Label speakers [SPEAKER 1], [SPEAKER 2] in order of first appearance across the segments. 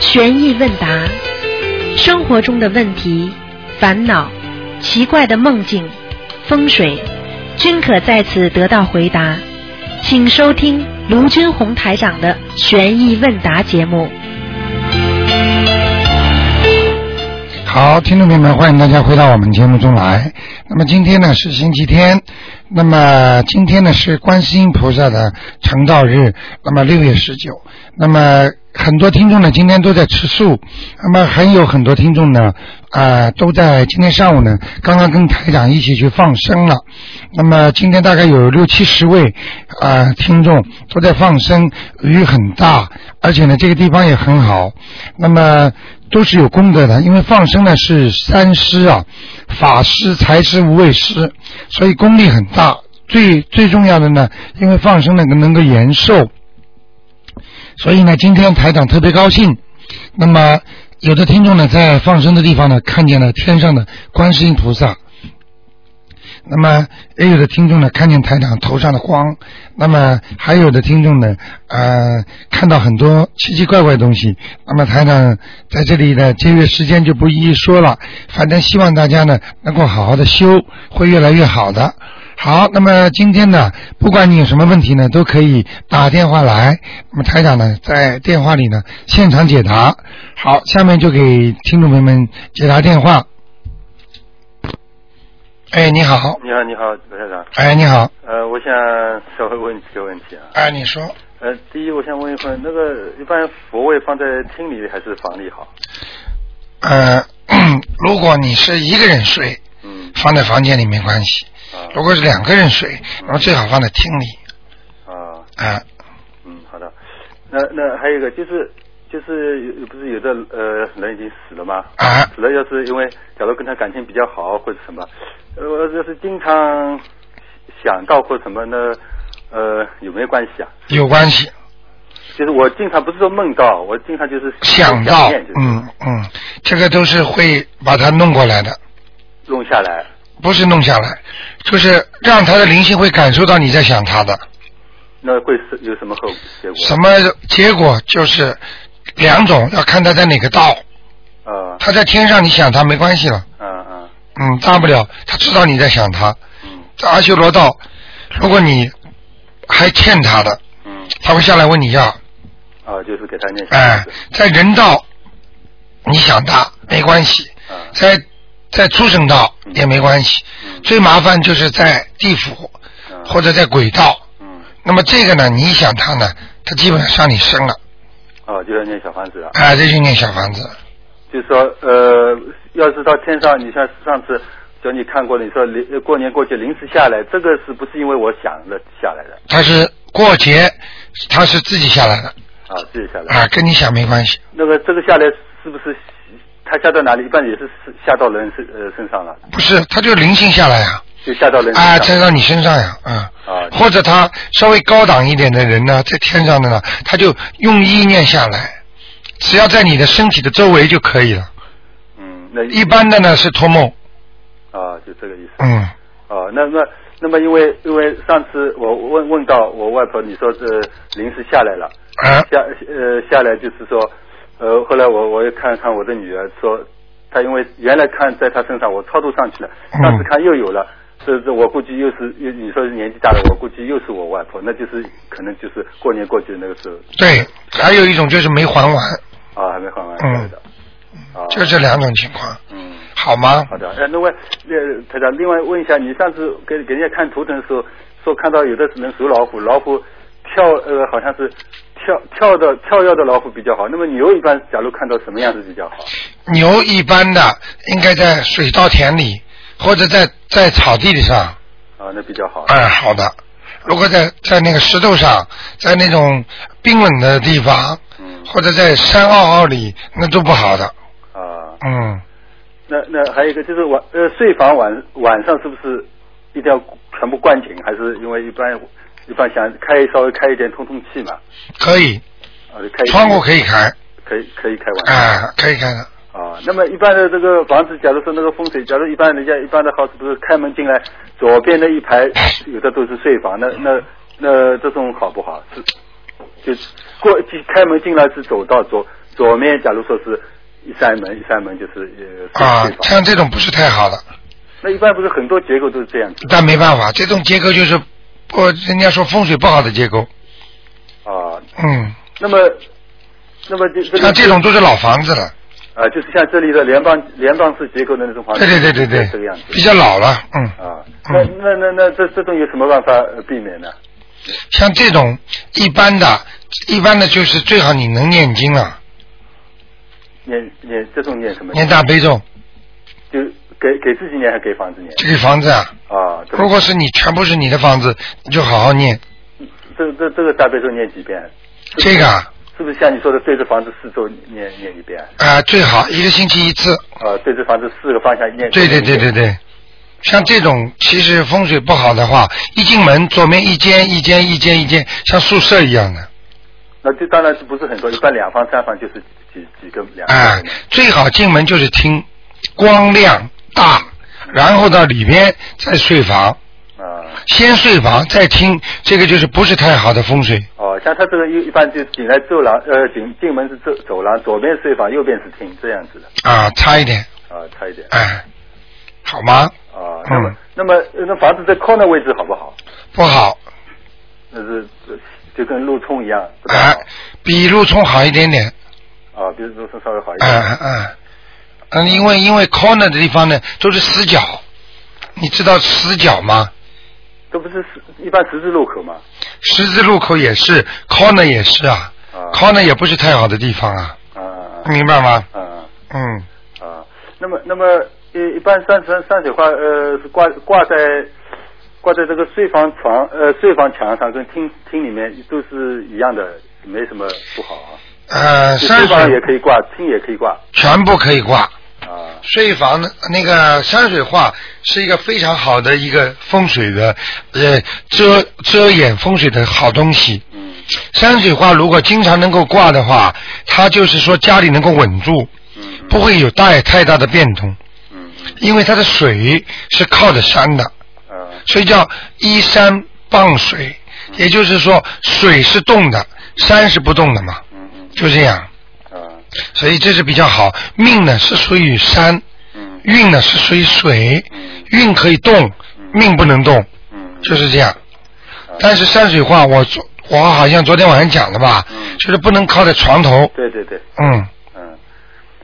[SPEAKER 1] 悬疑问答，生活中的问题、烦恼、奇怪的梦境、风水，均可在此得到回答。请收听卢军红台长的悬疑问答节目。
[SPEAKER 2] 好，听众朋友们，欢迎大家回到我们节目中来。那么今天呢是星期天，那么今天呢是观世音菩萨的成道日，那么六月十九。那么很多听众呢今天都在吃素，那么还有很多听众呢啊、都在今天上午呢刚刚跟台长一起去放生了。那么今天大概有六七十位啊、听众都在放生，雨很大，而且呢这个地方也很好。那么都是有功德的，因为放生呢是三施啊，法师、财师、无畏师，所以功力很大。最最重要的呢，因为放生呢能够延寿，所以呢，今天台长特别高兴。那么有的听众呢，在放生的地方呢，看见了天上的观世音菩萨。那么也有的听众呢，看见台长头上的光；那么还有的听众呢，呃，看到很多奇奇怪怪的东西。那么台长在这里呢，节约时间就不一一说了。反正希望大家呢，能够好好的修，会越来越好的。好，那么今天呢，不管你有什么问题呢，都可以打电话来。那么台长呢，在电话里呢，现场解答。好，下面就给听众朋友们解答电话。哎，你好，
[SPEAKER 3] 你好，你好，卢台长。
[SPEAKER 2] 哎，你好。
[SPEAKER 3] 呃，我想稍微问几个问题啊。
[SPEAKER 2] 哎，你说
[SPEAKER 3] 呃，第一，我想问一问，那个一般佛位放在厅里还是房里好？
[SPEAKER 2] 呃， 如果你是一个人睡，
[SPEAKER 3] 嗯
[SPEAKER 2] 放在房间里没关系；
[SPEAKER 3] 啊
[SPEAKER 2] 如果是两个人睡，那么最好放在厅里
[SPEAKER 3] 啊，
[SPEAKER 2] 啊。
[SPEAKER 3] 嗯，好的。那那还有一个就是就是有不是有的呃人已经死了吗？
[SPEAKER 2] 啊
[SPEAKER 3] 死了要是因为假如跟他感情比较好或者什么，呃，要是经常想到或什么呢？呃，有没有关系啊？
[SPEAKER 2] 有关系，
[SPEAKER 3] 就是我经常不是说梦到，我经常就是
[SPEAKER 2] 想到
[SPEAKER 3] 念，就是
[SPEAKER 2] 嗯嗯，这个都是会把它弄过来的，
[SPEAKER 3] 弄下来。
[SPEAKER 2] 不是弄下来，就是让他的灵性会感受到你在想他的。
[SPEAKER 3] 那会是有什么后结果？
[SPEAKER 2] 什么结果就是两种，要看他在哪个道。
[SPEAKER 3] 啊
[SPEAKER 2] 他在天上，你想他没关系了，
[SPEAKER 3] 啊啊
[SPEAKER 2] 嗯，大不了他知道你在想他。
[SPEAKER 3] 嗯
[SPEAKER 2] 在阿修罗道，如果你还欠他的，
[SPEAKER 3] 嗯
[SPEAKER 2] 他会下来问你要。
[SPEAKER 3] 啊，就是给他念小
[SPEAKER 2] 哎
[SPEAKER 3] 房子。，
[SPEAKER 2] 在人道，你想他没关系；
[SPEAKER 3] 啊
[SPEAKER 2] 在在畜生道也没关系。
[SPEAKER 3] 嗯
[SPEAKER 2] 最麻烦就是在地府
[SPEAKER 3] 啊
[SPEAKER 2] 或者在鬼道。
[SPEAKER 3] 嗯
[SPEAKER 2] 那么这个呢，你想他呢，他基本上上你身了，
[SPEAKER 3] 哦，就要念小房子了。
[SPEAKER 2] 哎，这就念小房子。
[SPEAKER 3] 就是说呃，要是到天上，你像上次叫你看过的，你说临过年过节临时下来，这个是不是因为我想的下来的
[SPEAKER 2] 他是过节，他是自己下来的，
[SPEAKER 3] 啊？自己下来。
[SPEAKER 2] 啊，跟你想没关系。
[SPEAKER 3] 那个这个下来是不是他下到哪里？一般也是下到人身呃身上了，
[SPEAKER 2] 不是，他就灵性下来呀、
[SPEAKER 3] 就下到人身
[SPEAKER 2] 啊，
[SPEAKER 3] 上。
[SPEAKER 2] 在到你身上呀，啊，
[SPEAKER 3] 啊
[SPEAKER 2] 或者他稍微高档一点的人呢，在天上的呢，他就用意念下来，只要在你的身体的周围就可以了。
[SPEAKER 3] 嗯，那
[SPEAKER 2] 一般的呢是托梦，
[SPEAKER 3] 啊，就这个意思。
[SPEAKER 2] 嗯，
[SPEAKER 3] 哦，那那那么因为因为上次我问问到我外婆，你说这临时下来了，
[SPEAKER 2] 啊，
[SPEAKER 3] 下呃下来就是说，呃后来我我又看看我的女儿说，她因为原来看在她身上我超度上去了，
[SPEAKER 2] 嗯
[SPEAKER 3] 上次看又有了。这这我估计又是又你说是年纪大了，我估计又是我外婆，那就是可能就是过年过节那个时候
[SPEAKER 2] 对，还有一种就是没还完，
[SPEAKER 3] 啊还没还完
[SPEAKER 2] 嗯
[SPEAKER 3] 的，啊
[SPEAKER 2] 就这两种情况，
[SPEAKER 3] 嗯。
[SPEAKER 2] 好吗？
[SPEAKER 3] 好的，呃，另外，呃，台长，另外问一下，你上次给给人家看图腾的时候，说看到有的人属老虎，老虎跳，呃，好像是跳跳的跳跃的老虎比较好。那么牛一般，假如看到什么样子比较好？
[SPEAKER 2] 牛一般的应该在水稻田里或者在在草地上，
[SPEAKER 3] 啊，那比较好。
[SPEAKER 2] 哎，好的。如果在在那个石头上，在那种冰冷的地方，
[SPEAKER 3] 嗯
[SPEAKER 2] 或者在山坳坳里，那都不好的。
[SPEAKER 3] 啊，
[SPEAKER 2] 嗯，
[SPEAKER 3] 那那还有一个就是晚，呃，睡房晚晚上是不是一定要全部灌紧？还是因为一般一般想开稍微开一点通通气嘛？
[SPEAKER 2] 可以，
[SPEAKER 3] 啊，就开
[SPEAKER 2] 窗户可以开，
[SPEAKER 3] 可以可以开晚上。
[SPEAKER 2] 啊，可以开的。
[SPEAKER 4] 哦
[SPEAKER 3] 啊，那么一般的这个房子，假如说那个风水，假如一般人家一般的 house 不是开门进来，左边的一排有的都是睡房，那那那这种好不好？是就过去开门进来是走到左左面假如说是一扇门，一扇门就是呃
[SPEAKER 2] 啊
[SPEAKER 3] 睡，
[SPEAKER 2] 像这种不是太好的，
[SPEAKER 3] 那一般不是很多结构都是这样子
[SPEAKER 2] 但没办法，这种结构就是不，人家说风水不好的结构，
[SPEAKER 3] 啊？
[SPEAKER 2] 嗯，
[SPEAKER 3] 那么，那么这这
[SPEAKER 2] 像这种都是老房子了，
[SPEAKER 3] 啊，就是像这里的联邦联邦式结构的那种房子，
[SPEAKER 2] 对对对对
[SPEAKER 3] 这个样子
[SPEAKER 2] 对，比较老了，嗯，
[SPEAKER 3] 啊。那
[SPEAKER 2] 嗯
[SPEAKER 3] 那那那这这种有什么办法呃避免呢？
[SPEAKER 2] 像这种一般的，一般的就是最好你能念经了，
[SPEAKER 3] 念念这种念什么？
[SPEAKER 2] 念大悲咒，
[SPEAKER 3] 就给给自己念还是给房子念
[SPEAKER 2] 这个房子啊，
[SPEAKER 3] 啊？这
[SPEAKER 2] 如果是你全部是你的房子，你就好好念，
[SPEAKER 3] 这这这个大悲咒念几遍？
[SPEAKER 2] 这个啊、
[SPEAKER 3] 是不是像你说的对着房子四周念念一遍
[SPEAKER 2] 啊最好一个星期一次，
[SPEAKER 3] 啊？对着房子四个方向念？
[SPEAKER 2] 对对对对。对，像这种其实风水不好的话，一进门左面一间一间一间一间，像宿舍一样的，
[SPEAKER 3] 那这当然是不是很多，一般两房三房就是几几个两房。
[SPEAKER 2] 哎，最好进门就是厅，光亮大，然后到里边再睡房，
[SPEAKER 3] 啊。
[SPEAKER 2] 先睡房再厅，这个就是不是太好的风水。
[SPEAKER 3] 哦，像他这个一一般就进来走廊，呃，进进门是走走廊，左边睡房，右边是厅，这样子的
[SPEAKER 2] 啊，差一点，
[SPEAKER 3] 啊，差一点
[SPEAKER 2] 哎，好吗？
[SPEAKER 3] 啊。那么
[SPEAKER 2] 嗯，，
[SPEAKER 3] 那么呃那房子在 corner 位置好不好？
[SPEAKER 2] 不好，
[SPEAKER 3] 那是呃就跟路冲一样，不太
[SPEAKER 2] 哎
[SPEAKER 3] 好，
[SPEAKER 2] 比路冲好一点点，
[SPEAKER 3] 啊，比如说稍微好一
[SPEAKER 2] 哎
[SPEAKER 3] 点
[SPEAKER 2] 哎哎，嗯，因为因为 corner 的地方呢都是死角，你知道死角吗？
[SPEAKER 3] 这不是十一般十字路口嘛？
[SPEAKER 2] 十字路口也是，corner 也是啊
[SPEAKER 3] 啊
[SPEAKER 2] ，corner 也不是太好的地方啊，
[SPEAKER 3] 啊啊
[SPEAKER 2] 明白吗？
[SPEAKER 3] 啊啊
[SPEAKER 2] 嗯。
[SPEAKER 3] 啊！那么，那么呃，一般山山山水画呃是挂挂在挂在这个睡房床呃睡房墙上，跟厅厅里面都是一样的，没什么不好啊。
[SPEAKER 2] 呃，
[SPEAKER 3] 就
[SPEAKER 2] 山
[SPEAKER 3] 书房也
[SPEAKER 2] 水
[SPEAKER 3] 可以挂，厅也可以挂
[SPEAKER 2] 全部可以挂。
[SPEAKER 3] 啊
[SPEAKER 2] 睡房的那个山水画是一个非常好的一个风水的，呃，遮遮掩风水的好东西。
[SPEAKER 3] 嗯
[SPEAKER 2] 山水画如果经常能够挂的话，它就是说家里能够稳住，
[SPEAKER 3] 嗯嗯
[SPEAKER 2] 不会有大太大的变动，
[SPEAKER 3] 嗯
[SPEAKER 2] 因为它的水是靠着山的，
[SPEAKER 3] 嗯啊
[SPEAKER 2] 所以叫依山傍水，也就是说水是动的，山是不动的嘛，
[SPEAKER 3] 嗯嗯
[SPEAKER 2] 就这样。
[SPEAKER 3] 啊
[SPEAKER 2] 所以这是比较好。命呢是属于山，
[SPEAKER 3] 嗯
[SPEAKER 2] 运呢是属于水
[SPEAKER 3] 嗯，
[SPEAKER 2] 运可以动，命不能动，
[SPEAKER 3] 嗯
[SPEAKER 2] 就是这样。但是山水画，我昨我好像昨天晚上讲了吧
[SPEAKER 3] 嗯，
[SPEAKER 2] 就是不能靠在床头。
[SPEAKER 3] 对对对
[SPEAKER 2] 嗯，
[SPEAKER 3] 嗯。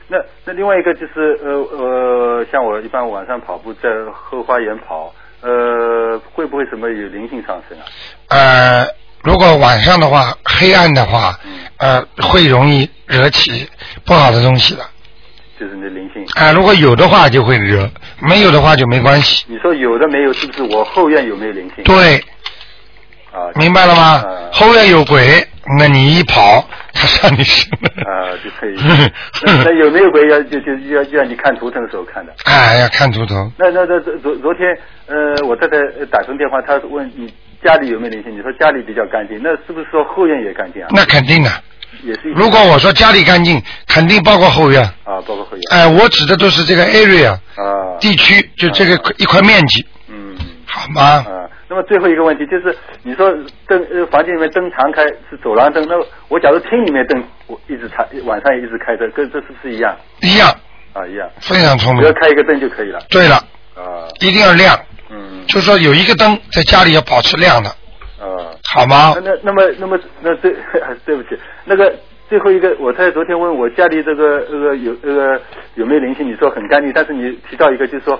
[SPEAKER 3] 那那另外一个就是呃呃，像我一般晚上跑步在后花园跑，呃，会不会什么有灵性上升啊？
[SPEAKER 2] 呃，如果晚上的话，黑暗的话，
[SPEAKER 3] 嗯
[SPEAKER 2] 呃，会容易惹起不好的东西的。
[SPEAKER 3] 就是你的灵性。
[SPEAKER 2] 啊、如果有的话就会惹，没有的话就没关系。
[SPEAKER 3] 你说有的没有，是不是我后院有没有灵性？
[SPEAKER 2] 对，
[SPEAKER 3] 啊，
[SPEAKER 2] 明白了吗？
[SPEAKER 3] 嗯
[SPEAKER 2] 后院有鬼，那你一跑，他上你身了。
[SPEAKER 3] 啊，就 可以。
[SPEAKER 2] 嗯
[SPEAKER 3] 那那有没有鬼要就就要要你看图腾的时候看的？
[SPEAKER 2] 哎，要看图腾。
[SPEAKER 3] 那那那昨昨昨天呃，我太太呃打通电话，她问你家里有没有灵性，你说家里比较干净，那是不是说后院也干净啊？
[SPEAKER 2] 那肯定的。
[SPEAKER 3] 也是一种
[SPEAKER 2] 如果我说家里干净，肯定包括后院。
[SPEAKER 3] 啊，包括后院
[SPEAKER 2] 哎，我指的都是这个 area
[SPEAKER 3] 啊，
[SPEAKER 2] 地区，就这个一块面积，
[SPEAKER 3] 嗯
[SPEAKER 2] 好吗？
[SPEAKER 3] 啊。那么最后一个问题就是，你说灯呃房间里面灯常开是走廊灯，那我假如厅里面灯我一直常晚上也一直开着，跟这是不是一样
[SPEAKER 2] 一样，
[SPEAKER 3] 啊？一样，
[SPEAKER 2] 非常聪
[SPEAKER 3] 只
[SPEAKER 2] 明
[SPEAKER 3] 要。开一个灯就可以了
[SPEAKER 2] 对了，
[SPEAKER 3] 啊。
[SPEAKER 2] 一定要亮，
[SPEAKER 3] 嗯
[SPEAKER 2] 就说有一个灯在家里要保持亮的，
[SPEAKER 3] 啊。
[SPEAKER 2] 好吗
[SPEAKER 3] 那？那那么那么那最对 不起，那个最后一个，我太太昨天问我家里这个这个有这个有没有灵性，你说很干净，但是你提到一个就是说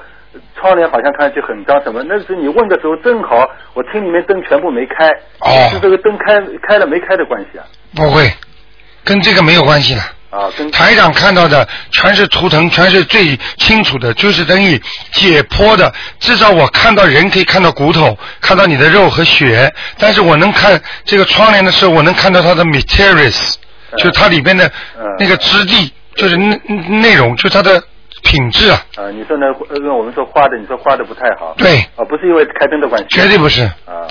[SPEAKER 3] 窗帘好像看上去很脏什么，那是你问的时候正好我厅里面灯全部没开，
[SPEAKER 2] 哦
[SPEAKER 3] 是这个灯开开了没开的关系啊
[SPEAKER 2] 不会，跟这个没有关系了。
[SPEAKER 3] 啊跟
[SPEAKER 2] 台长看到的全是图腾，全是最清楚的，就是等于解剖的。至少我看到人可以看到骨头，看到你的肉和血，但是我能看这个窗帘的时候，我能看到它的 materials，
[SPEAKER 3] 嗯
[SPEAKER 2] 就是它里边的
[SPEAKER 3] 嗯
[SPEAKER 2] 那个质地，就是内内容，就是它的品质啊。
[SPEAKER 3] 啊你说呢？呃跟我们说花的，你说花的不太好
[SPEAKER 2] 对，
[SPEAKER 3] 啊，不是因为开灯的关系，
[SPEAKER 2] 绝对不是，
[SPEAKER 3] 啊，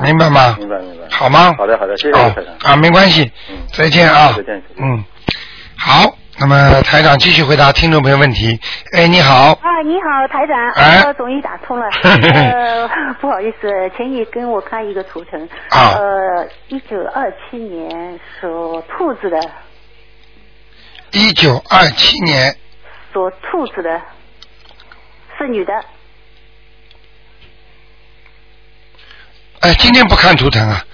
[SPEAKER 2] 明白吗？
[SPEAKER 3] 明白明白，
[SPEAKER 2] 好吗？
[SPEAKER 3] 好的好的谢谢
[SPEAKER 2] 啊
[SPEAKER 3] 台长
[SPEAKER 2] 啊，没关系
[SPEAKER 3] 嗯，
[SPEAKER 2] 再见啊，
[SPEAKER 3] 再见
[SPEAKER 2] 嗯，好，那么台长继续回答听众朋友问题。哎，你好，
[SPEAKER 5] 啊，你好，台长，
[SPEAKER 2] 哎
[SPEAKER 5] 呃，终于打 通了。呃， 不好意思，请你跟我看一个图腾。
[SPEAKER 2] 啊
[SPEAKER 5] 呃，一九二七年属兔子的，
[SPEAKER 2] 一九二七年
[SPEAKER 5] 所兔子的，是女的。
[SPEAKER 2] 哎，今天不看图腾啊！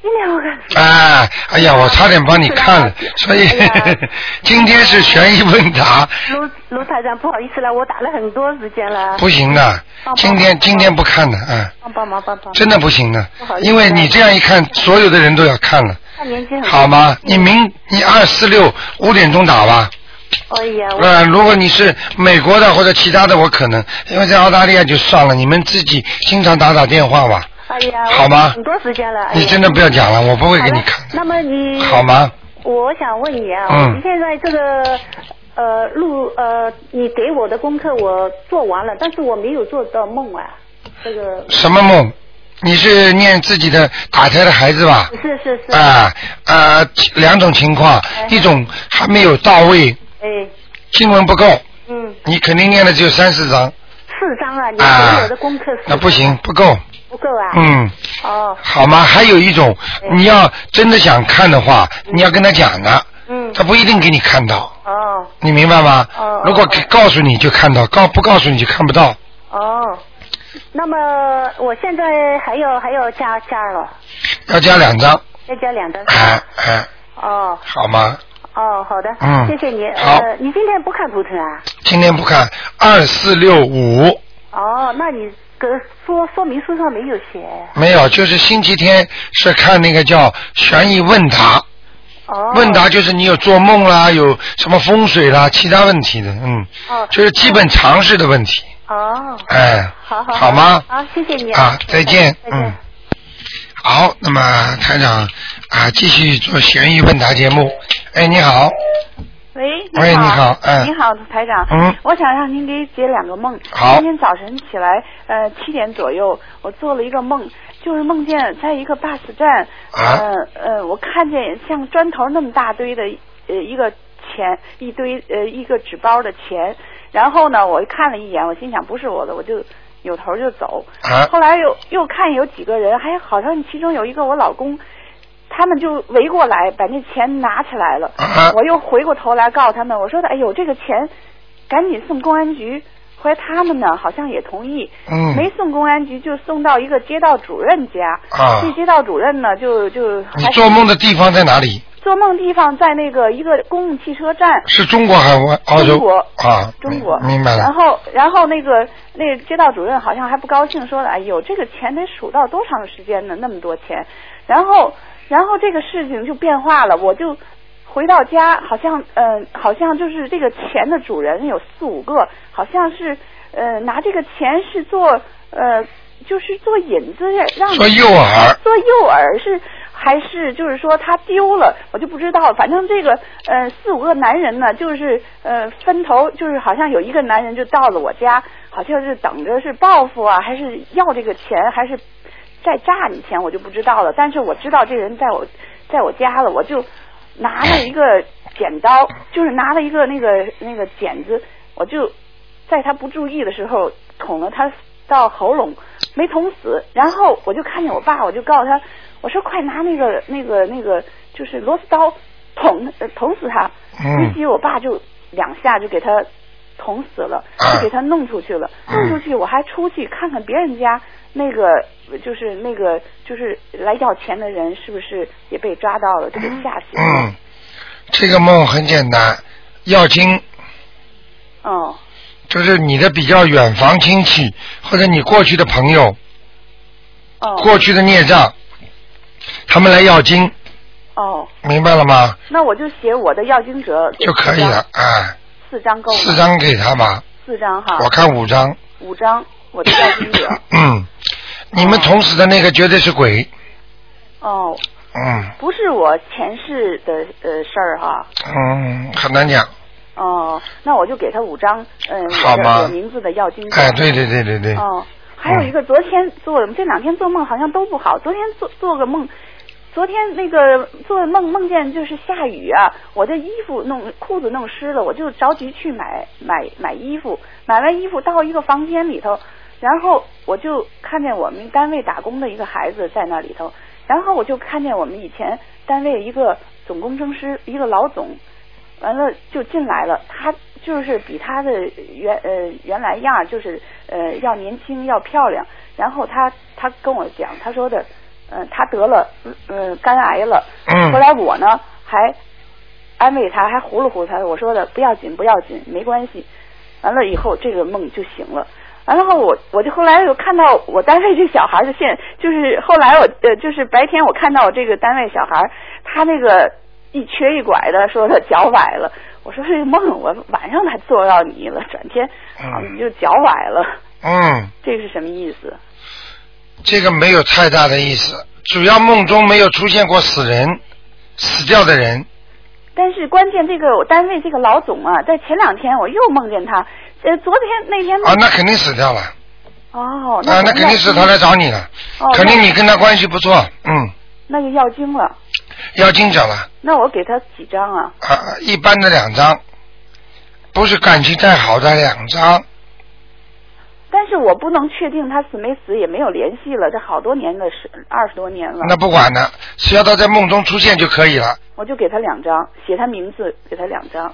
[SPEAKER 5] 今天我看。
[SPEAKER 2] 哎，哎呀，我差点帮你看了，所以、
[SPEAKER 5] 哎呀
[SPEAKER 2] 今天是悬疑问答，
[SPEAKER 5] 卢卢台长，不好意思了，我打了很多时间
[SPEAKER 6] 啊
[SPEAKER 5] 了。
[SPEAKER 2] 不行的，
[SPEAKER 6] 哦
[SPEAKER 2] 今天今天不看的啊，
[SPEAKER 5] 帮帮忙，帮帮忙。
[SPEAKER 2] 真的不行的
[SPEAKER 5] 不好，意思啊
[SPEAKER 2] 因为你这样一看，所有的人都要看了，
[SPEAKER 5] 他年纪很
[SPEAKER 2] 好？吗？你明你二四六五点钟打吧，
[SPEAKER 5] 哎呀，我
[SPEAKER 2] 呃，如果你是美国的或者其他的，我可能，因为在澳大利亚就算了，你们自己经常打打电话吧，
[SPEAKER 5] 哎呀，
[SPEAKER 2] 好吗
[SPEAKER 5] 我很多时间了。哎呀
[SPEAKER 2] 你真的不要讲了，我不会
[SPEAKER 5] 好
[SPEAKER 2] 给
[SPEAKER 5] 了
[SPEAKER 2] 你看的，
[SPEAKER 5] 那么你
[SPEAKER 2] 好？吗？
[SPEAKER 5] 我想问你啊，
[SPEAKER 2] 嗯
[SPEAKER 5] 我现在这个呃录呃，你给我的功课我做完了，但是我没有做到梦啊，这个
[SPEAKER 2] 什么梦？你是念自己的打胎的孩子吧？
[SPEAKER 5] 是是是，
[SPEAKER 2] 啊啊，两种情况，一种还没有到位，
[SPEAKER 5] 哎，
[SPEAKER 2] 经文不够，
[SPEAKER 5] 嗯，
[SPEAKER 2] 你肯定念了只有三四章
[SPEAKER 5] 四张啊，你给
[SPEAKER 2] 啊
[SPEAKER 5] 我的功课是，
[SPEAKER 2] 那不行，不够，
[SPEAKER 5] 不够啊，，
[SPEAKER 2] 嗯，
[SPEAKER 5] 哦，
[SPEAKER 2] 好吗？还有一种，你要真的想看的话，你要跟他讲的，
[SPEAKER 5] 嗯，
[SPEAKER 2] 他不一定给你看到，
[SPEAKER 5] 哦
[SPEAKER 2] 你明白吗
[SPEAKER 5] 哦哦？
[SPEAKER 2] 如果给告诉你就看到，告不告诉你就看不到。
[SPEAKER 5] 哦，那么我现在还要还要加加了，
[SPEAKER 2] 要加两张，
[SPEAKER 5] 再加两张，
[SPEAKER 2] 哎哎，
[SPEAKER 5] 哦
[SPEAKER 2] 好吗？
[SPEAKER 5] 哦，好的，
[SPEAKER 2] 嗯
[SPEAKER 5] 谢谢你，
[SPEAKER 2] 好
[SPEAKER 5] 呃，你今天不看图腾啊？
[SPEAKER 2] 今天不看二四六五。5
[SPEAKER 5] 哦，那你跟说说明书上没有写。
[SPEAKER 2] 没有，就是星期天是看那个叫悬疑问答，
[SPEAKER 5] 哦。
[SPEAKER 2] 问答就是你有做梦啦，有什么风水啦，其他问题的，嗯，
[SPEAKER 5] 哦
[SPEAKER 2] 就是基本常识的问题，
[SPEAKER 5] 哦，
[SPEAKER 2] 哎，
[SPEAKER 5] 好好。
[SPEAKER 2] 好吗？
[SPEAKER 5] 好，谢谢你
[SPEAKER 2] 啊，再见，
[SPEAKER 5] 再
[SPEAKER 2] 嗯
[SPEAKER 5] 见。。
[SPEAKER 2] 好，那么台长啊，继续做悬疑问答节目。哎，你好，
[SPEAKER 7] 喂，
[SPEAKER 2] 喂
[SPEAKER 7] 好，
[SPEAKER 2] 你好嗯
[SPEAKER 7] 你好，台长，
[SPEAKER 2] 嗯
[SPEAKER 7] 我想让您给解两个梦。
[SPEAKER 2] 好
[SPEAKER 7] 今天早晨起来，呃，七点左右，我做了一个梦，就是梦见在一个 bus 站，
[SPEAKER 2] 啊
[SPEAKER 7] 呃呃，我看见像砖头那么大堆的，呃，一个钱，一堆呃一个纸包的钱，然后呢，我看了一眼，我心想不是我的，我就扭头就走，
[SPEAKER 2] 啊
[SPEAKER 7] 后来又又看有几个人，还好像其中有一个我老公，他们就围过来把那钱拿起来了。
[SPEAKER 2] 啊
[SPEAKER 7] 我又回过头来告诉他们，我说的，哎呦，这个钱赶紧送公安局。后来他们呢，好像也同意，
[SPEAKER 2] 嗯
[SPEAKER 7] 没送公安局，就送到一个街道主任家。
[SPEAKER 2] 啊
[SPEAKER 7] 这街道主任呢，就就
[SPEAKER 2] 你
[SPEAKER 7] 还
[SPEAKER 2] 做梦的地方在哪里？
[SPEAKER 7] 做梦地方在那个一个公共汽车站。
[SPEAKER 2] 是中国还是澳洲
[SPEAKER 7] 中国？
[SPEAKER 2] 啊，
[SPEAKER 7] 中国
[SPEAKER 2] 明明白
[SPEAKER 7] 然
[SPEAKER 2] 了。
[SPEAKER 7] 后，然后那个那个街道主任好像还不高兴，说了：“哎呦，这个钱得数到多长时间呢？那么多钱。”然后，然后这个事情就变化了，我就回到家，好像呃，好像就是这个钱的主人有四五个，好像是呃拿这个钱是做呃就是做引子，让你
[SPEAKER 2] 做诱饵，
[SPEAKER 7] 做诱饵是还是就是说他丢了，我就不知道。反正这个呃四五个男人呢，就是呃分头，就是好像有一个男人就到了我家，好像是等着是报复啊，还是要这个钱，还是再诈你钱，我就不知道了。但是我知道这人在我 在我家了，我就拿了一个剪刀，就是拿了一个那个那个剪子，我就在他不注意的时候捅了他到喉咙，没捅死。然后我就看见我爸，我就告诉他，我说快拿那个那个那个就是螺丝刀捅呃捅死他。
[SPEAKER 2] 嗯
[SPEAKER 7] 于是我爸就两下就给他捅死了，
[SPEAKER 2] 啊
[SPEAKER 7] 就给他弄出去了。
[SPEAKER 2] 嗯
[SPEAKER 7] 弄出去我还出去看看别人家那个就是那个就是来要钱的人是不是也被抓到了，就给吓死了。
[SPEAKER 2] 嗯，这个梦很简单，要经
[SPEAKER 7] 嗯
[SPEAKER 2] 就是你的比较远房亲戚或者你过去的朋友、
[SPEAKER 7] 哦
[SPEAKER 2] 过去的孽障，他们来要经，
[SPEAKER 7] 哦，
[SPEAKER 2] 明白了吗？
[SPEAKER 7] 那我就写我的要经者给
[SPEAKER 2] 就可以了，哎，
[SPEAKER 7] 四张哦够吗？
[SPEAKER 2] 四张给他吧，
[SPEAKER 7] 四张哈，
[SPEAKER 2] 我看五张。
[SPEAKER 7] 五张我的要 经者。
[SPEAKER 2] 嗯，你们捅死的那个绝对是鬼，
[SPEAKER 7] 哦，
[SPEAKER 2] 嗯
[SPEAKER 7] 不是我前世的呃事儿哈。
[SPEAKER 2] 嗯，很难讲，
[SPEAKER 7] 哦，那我就给他五张嗯、
[SPEAKER 2] 好
[SPEAKER 7] 我
[SPEAKER 2] 吗
[SPEAKER 7] 的我名字的要经者。
[SPEAKER 2] 哎，对对对对对，
[SPEAKER 7] 哦，还有一个昨天做的，这两天做梦好像都不好。昨天做做个梦，昨天那个做梦梦见就是下雨啊，我的衣服弄裤子弄湿了，我就着急去买买买衣服，买完衣服到一个房间里头，然后我就看见我们单位打工的一个孩子在那里头，然后我就看见我们以前单位一个总工程师，一个老总，完了就进来了，她就是比她的原呃原来样儿就是呃要年轻要漂亮，然后她她跟我讲，她说的，呃她得了呃肝癌了，
[SPEAKER 2] 嗯
[SPEAKER 7] 后来我呢还安慰她，还糊弄糊弄她，我说的不要紧不要紧，没关系，完了以后这个梦就醒了。完啊了后我我就后来我看到我单位这小孩儿的现 就是后来我呃就是白天我看到我这个单位小孩儿他那个一瘸一拐的说他脚崴了，我说这梦我晚上才做到你了，转天啊
[SPEAKER 2] 嗯
[SPEAKER 7] 你就脚崴了，
[SPEAKER 2] 嗯，
[SPEAKER 7] 这是什么意思？
[SPEAKER 2] 这个没有太大的意思，主要梦中没有出现过死人、死掉的人。
[SPEAKER 7] 但是关键这个我单位这个老总啊，在前两天我又梦见他，呃昨天那天
[SPEAKER 2] 啊，那肯定死掉了
[SPEAKER 7] 哦
[SPEAKER 2] 啊，那肯定是他来找你了，
[SPEAKER 7] 哦
[SPEAKER 2] 肯定
[SPEAKER 7] 那
[SPEAKER 2] 你跟他关系不错，嗯，
[SPEAKER 7] 那就要经了，
[SPEAKER 2] 要经者了
[SPEAKER 7] 那我给他几张啊？
[SPEAKER 2] 啊，一般的两张，不是感情太好的两张，
[SPEAKER 7] 但是我不能确定他死没死，也没有联系了，这好多年的事，二十多年了。
[SPEAKER 2] 那不管了，只要他在梦中出现就可以了
[SPEAKER 7] 我就给他两张，写他名字，给他两张。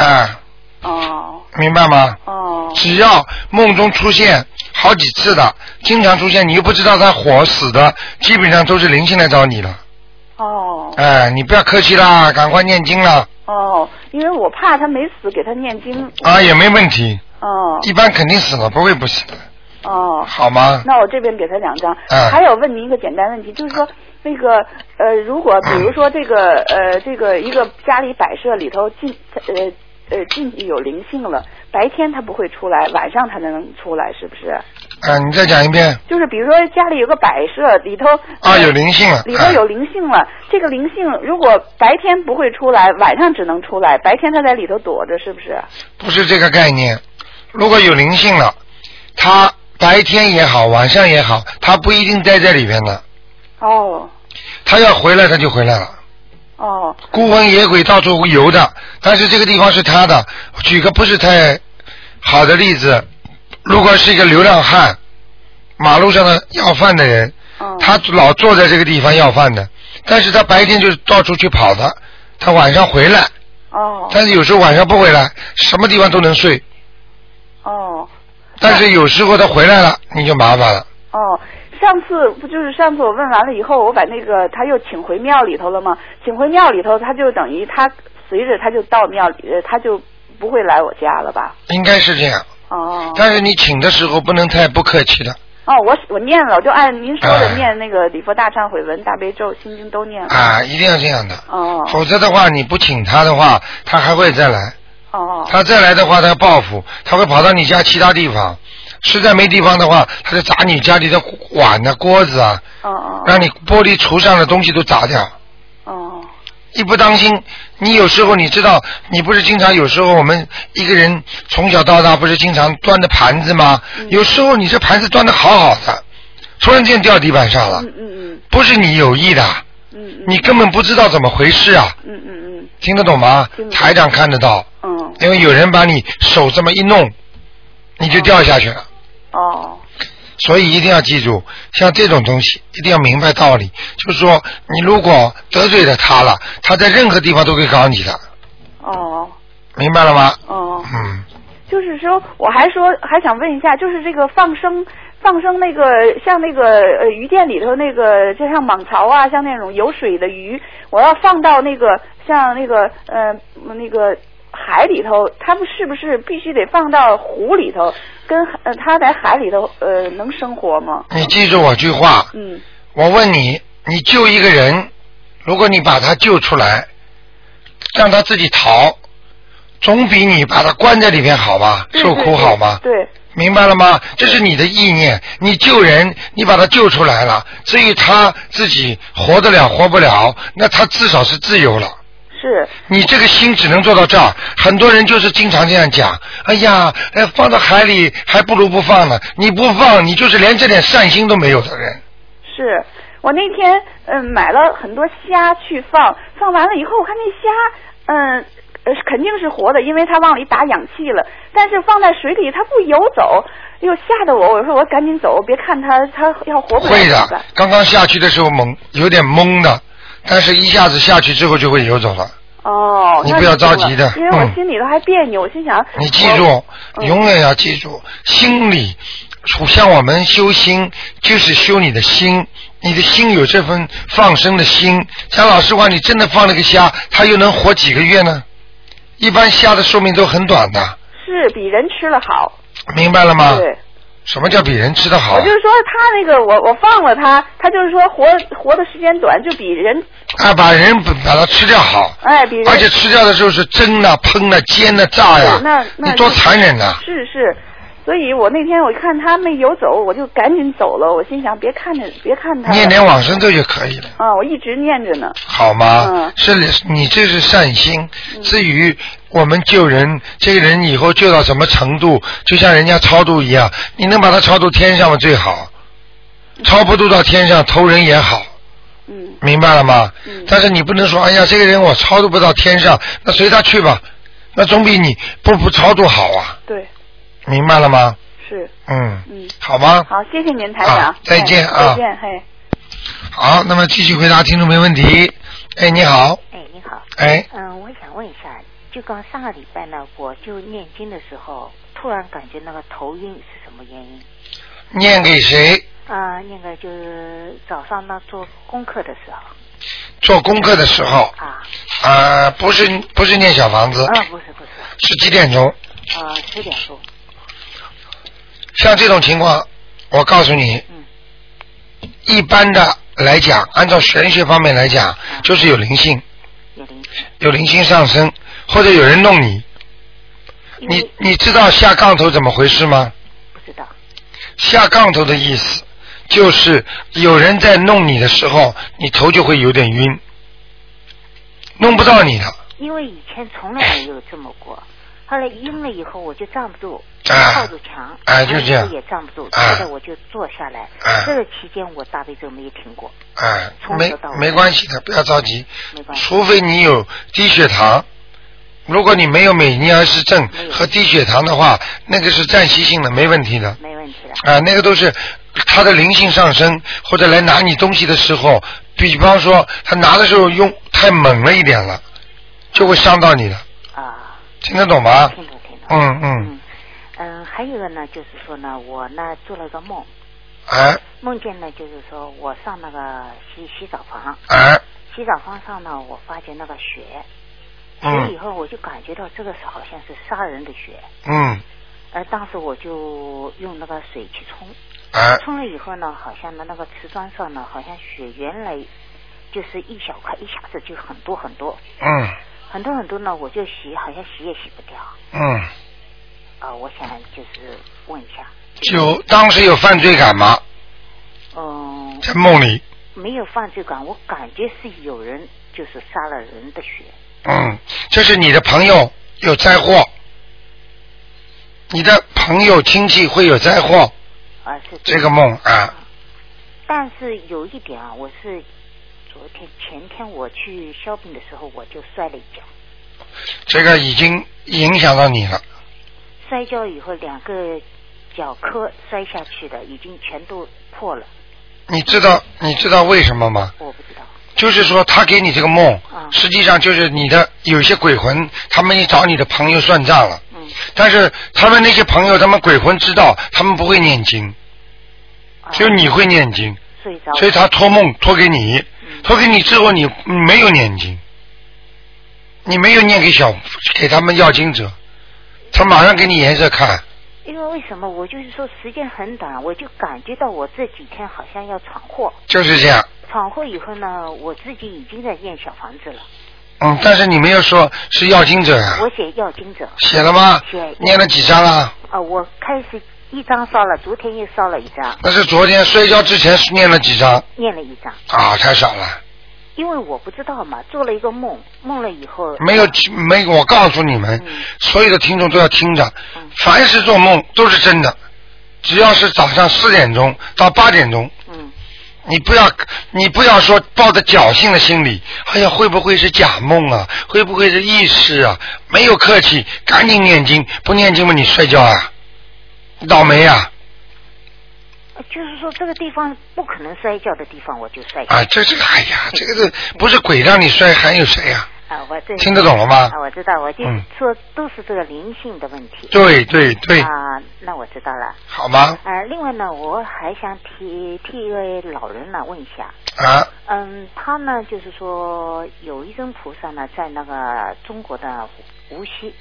[SPEAKER 2] 啊，
[SPEAKER 7] 哦
[SPEAKER 2] 明白吗？
[SPEAKER 7] 哦
[SPEAKER 2] 只要梦中出现好几次的，经常出现，你又不知道他活死的，基本上都是灵性来找你了。
[SPEAKER 7] 哦
[SPEAKER 2] 哎，你不要客气啦，赶快念经啦，
[SPEAKER 7] 哦，因为我怕他没死，给他念经。
[SPEAKER 2] 啊，也没问题，
[SPEAKER 7] 哦
[SPEAKER 2] 一般肯定死了，不会不死的，
[SPEAKER 7] 哦，
[SPEAKER 2] 好吗？
[SPEAKER 7] 那我这边给他两张。
[SPEAKER 2] 嗯
[SPEAKER 7] 还有问您一个简单问题，就是说那个呃，如果比如说这个呃，这个一个家里摆设里头进呃呃进去有灵性了，白天他不会出来，晚上他才能出来，是不是？
[SPEAKER 2] 啊，你再讲一遍，
[SPEAKER 7] 就是比如说家里有个摆设里头
[SPEAKER 2] 啊，有灵性了，
[SPEAKER 7] 里头有灵性了，这个灵性如果白天不会出来，晚上只能出来，白天它在里头躲着，是不是？
[SPEAKER 2] 不是这个概念。如果有灵性了，他白天也好，晚上也好，他不一定待在里边的，
[SPEAKER 7] 哦
[SPEAKER 2] 他要回来他就回来了。
[SPEAKER 7] 哦
[SPEAKER 2] 孤魂野鬼到处游的，但是这个地方是他的。举个不是太好的例子，如果是一个流浪汉，马路上的要饭的人，
[SPEAKER 7] 哦
[SPEAKER 2] 他老坐在这个地方要饭的，但是他白天就是到处去跑的，他晚上回来，
[SPEAKER 7] 哦
[SPEAKER 2] 但是有时候晚上不回来，什么地方都能睡，
[SPEAKER 7] 哦
[SPEAKER 2] 但是有时候他回来了，你就麻烦了。
[SPEAKER 7] 哦，上次不就是上次我问完了以后，我把那个他又请回庙里头了吗？请回庙里头，他就等于他随着他就到庙里，呃他就不会来我家了吧？
[SPEAKER 2] 应该是这样，
[SPEAKER 7] 哦
[SPEAKER 2] 但是你请的时候不能太不客气了
[SPEAKER 7] 哦，我我念了，我就按您说
[SPEAKER 2] 哎
[SPEAKER 7] 的念那个礼佛大忏悔文、大悲咒、心经都念了。
[SPEAKER 2] 啊，一定要这样的，
[SPEAKER 7] 哦
[SPEAKER 2] 否则的话你不请他的话，他还会再来。
[SPEAKER 7] 哦
[SPEAKER 2] 他再来的话，他要报复，他会跑到你家其他地方。实在没地方的话，他就砸你家里的碗啊、锅子啊，
[SPEAKER 7] 哦哦
[SPEAKER 2] 让你玻璃橱上的东西都砸掉。
[SPEAKER 7] 哦
[SPEAKER 2] 一不当心，你有时候你知道，你不是经常有时候我们一个人从小到大不是经常端着盘子吗？
[SPEAKER 7] 嗯
[SPEAKER 2] 有时候你这盘子端的好好的，突然间掉地板上了，
[SPEAKER 7] 嗯嗯
[SPEAKER 2] 不是你有意的，
[SPEAKER 7] 嗯嗯
[SPEAKER 2] 你根本不知道怎么回事啊！
[SPEAKER 7] 嗯嗯
[SPEAKER 2] 听得懂吗
[SPEAKER 7] 听？得懂
[SPEAKER 2] 台长看得到。
[SPEAKER 7] 嗯嗯
[SPEAKER 2] 因为有人把你手这么一弄，你就掉下去了。
[SPEAKER 7] 哦
[SPEAKER 2] 所以一定要记住，像这种东西一定要明白道理。就是说，你如果得罪了他了，他在任何地方都可以搞你的，
[SPEAKER 7] 哦
[SPEAKER 2] 明白了吗？
[SPEAKER 7] 哦，
[SPEAKER 2] 嗯，
[SPEAKER 7] 就是说，我还说还想问一下，就是这个放生。放生那个像那个呃鱼店里头那个，就像蟒槽啊，像那种有水的鱼，我要放到那个像那个呃那个海里头，它们是不是必须得放到湖里头？跟呃它在海里头呃能生活吗？
[SPEAKER 2] 你记住我句话，
[SPEAKER 7] 嗯
[SPEAKER 2] 我问你，你救一个人，如果你把他救出来，让他自己逃，总比你把他关在里面好吧？
[SPEAKER 7] 对
[SPEAKER 2] 受
[SPEAKER 7] 对
[SPEAKER 2] 苦
[SPEAKER 7] 对
[SPEAKER 2] 好吗？
[SPEAKER 7] 嗯对，
[SPEAKER 2] 明白了吗？这是你的意念，你救人，你把他救出来了。至于他自己活得了活不了，那他至少是自由了。
[SPEAKER 7] 是
[SPEAKER 2] 你这个心只能做到这儿。很多人就是经常这样讲，哎呀，呃放到海里还不如不放呢。你不放，你就是连这点善心都没有的人。
[SPEAKER 7] 是我那天嗯买了很多虾去放，放完了以后，我看那虾嗯呃肯定是活的，因为它往里打氧气了。但是放在水里它不游走，又吓得我，我说我赶紧走，别看它它要活不了
[SPEAKER 2] 会
[SPEAKER 7] 怎
[SPEAKER 2] 的
[SPEAKER 7] 么办，
[SPEAKER 2] 刚刚下去的时候懵，有点懵的，但是一下子下去之后就会游走了。
[SPEAKER 7] 哦，
[SPEAKER 2] 你
[SPEAKER 7] 那
[SPEAKER 2] 不要
[SPEAKER 7] 就行
[SPEAKER 2] 着急
[SPEAKER 7] 了
[SPEAKER 2] 的
[SPEAKER 7] 因为我
[SPEAKER 2] 嗯
[SPEAKER 7] 心里头还别扭，我心想
[SPEAKER 2] 你记
[SPEAKER 7] 我
[SPEAKER 2] 住，
[SPEAKER 7] 嗯
[SPEAKER 2] 你永远要记住，心理，像我们修心，就是修你的心，你的心有这份放生的心。讲老实话，你真的放了个虾，它又能活几个月呢？一般虾的寿命都很短的，
[SPEAKER 7] 是比人吃了好，
[SPEAKER 2] 明白了吗？
[SPEAKER 7] 对。
[SPEAKER 2] 什么叫比人吃的好
[SPEAKER 7] 我？就是说，他那个我我放了他，他就是说活活的时间短，就比人
[SPEAKER 2] 啊，把人把把它吃掉好，
[SPEAKER 7] 哎比人
[SPEAKER 2] 而且吃掉的时候是蒸的、烹的、煎的、炸呀
[SPEAKER 7] 是那，那
[SPEAKER 2] 你多残忍呐、
[SPEAKER 7] 是是，所以我那天我看他没游走，我就赶紧走了。我心想别看着别看他了
[SPEAKER 2] 念点往生咒就可以了。
[SPEAKER 7] 啊，我一直念着呢。
[SPEAKER 2] 好吗？
[SPEAKER 7] 嗯
[SPEAKER 2] 是你你这是善心。至于我们救人，这个人以后救到什么程度，就像人家超度一样，你能把他超度天上嘛最好，超不度到天上投人也好，
[SPEAKER 7] 嗯
[SPEAKER 2] 明白了吗？
[SPEAKER 7] 嗯
[SPEAKER 2] 但是你不能说，哎呀，这个人我超度不到天上，那随他去吧，那总比你不不超度好啊，
[SPEAKER 7] 对，
[SPEAKER 2] 明白了吗？
[SPEAKER 7] 是
[SPEAKER 2] 嗯，
[SPEAKER 7] 嗯。
[SPEAKER 2] 好吗？
[SPEAKER 7] 好，谢谢您台长
[SPEAKER 2] 好。再见
[SPEAKER 7] 哎
[SPEAKER 2] 啊
[SPEAKER 7] 再见，嘿。
[SPEAKER 2] 好，那么继续回答听众没问题。哎，你好，
[SPEAKER 8] 哎，你好，
[SPEAKER 2] 哎，
[SPEAKER 8] 嗯，我想问一下，就刚上个礼拜呢，我就念经的时候，突然感觉那个头晕是什么原因？
[SPEAKER 2] 念给谁？
[SPEAKER 8] 啊、那个就是早上呢做功课的时候
[SPEAKER 2] 做功课的时候，
[SPEAKER 8] 啊，
[SPEAKER 2] 啊，不是不是念小房子，
[SPEAKER 8] 啊，不是不是，
[SPEAKER 2] 是几点钟？
[SPEAKER 8] 呃，十点钟，
[SPEAKER 2] 像这种情况，我告诉你
[SPEAKER 8] 嗯，
[SPEAKER 2] 一般的来讲，按照玄学方面来讲，就是有灵性，
[SPEAKER 8] 啊有灵性，
[SPEAKER 2] 有灵性上升，或者有人弄你。
[SPEAKER 8] 因
[SPEAKER 2] 你
[SPEAKER 8] 为
[SPEAKER 2] 你知道下杠头怎么回事吗？
[SPEAKER 8] 不知道，
[SPEAKER 2] 下杠头的意思就是有人在弄你的时候，你头就会有点晕，弄不到你的。
[SPEAKER 8] 因为以前从来没有这么过，后来晕了以后我就站不住，
[SPEAKER 2] 啊
[SPEAKER 8] 靠着墙，哎
[SPEAKER 2] 啊就这样
[SPEAKER 8] 也站不住，
[SPEAKER 2] 啊
[SPEAKER 8] 后来我就坐下来，
[SPEAKER 2] 啊
[SPEAKER 8] 这个期间我大悲咒没有停过，
[SPEAKER 2] 哎，
[SPEAKER 8] 从
[SPEAKER 2] 没
[SPEAKER 8] 头到尾
[SPEAKER 2] 没关系的，不要着急。
[SPEAKER 8] 没关系
[SPEAKER 2] 除非你有低血糖，如果你没有美尼尔氏症
[SPEAKER 8] 没有
[SPEAKER 2] 和低血糖的话，那个是暂时性的，没问题的。
[SPEAKER 8] 没问题的，
[SPEAKER 2] 啊、那个都是他的灵性上升，或者来拿你东西的时候，比方说他拿的时候用太猛了一点了，就会伤到你的，
[SPEAKER 8] 啊，
[SPEAKER 2] 听得懂吗？
[SPEAKER 8] 听懂听懂，
[SPEAKER 2] 嗯嗯，
[SPEAKER 8] 嗯，嗯，还有一个呢，就是说呢，我呢做了个梦，
[SPEAKER 2] 哎
[SPEAKER 8] 梦见呢就是说我上那个洗洗澡房，
[SPEAKER 2] 哎，
[SPEAKER 8] 洗澡房上呢我发觉那个血，所以以
[SPEAKER 2] 嗯
[SPEAKER 8] 后我就感觉到这个是好像是杀人的血，
[SPEAKER 2] 嗯
[SPEAKER 8] 呃，当时我就用那个水去冲，
[SPEAKER 2] 哎
[SPEAKER 8] 冲了以后呢，好像呢那个瓷砖上呢好像血原来就是一小块，一下子就很多很多，
[SPEAKER 2] 嗯
[SPEAKER 8] 很多很多呢，我就洗好像洗也洗不掉，
[SPEAKER 2] 嗯，
[SPEAKER 8] 啊、我想就是问一下，
[SPEAKER 2] 就当时有犯罪感吗？
[SPEAKER 8] 嗯。
[SPEAKER 2] 在梦里，
[SPEAKER 8] 没有犯罪感，我感觉是有人就是杀了人的血。
[SPEAKER 2] 嗯，就是你的朋友有灾祸，你的朋友亲戚会有灾祸，
[SPEAKER 8] 啊，是
[SPEAKER 2] 这个。梦啊，
[SPEAKER 8] 但是有一点啊，我是昨天前天我去 shopping 的时候，我就摔了一跤，
[SPEAKER 2] 这个已经影响到你了。
[SPEAKER 8] 摔跤以后两个脚磕摔下去的，已经全都破了，
[SPEAKER 2] 你知道你知道为什么吗？
[SPEAKER 8] 我不知道。
[SPEAKER 2] 就是说他给你这个梦
[SPEAKER 8] 嗯，
[SPEAKER 2] 实际上就是你的有些鬼魂，他们去找你的朋友算账了。
[SPEAKER 8] 嗯，
[SPEAKER 2] 但是他们那些朋友，他们鬼魂知道，他们不会念经，
[SPEAKER 8] 啊、
[SPEAKER 2] 只有你会念经，
[SPEAKER 8] 睡着了，
[SPEAKER 2] 所以他托梦托给你，
[SPEAKER 8] 嗯
[SPEAKER 2] 托给你之后你你没有念经，你没有念给小给他们要经者，他马上给你颜色看，
[SPEAKER 8] 因为为什么我就是说时间很短，我就感觉到我这几天好像要闯祸，
[SPEAKER 2] 就是这样。
[SPEAKER 8] 闯祸以后呢，我自己已经在念小房子了，
[SPEAKER 2] 嗯，但是你没有说是要经者啊，
[SPEAKER 8] 我写要经者。
[SPEAKER 2] 写了吗
[SPEAKER 8] 写？
[SPEAKER 2] 念了几张了？
[SPEAKER 8] 啊，我开始一张烧了，昨天又烧了一张，
[SPEAKER 2] 那是昨天摔跤之前是念了几张
[SPEAKER 8] 念了一张，
[SPEAKER 2] 啊？太少了，
[SPEAKER 8] 因为我不知道嘛，做了一个梦，梦了以后
[SPEAKER 2] 没有没，我告诉你们
[SPEAKER 8] 嗯，
[SPEAKER 2] 所有的听众都要听着
[SPEAKER 8] 嗯，
[SPEAKER 2] 凡是做梦都是真的，只要是早上四点钟到八点钟，
[SPEAKER 8] 嗯，
[SPEAKER 2] 你不要，你不要说抱着侥幸的心理，哎呀，会不会是假梦啊？会不会是意识啊？没有客气，赶紧念经，不念经嘛，你摔跤啊，你倒霉啊！
[SPEAKER 8] 啊就是说这个地方不
[SPEAKER 2] 啊
[SPEAKER 8] 可能摔跤的地方，我就摔跤。
[SPEAKER 2] 哎啊，这这个，哎呀，这个是不是鬼让你摔，还有谁呀、
[SPEAKER 8] 啊，我这
[SPEAKER 2] 听得懂了吗
[SPEAKER 8] 啊，我知道，我就
[SPEAKER 2] 嗯
[SPEAKER 8] 说都是这个灵性的问题。
[SPEAKER 2] 对对对，
[SPEAKER 8] 啊，那我知道了。
[SPEAKER 2] 好吗？
[SPEAKER 8] 呃，另外呢，我还想替替一位老人呢问一下，
[SPEAKER 2] 啊，
[SPEAKER 8] 嗯，他呢就是说有一尊菩萨呢在那个中国的无锡，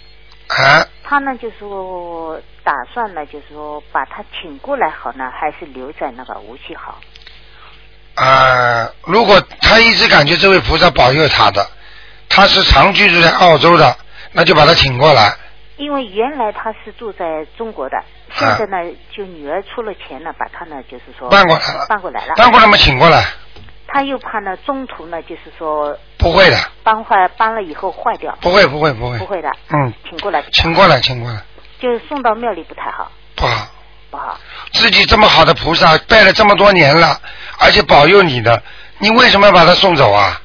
[SPEAKER 2] 啊，
[SPEAKER 8] 他呢就是说打算呢就是说把他请过来好呢，还是留在那个无锡好？
[SPEAKER 2] 啊，如果他一直感觉这位菩萨保佑他的，他是常居住在澳洲的，那就把他请过来。
[SPEAKER 8] 因为原来他是住在中国的，现在呢就女儿出了钱呢，把他呢就是说
[SPEAKER 2] 啊搬过来了
[SPEAKER 8] 搬过来了，
[SPEAKER 2] 搬过来嘛，请过来，
[SPEAKER 8] 他又怕呢中途呢就是说
[SPEAKER 2] 不会的，
[SPEAKER 8] 搬坏搬了以后坏掉，
[SPEAKER 2] 不会，不会，不会
[SPEAKER 8] 不，会的，
[SPEAKER 2] 嗯，
[SPEAKER 8] 请过来，
[SPEAKER 2] 请过来，请过来，
[SPEAKER 8] 就是送到庙里不太好，
[SPEAKER 2] 不好。
[SPEAKER 8] 不好。
[SPEAKER 2] 自己这么好的菩萨拜了这么多年了，而且保佑你的，你为什么要把他送走啊？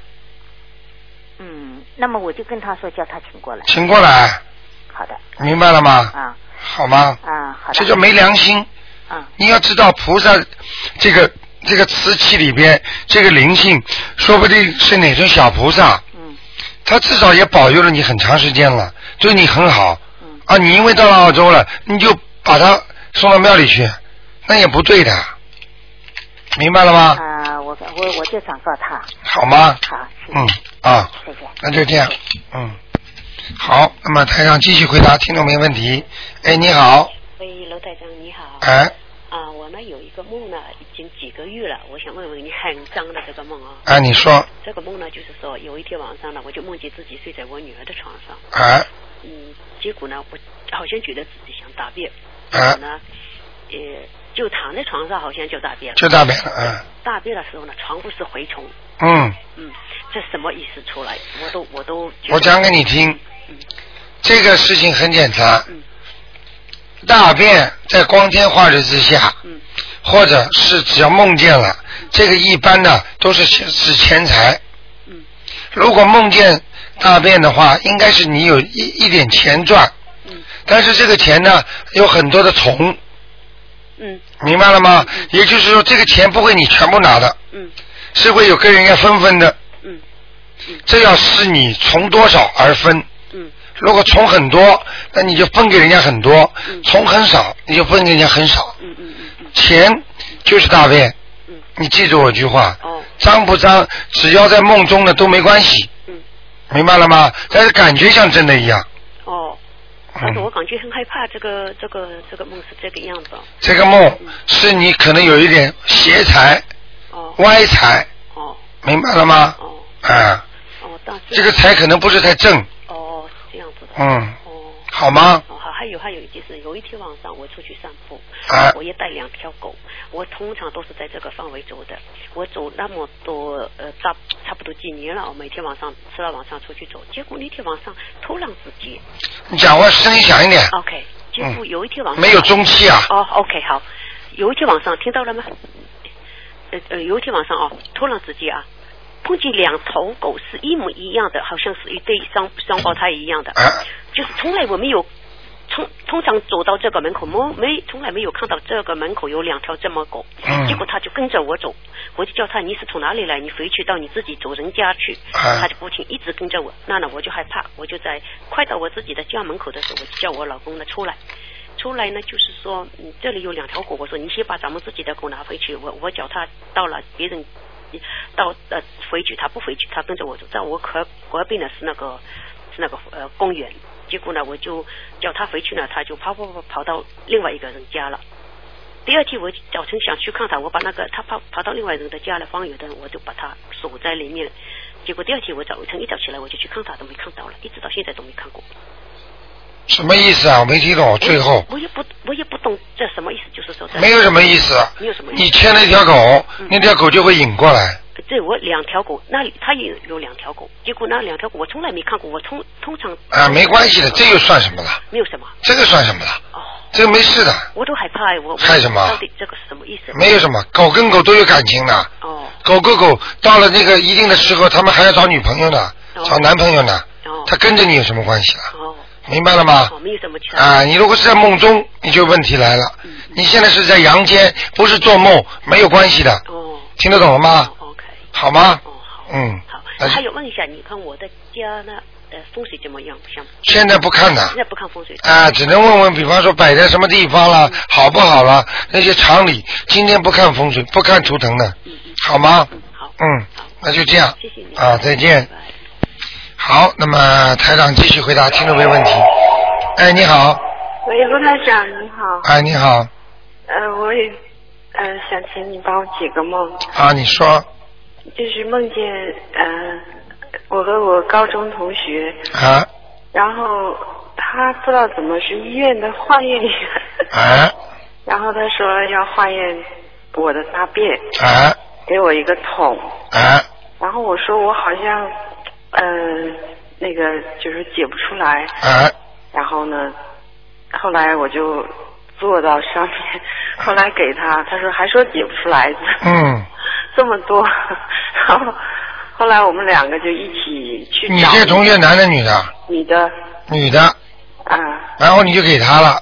[SPEAKER 8] 嗯，那么我就跟他说叫他请过来，
[SPEAKER 2] 请过来，
[SPEAKER 8] 好的，
[SPEAKER 2] 明白了吗？
[SPEAKER 8] 啊
[SPEAKER 2] 好吗？
[SPEAKER 8] 啊，好的，
[SPEAKER 2] 这叫没良心。
[SPEAKER 8] 啊
[SPEAKER 2] 你要知道，菩萨这个这个瓷器里边这个灵性，说不定是哪尊小菩萨，
[SPEAKER 8] 嗯
[SPEAKER 2] 他至少也保佑了你很长时间了，对你很好。
[SPEAKER 8] 嗯
[SPEAKER 2] 啊，你因为到了澳洲了，你就把他送到庙里去，那也不对的，明白了吗？
[SPEAKER 8] 啊，我我我就转告他，
[SPEAKER 2] 好吗？
[SPEAKER 8] 好，谢谢，
[SPEAKER 2] 嗯啊，
[SPEAKER 8] 谢谢。
[SPEAKER 2] 那就这样，嗯，好，那么台上继续回答听众没问题。哎，你好，
[SPEAKER 9] 喂，楼台长你好。
[SPEAKER 2] 哎
[SPEAKER 9] 啊，我呢有一个梦呢，已经几个月了，我想问问你很脏的这个梦啊、
[SPEAKER 2] 哎，你说，
[SPEAKER 9] 这个梦呢，就是说有一天晚上呢，我就梦见自己睡在我女儿的床上，
[SPEAKER 2] 哎
[SPEAKER 9] 嗯，结果呢，我好像觉得自己想大便，
[SPEAKER 2] 哎
[SPEAKER 9] 我，呢，呃，就躺在床上好像就大便了。
[SPEAKER 2] 就大便了，哎
[SPEAKER 9] 大便的时候呢，床不是蛔虫，
[SPEAKER 2] 嗯，
[SPEAKER 9] 嗯，这什么意思出来？我都我都觉得
[SPEAKER 2] 我讲给你听，这个事情很简单
[SPEAKER 9] 嗯，
[SPEAKER 2] 大便在光天化日之下，
[SPEAKER 9] 嗯
[SPEAKER 2] 或者是只要梦见了，这个一般呢都是指钱财。
[SPEAKER 9] 嗯
[SPEAKER 2] 如果梦见大便的话，应该是你有一一点钱赚，
[SPEAKER 9] 嗯
[SPEAKER 2] 但是这个钱呢有很多的虫，
[SPEAKER 9] 嗯
[SPEAKER 2] 明白了吗？也就是说，这个钱不会你全部拿的，
[SPEAKER 9] 嗯
[SPEAKER 2] 是会有跟人家分分的。
[SPEAKER 9] 嗯
[SPEAKER 2] 这要视你从多少而分。
[SPEAKER 9] 嗯
[SPEAKER 2] 如果从很多，那你就分给人家很多；
[SPEAKER 9] 嗯
[SPEAKER 2] 从很少，你就分给人家很少。
[SPEAKER 9] 嗯嗯嗯嗯
[SPEAKER 2] 钱就是大便，
[SPEAKER 9] 嗯，
[SPEAKER 2] 你记住我一句话：
[SPEAKER 9] 哦，
[SPEAKER 2] 脏不脏，只要在梦中的都没关系。
[SPEAKER 9] 嗯
[SPEAKER 2] 明白了吗？但是感觉像真的一样。
[SPEAKER 9] 哦。但是我
[SPEAKER 2] 嗯，
[SPEAKER 9] 感觉很害怕，这个这个这个梦是这个样子哦
[SPEAKER 2] 这个梦是你可能有一点邪财、
[SPEAKER 9] 哦
[SPEAKER 2] 歪财，
[SPEAKER 9] 哦
[SPEAKER 2] 明白了吗？
[SPEAKER 9] 哦
[SPEAKER 2] 啊，
[SPEAKER 9] 哦，但是
[SPEAKER 2] 这个财可能不是太正，
[SPEAKER 9] 哦是这样子的
[SPEAKER 2] 嗯，
[SPEAKER 9] 哦
[SPEAKER 2] 好吗？
[SPEAKER 9] 哦好，还有还有一件事，有一天晚上我出去散步，
[SPEAKER 2] 啊
[SPEAKER 9] 我也带两条狗，我通常都是在这个范围走的，我走那么多呃大差不多几年了，我每天晚上吃了晚上出去走，结果那天晚上突然之间
[SPEAKER 2] 你讲话声音响一点，嗯
[SPEAKER 9] ，OK，结果有一天晚上、
[SPEAKER 2] 没有中气啊。
[SPEAKER 9] 哦，OK，好，有一天晚上听到了吗？呃呃，有一天晚上哦，突然之间啊，碰见两头狗是一模一样的，好像是一对双双胞胎一样的，
[SPEAKER 2] 啊，
[SPEAKER 9] 就是从来我没有。通通常走到这个门口，没没从来没有看到这个门口有两条这么狗，
[SPEAKER 2] 嗯
[SPEAKER 9] 结果他就跟着我走，我就叫他你是从哪里来？你回去到你自己主人家去。
[SPEAKER 2] 啊
[SPEAKER 9] 他就不停一直跟着我，那呢我就害怕，我就在快到我自己的家门口的时候，我就叫我老公呢出来。出来呢，就是说，嗯，这里有两条狗，我说你先把咱们自己的狗拿回去，我我叫他到了别人到呃回去，他不回去，他跟着我走，在我隔隔壁呢是那个是那个呃公园，结果呢我就叫他回去呢，他就跑跑跑跑到另外一个人家了。第二天我早晨想去看他，我把那个他跑跑到另外人的家了，方圆的我就把他锁在里面。结果第二天我早晨一早起来我就去看他，都没看到了，一直到现在都没看过。
[SPEAKER 2] 什么意思啊？我没听
[SPEAKER 9] 哦
[SPEAKER 2] 懂。最后
[SPEAKER 9] 我也不我也不懂这什么意思，就是说这
[SPEAKER 2] 没有什么意思。
[SPEAKER 9] 嗯
[SPEAKER 2] 啊
[SPEAKER 9] 没有什么意思嗯
[SPEAKER 2] 你牵了一条狗，那条狗就会引过来。
[SPEAKER 9] 这我两条狗，那里他也有两条狗，结果那两条狗我从来没看过，我通通常
[SPEAKER 2] 啊，没关系的，这又算什么了？
[SPEAKER 9] 没有什么
[SPEAKER 2] 这个算什么了？
[SPEAKER 9] 哦，
[SPEAKER 2] 这个没事的，
[SPEAKER 9] 我都害怕哎，我我
[SPEAKER 2] 害什么
[SPEAKER 9] 到底这个是什么意思？
[SPEAKER 2] 没有什么。狗跟狗都有感情的，
[SPEAKER 9] 哦
[SPEAKER 2] 狗跟狗到了那个一定的时候，他们还要找女朋友呢，
[SPEAKER 9] 哦
[SPEAKER 2] 找男朋友呢。
[SPEAKER 9] 哦
[SPEAKER 2] 它跟着你有什么关系啊？
[SPEAKER 9] 哦
[SPEAKER 2] 明白了吗？
[SPEAKER 9] 哦，没有什么其嗯他
[SPEAKER 2] 啊，你如果是在梦中，你就问题来了。你现在是在阳间，不是做梦，没有关系的。
[SPEAKER 9] 哦
[SPEAKER 2] 听得懂了吗？
[SPEAKER 9] 哦，OK
[SPEAKER 2] 好吗？
[SPEAKER 9] 哦好
[SPEAKER 2] 嗯，
[SPEAKER 9] 好，
[SPEAKER 2] 哎
[SPEAKER 9] 还有问一下，你看我的家呢，呃，风水怎么样？像
[SPEAKER 2] 现在不看的
[SPEAKER 9] 现在不看风水
[SPEAKER 2] 啊，只能问问，比方说摆在什么地方
[SPEAKER 9] 嗯
[SPEAKER 2] 了，好不好了，那些常理。今天不看风水，不看图腾的，好吗？
[SPEAKER 9] 嗯好，
[SPEAKER 2] 嗯，那就这样
[SPEAKER 9] 谢谢你
[SPEAKER 2] 啊，再见。
[SPEAKER 9] 拜拜
[SPEAKER 2] 好，那么台长继续回答听众朋友问题。哎，你好，
[SPEAKER 10] 喂，罗台长，你好。
[SPEAKER 2] 哎，你好
[SPEAKER 10] 呃，我也呃想请你帮我解个梦，
[SPEAKER 2] 啊，你说
[SPEAKER 10] 就是梦见呃我和我高中同学，
[SPEAKER 2] 啊
[SPEAKER 10] 然后他不知道怎么是医院的化验员，
[SPEAKER 2] 啊
[SPEAKER 10] 然后他说要化验我的大便，
[SPEAKER 2] 啊
[SPEAKER 10] 给我一个桶，
[SPEAKER 2] 啊
[SPEAKER 10] 然后我说我好像呃那个就是解不出来，
[SPEAKER 2] 啊
[SPEAKER 10] 然后呢，后来我就坐到上面，
[SPEAKER 2] 啊
[SPEAKER 10] 后来给他，他说还说解不出来，
[SPEAKER 2] 嗯，
[SPEAKER 10] 这么多，然后后来我们两个就一起去
[SPEAKER 2] 你
[SPEAKER 10] 找
[SPEAKER 2] 这同学男的女的？
[SPEAKER 10] 你的
[SPEAKER 2] 女的，
[SPEAKER 10] 啊
[SPEAKER 2] 然后你就给他了，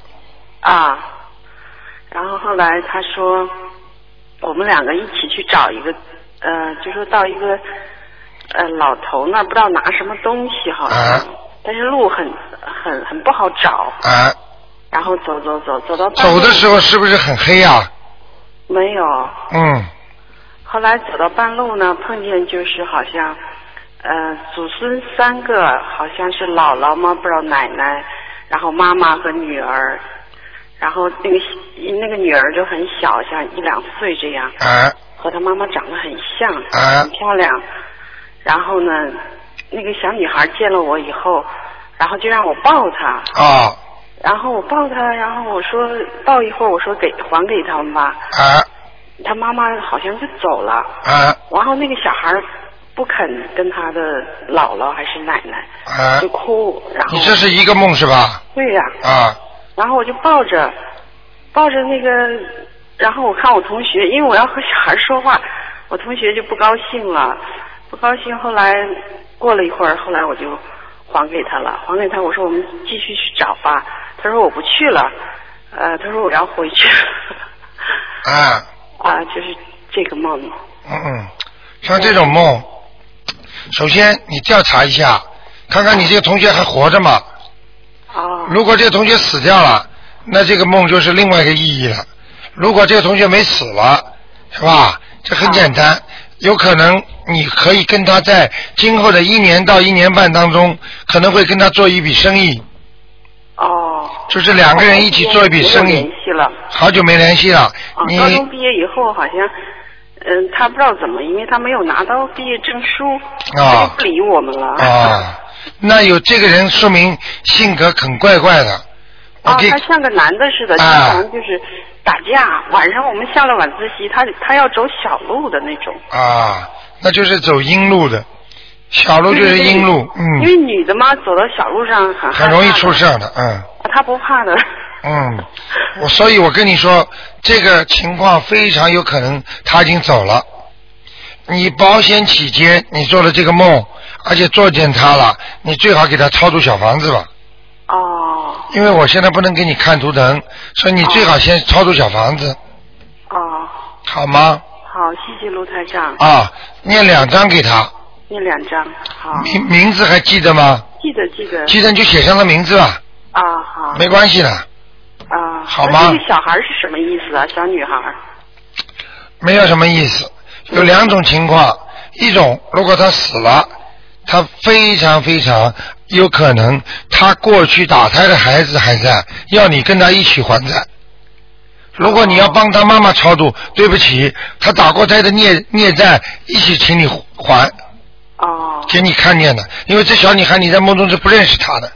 [SPEAKER 10] 啊，然后后来他说我们两个一起去找一个，呃，就说到一个呃老头那儿不知道拿什么东西好像，
[SPEAKER 2] 啊
[SPEAKER 10] 但是路很很很不好找，
[SPEAKER 2] 啊，
[SPEAKER 10] 然后走走走走到半路
[SPEAKER 2] 走的时候是不是很黑啊？
[SPEAKER 10] 没有。
[SPEAKER 2] 嗯，
[SPEAKER 10] 后来走到半路呢，碰见就是好像，呃，祖孙三个，好像是姥姥吗？不知道奶奶，然后妈妈和女儿，然后那个那个女儿就很小，像一两岁这样，
[SPEAKER 2] 啊
[SPEAKER 10] 和她妈妈长得很像，
[SPEAKER 2] 啊
[SPEAKER 10] 很漂亮。然后呢，那个小女孩见了我以后，然后就让我抱她，
[SPEAKER 2] 哦
[SPEAKER 10] 然后我抱她，然后我说抱一会儿，我说给还给他们吧，
[SPEAKER 2] 啊
[SPEAKER 10] 她妈妈好像就走了。
[SPEAKER 2] 啊
[SPEAKER 10] 然后那个小孩儿不肯跟他的姥姥还是奶奶，
[SPEAKER 2] 啊
[SPEAKER 10] 就！哭，然后
[SPEAKER 2] 你这是一个梦是吧？
[SPEAKER 10] 对呀、
[SPEAKER 2] 啊
[SPEAKER 10] 然后我就抱着，抱着那个，然后我看我同学，因为我要和小孩儿说话，我同学就不高兴了，不高兴。后来过了一会儿，后来我就还给他了，还给他，我说我们继续去找吧，他说我不去了，呃，他说我要回去，
[SPEAKER 2] 啊，
[SPEAKER 10] 啊，就是这个梦，
[SPEAKER 2] 嗯嗯，像这种梦，首先你调查一下，看看你这个同学还活着吗？
[SPEAKER 10] 哦，
[SPEAKER 2] 如果这个同学死掉了，那这个梦就是另外一个意义了。如果这个同学没死了，是吧？这很简
[SPEAKER 10] 哦
[SPEAKER 2] 单，有可能你可以跟他在今后的一年到一年半当中，可能会跟他做一笔生意，
[SPEAKER 10] 哦。
[SPEAKER 2] 就是两个人一起做一笔生
[SPEAKER 10] 没有
[SPEAKER 2] 意
[SPEAKER 10] 联。系了。
[SPEAKER 2] 好久没联系了，
[SPEAKER 10] 啊，
[SPEAKER 2] 你
[SPEAKER 10] 高中毕业以后好像，嗯，他不知道怎么，因为他没有拿到毕业证书，
[SPEAKER 2] 哦
[SPEAKER 10] 他就不理我们了。
[SPEAKER 2] 啊，那有这个人说明性格很怪怪的。我
[SPEAKER 10] 啊，
[SPEAKER 2] 给
[SPEAKER 10] 他像个男的似的，经
[SPEAKER 2] 啊
[SPEAKER 10] 常就是打架。晚上我们下了晚自习，他他要走小路的那种。
[SPEAKER 2] 啊，那就是走阴路的，小路就是阴路，
[SPEAKER 10] 因为
[SPEAKER 2] 嗯，
[SPEAKER 10] 女的嘛，走到小路上很
[SPEAKER 2] 很容易出
[SPEAKER 10] 事。
[SPEAKER 2] 事儿的，嗯。
[SPEAKER 10] 他不怕的。
[SPEAKER 2] 嗯，我所以，我跟你说，这个情况非常有可能他已经走了。你保险起见，你做了这个梦，而且做见他了，你最好给他超度小房子吧，
[SPEAKER 10] 哦
[SPEAKER 2] 因为我现在不能给你看图腾，所以你最好先超度小房子，
[SPEAKER 10] 哦，
[SPEAKER 2] 好吗？
[SPEAKER 10] 好，谢谢卢台长，
[SPEAKER 2] 啊，念两张给他，
[SPEAKER 10] 那两张，好，
[SPEAKER 2] 名名字还记得吗？
[SPEAKER 10] 记得记得
[SPEAKER 2] 记得你就写上他名字吧，
[SPEAKER 10] 啊，好。
[SPEAKER 2] 没关系的，
[SPEAKER 10] 啊，
[SPEAKER 2] 好
[SPEAKER 10] 那
[SPEAKER 2] 吗
[SPEAKER 10] 这个小孩儿是什么意思啊？小女孩儿
[SPEAKER 2] 没有什么意思。有两种情况，一种如果他死了，他非常非常有可能他过去打胎的孩子还在，要你跟他一起还债。如果你要帮他妈妈超度，对不起，他打过胎的孽孽债一起请你还，
[SPEAKER 10] 哦，
[SPEAKER 2] 给你看见的，因为这小女孩你在梦中是不认识她的，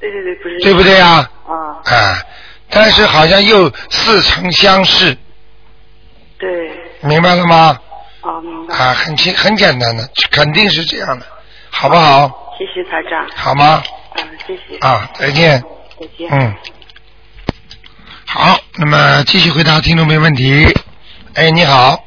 [SPEAKER 10] 对对对，不是
[SPEAKER 2] 对不对啊？
[SPEAKER 10] 啊，
[SPEAKER 2] 啊，但是好像又似曾相识，
[SPEAKER 10] 对
[SPEAKER 2] 明白了吗？
[SPEAKER 10] 啊，明白。
[SPEAKER 2] 啊，很简很简单的，肯定是这样的，好不好？
[SPEAKER 10] 谢谢台长，
[SPEAKER 2] 好吗？
[SPEAKER 10] 哦嗯，谢谢，
[SPEAKER 2] 啊，再见。
[SPEAKER 10] 再见。
[SPEAKER 2] 嗯。好，那么继续回答听众没问题。哎，你好，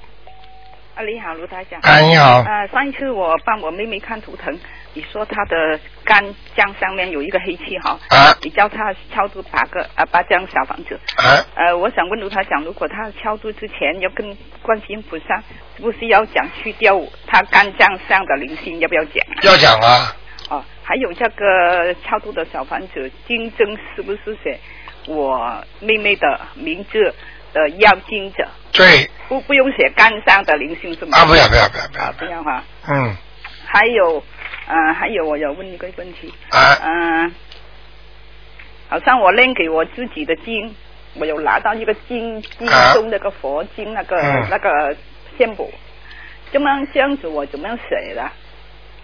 [SPEAKER 11] 啊，你好，卢台长。
[SPEAKER 2] 哎你好
[SPEAKER 11] 啊，上一次我帮我妹妹看图腾，你说她的肝脏上面有一个黑气哈，
[SPEAKER 2] 啊，
[SPEAKER 11] 你叫她超度八个啊八张小房子。
[SPEAKER 2] 啊，
[SPEAKER 11] 呃，我想问卢台长，如果她超度之前要跟观世音菩萨，是不是要讲去掉她肝脏上的灵性，要不要讲？
[SPEAKER 2] 要讲啊，
[SPEAKER 11] 哦，还有这个超度的小房子金针是不是写我妹妹的名字的要金者？
[SPEAKER 2] 对，
[SPEAKER 11] 不不用写肝上的灵性是吗？
[SPEAKER 2] 啊，不要不要不要不要，
[SPEAKER 11] 这样哈、
[SPEAKER 2] 嗯，
[SPEAKER 11] 还有，呃，还有我要问一个问题，
[SPEAKER 2] 啊
[SPEAKER 11] 嗯、好像我扔给我自己的经，我有拿到一个经，经
[SPEAKER 2] 啊
[SPEAKER 11] 中那个佛经那个、
[SPEAKER 2] 嗯
[SPEAKER 11] 那个线谱，这么这样子我怎么样写的？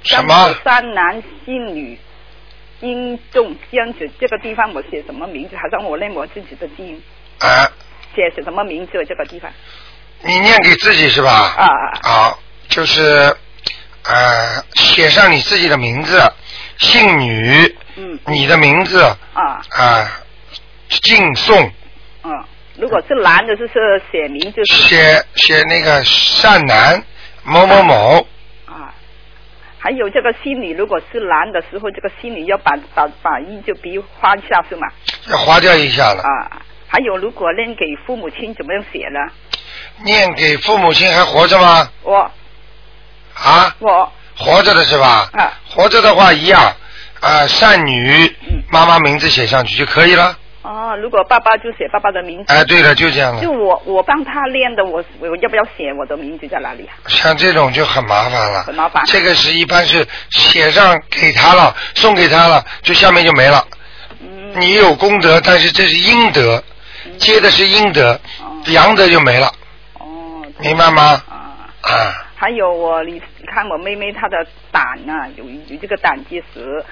[SPEAKER 2] 什么？
[SPEAKER 11] 三男一女，经中这样子，这个地方我写什么名字？好像我扔我自己的经，
[SPEAKER 2] 啊，
[SPEAKER 11] 写写什么名字？这个地方
[SPEAKER 2] 你念给自己是吧？
[SPEAKER 11] 啊，啊啊
[SPEAKER 2] 好，就是呃，写上你自己的名字、姓女、
[SPEAKER 11] 嗯
[SPEAKER 2] 你的名字啊、
[SPEAKER 11] 啊
[SPEAKER 2] 敬颂，
[SPEAKER 11] 嗯，如果是男的，就是写名字是
[SPEAKER 2] 写写那个善男某某某，
[SPEAKER 11] 啊，还有这个心理，如果是男的时候，这个心理要把把把一就鼻划一下是吗？
[SPEAKER 2] 要划掉一下了。
[SPEAKER 11] 啊，还有如果扔给父母亲怎么样写呢？
[SPEAKER 2] 念给父母亲还哎活着吗？
[SPEAKER 11] 我
[SPEAKER 2] 啊，
[SPEAKER 11] 我
[SPEAKER 2] 活着的是吧？
[SPEAKER 11] 啊
[SPEAKER 2] 活着的话一样，呃，善女
[SPEAKER 11] 嗯
[SPEAKER 2] 妈妈名字写上去就可以了。
[SPEAKER 11] 哦，如果爸爸就写爸爸的名字，
[SPEAKER 2] 哎，对了，就这样了
[SPEAKER 11] 就。我我帮他练的，我我要不要写我的名字在哪里啊？
[SPEAKER 2] 像这种就很麻烦了，
[SPEAKER 11] 很麻烦
[SPEAKER 2] 这个是一般是写上给他了，送给他了，就下面就没了。
[SPEAKER 11] 嗯，
[SPEAKER 2] 你有功德，但是这是阴德，接的是阴德，
[SPEAKER 11] 哦
[SPEAKER 2] 阳德就没了，
[SPEAKER 11] 哦，
[SPEAKER 2] 明白吗？
[SPEAKER 11] 啊。
[SPEAKER 2] 啊，
[SPEAKER 11] 还有我，你你看我妹妹她的胆呢、有有这个胆结石。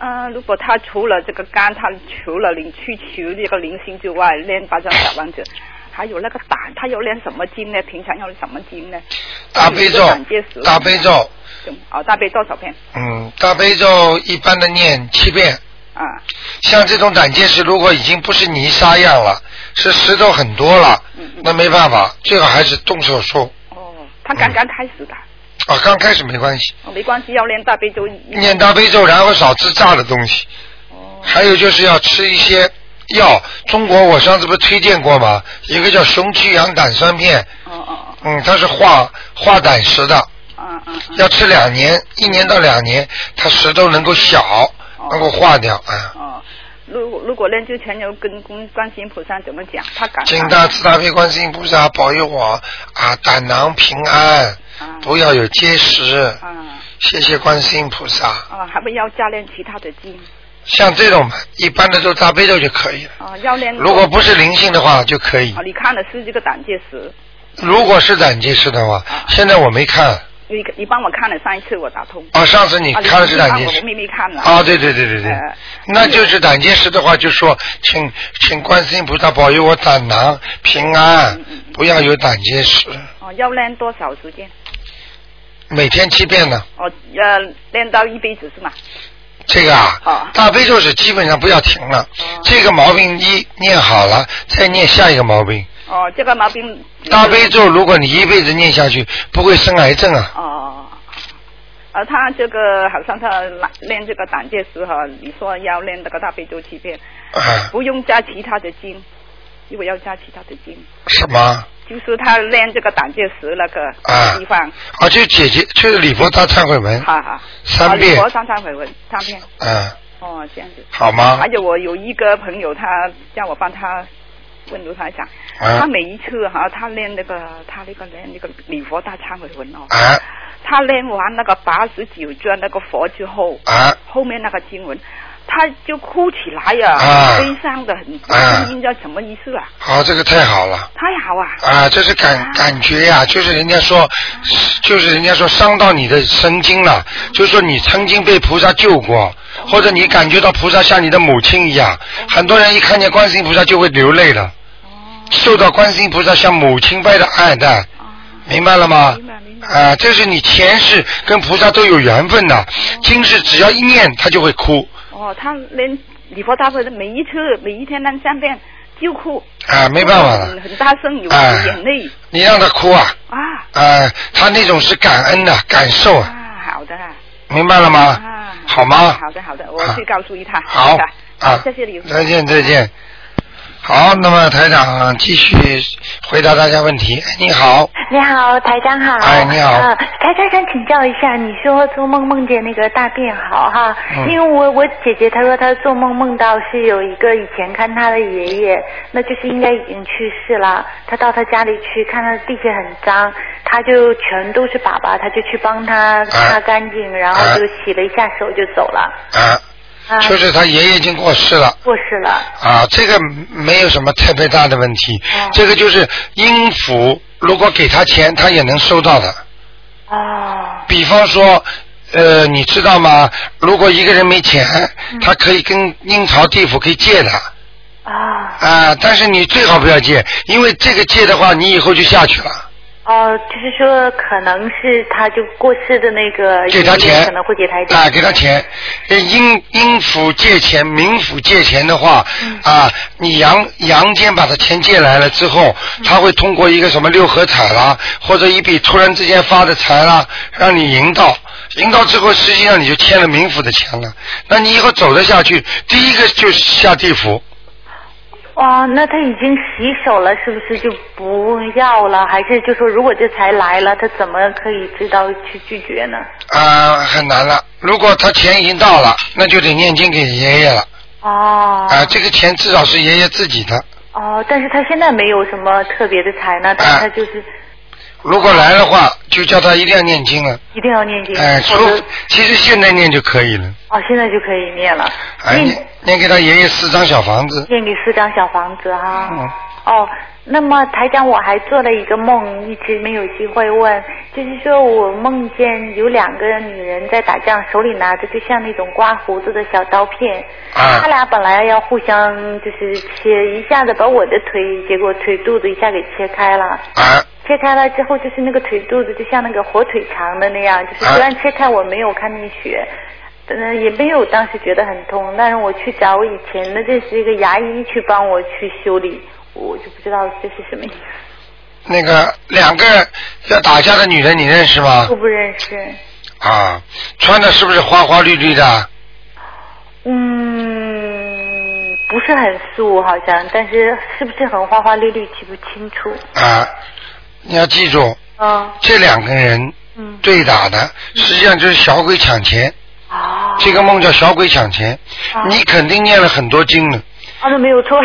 [SPEAKER 11] 呃，如果她除了这个肝，她除了灵去除这个灵性之外，练八张小王子，还有那个胆，她要练什么经呢？平常要什么经呢？
[SPEAKER 2] 大悲咒
[SPEAKER 11] 有一个胆结石，
[SPEAKER 2] 大悲咒，
[SPEAKER 11] 什么哦，大悲多少遍
[SPEAKER 2] 嗯，大悲咒一般的念七遍，
[SPEAKER 11] 啊？
[SPEAKER 2] 像这种胆结石，如果已经不是泥沙样了，是石头很多了，
[SPEAKER 11] 嗯
[SPEAKER 2] 那没办法，最好还是动手术
[SPEAKER 11] 哦，她刚刚开始的，
[SPEAKER 2] 啊。刚开始没关系，
[SPEAKER 11] 哦没关系，要练大悲咒。
[SPEAKER 2] 念大悲咒，然后少吃炸的东西，
[SPEAKER 11] 哦
[SPEAKER 2] 还有就是要吃一些药。中国我上次不是推荐过吗？一个叫熊曲氧胆酸片，
[SPEAKER 11] 哦哦
[SPEAKER 2] 嗯，它是化化胆石的，
[SPEAKER 11] 哦，啊啊啊！
[SPEAKER 2] 要吃两年，一年到两年，它石头能够小，能够化掉啊。
[SPEAKER 11] 哦，如果如果练之前要跟观观世音菩萨怎么讲？她敢
[SPEAKER 2] 请大慈大悲观世音菩萨保佑我啊，胆囊平安，
[SPEAKER 11] 啊
[SPEAKER 2] 不要有结石。
[SPEAKER 11] 啊。
[SPEAKER 2] 谢谢观世音菩萨。
[SPEAKER 11] 啊，还不要加练其他的经
[SPEAKER 2] 像这种嘛，一般的都大悲咒就可以了。
[SPEAKER 11] 啊，要练。
[SPEAKER 2] 如果不是灵性的话，就可以
[SPEAKER 11] 啊，。你看的是这个胆结石，
[SPEAKER 2] 如果是胆结石的话
[SPEAKER 11] 啊，
[SPEAKER 2] 现在我没看
[SPEAKER 11] 你你帮我看了上一次我打通。
[SPEAKER 2] 啊，上次你
[SPEAKER 11] 啊
[SPEAKER 2] 看的是胆结
[SPEAKER 11] 你帮我我
[SPEAKER 2] 石
[SPEAKER 11] 妹妹看了。
[SPEAKER 2] 啊，对对对对对
[SPEAKER 11] 呃，
[SPEAKER 2] 那就是胆结石的话，就说请请观世音菩萨保佑我胆囊平安
[SPEAKER 11] 嗯嗯，
[SPEAKER 2] 不要有胆结石。
[SPEAKER 11] 哦，要练多少时间？
[SPEAKER 2] 每天七遍呢，
[SPEAKER 11] 哦，要练到一辈子是吗？
[SPEAKER 2] 这个啊
[SPEAKER 11] 好，
[SPEAKER 2] 大悲咒是基本上不要停了
[SPEAKER 11] 哦。
[SPEAKER 2] 这个毛病一念好了，再念下一个毛病。
[SPEAKER 11] 哦，这个毛病。
[SPEAKER 2] 大悲。咒，如果你一辈子念下去，不会生癌症啊。
[SPEAKER 11] 哦。而他这个好像他练这个胆结石哈，你说要练那个大悲咒七遍，
[SPEAKER 2] 啊，
[SPEAKER 11] 不用加其他的经，如果要加其他的经，
[SPEAKER 2] 什么？
[SPEAKER 11] 就是他练这个胆结石那个
[SPEAKER 2] 啊
[SPEAKER 11] 地方，
[SPEAKER 2] 啊，就解决就是礼佛大忏悔文
[SPEAKER 11] 哈哈。
[SPEAKER 2] 三遍
[SPEAKER 11] 啊、佛三忏悔文三遍，
[SPEAKER 2] 啊，
[SPEAKER 11] 哦，这样子。
[SPEAKER 2] 好吗
[SPEAKER 11] 而？且我有一个朋友，他叫我帮他问卢台长，
[SPEAKER 2] 啊
[SPEAKER 11] 他每一次哈、他练那个他那个练那个礼佛大忏悔文哦，
[SPEAKER 2] 啊
[SPEAKER 11] 他练完那个八十九转那个佛之后，
[SPEAKER 2] 啊
[SPEAKER 11] 后面那个经文。他就哭起来呀、
[SPEAKER 2] 啊
[SPEAKER 11] 悲伤的很，
[SPEAKER 2] 啊
[SPEAKER 11] 不知道什么意思啊？
[SPEAKER 2] 好，这个太好了
[SPEAKER 11] 太好啊！嗯
[SPEAKER 2] 啊！这是感感觉呀、就是人家说，就是人家说伤到你的神经了，就是说你曾经被菩萨救过，或者你感觉到菩萨像你的母亲一样，很多人一看见观世音菩萨就会流泪的，
[SPEAKER 11] 哦
[SPEAKER 2] 受到观世音菩萨像母亲般的爱戴。明白了吗？
[SPEAKER 11] 哦明白哦明白
[SPEAKER 2] 啊，这是你前世跟菩萨都有缘分的，今世只要一念他就会哭。
[SPEAKER 11] 哦，他连礼佛大会的每一次每一天练三遍，就哭。
[SPEAKER 2] 啊没办法了
[SPEAKER 11] 嗯很大声，有
[SPEAKER 2] 哎
[SPEAKER 11] 眼泪。
[SPEAKER 2] 你让他哭啊，
[SPEAKER 11] 啊，
[SPEAKER 2] 呃，他那种是感恩的感受啊，
[SPEAKER 11] 好的。
[SPEAKER 2] 明白了吗？
[SPEAKER 11] 啊，
[SPEAKER 2] 好吗啊
[SPEAKER 11] 好的，好的，我去告诉一他。
[SPEAKER 2] 好
[SPEAKER 11] 是吧
[SPEAKER 2] 啊
[SPEAKER 11] 谢谢你。
[SPEAKER 2] 再见，再见。好，那么台长继续回答大家问题。哎你好，
[SPEAKER 6] 你好，台长好。
[SPEAKER 2] 哎你好
[SPEAKER 6] 呃、台长想请教一下，你说做梦梦见那个大便好哈？
[SPEAKER 2] 嗯
[SPEAKER 6] 因为我我姐姐她说她做梦梦到是有一个以前看她的爷爷，那就是应该已经去世了。她到她家里去，看她地下很脏，她就全都是粑粑，她就去帮
[SPEAKER 2] 哎
[SPEAKER 6] 她擦干净，然后就洗了一下手就走了。
[SPEAKER 2] 啊，
[SPEAKER 6] 啊
[SPEAKER 2] 就是他爷爷已经过世了。
[SPEAKER 6] 过世了。
[SPEAKER 2] 啊，这个没有什么特别大的问题，这个就是音符，如果给他钱，他也能收到的。
[SPEAKER 6] 哦。
[SPEAKER 2] 比方说，呃，你知道吗？如果一个人没钱，他可以跟阴曹地府可以借的。
[SPEAKER 6] 啊。
[SPEAKER 2] 啊，但是你最好不要借，因为这个借的话，你以后就下去了。
[SPEAKER 6] 哦、就是说可能是她就过世的那个
[SPEAKER 2] 给她
[SPEAKER 6] 爷爷
[SPEAKER 2] 钱
[SPEAKER 6] 可能会给她一点
[SPEAKER 2] 啊，给他钱。呃阴阴府借钱，明府借钱的话，啊，你阳阳间把他钱借来了之后，他会通过一个什么六合彩啦，或者一笔突然之间发的财啦，让你赢到。赢到之后，实际上你就欠了冥府的钱了。那你以后走得下去，第一个就是下地府。
[SPEAKER 6] 哦，那他已经洗手了，是不是就不要了？还是就说如果这才来了，他怎么可以知道去拒绝呢？
[SPEAKER 2] 啊、很难了。如果他钱已经到了，那就得念经给爷爷了。
[SPEAKER 6] 哦
[SPEAKER 2] 啊、这个钱至少是爷爷自己的。
[SPEAKER 6] 哦，但是他现在没有什么特别的才呢，
[SPEAKER 2] 啊
[SPEAKER 6] 但他就是
[SPEAKER 2] 如果来的话，就叫他一定要念经了。
[SPEAKER 6] 一定要念经，
[SPEAKER 2] 哎、除
[SPEAKER 6] 否则
[SPEAKER 2] 其实现在念就可以了。
[SPEAKER 6] 哦现在就可以念了，
[SPEAKER 2] 哎、念念给他爷爷四张小房子。
[SPEAKER 6] 念给四张小房子哈。
[SPEAKER 2] 嗯。
[SPEAKER 6] 哦，那么台长，我还做了一个梦，一直没有机会问，就是说我梦见有两个女人在打仗，手里拿着就像那种刮胡子的小刀片，
[SPEAKER 12] 啊
[SPEAKER 6] 他俩本来要互相就是切，一下子把我的腿，结果腿肚子一下给切开了。
[SPEAKER 2] 啊。
[SPEAKER 6] 切开了之后，就是那个腿肚子就像那个火腿肠的那样，就是虽然切开我没有看见血，嗯，也没有当时觉得很痛，但是我去找我以前的这是一个牙医去帮我去修理，我就不知道这是什么意思，
[SPEAKER 2] 那个两个要打架的女人，你认识吗
[SPEAKER 6] 我？不认识。
[SPEAKER 2] 啊，穿的是不是花花绿绿的？
[SPEAKER 6] 嗯，不是很素好像，但是是不是很花花绿绿记不清楚。
[SPEAKER 2] 啊，你要记住，
[SPEAKER 6] 嗯
[SPEAKER 2] 这两个人
[SPEAKER 6] 嗯哦
[SPEAKER 2] 对打的，实际上就是小鬼抢钱。这个梦叫小鬼抢钱，你肯定念了很多经了。
[SPEAKER 6] 啊，那没有错。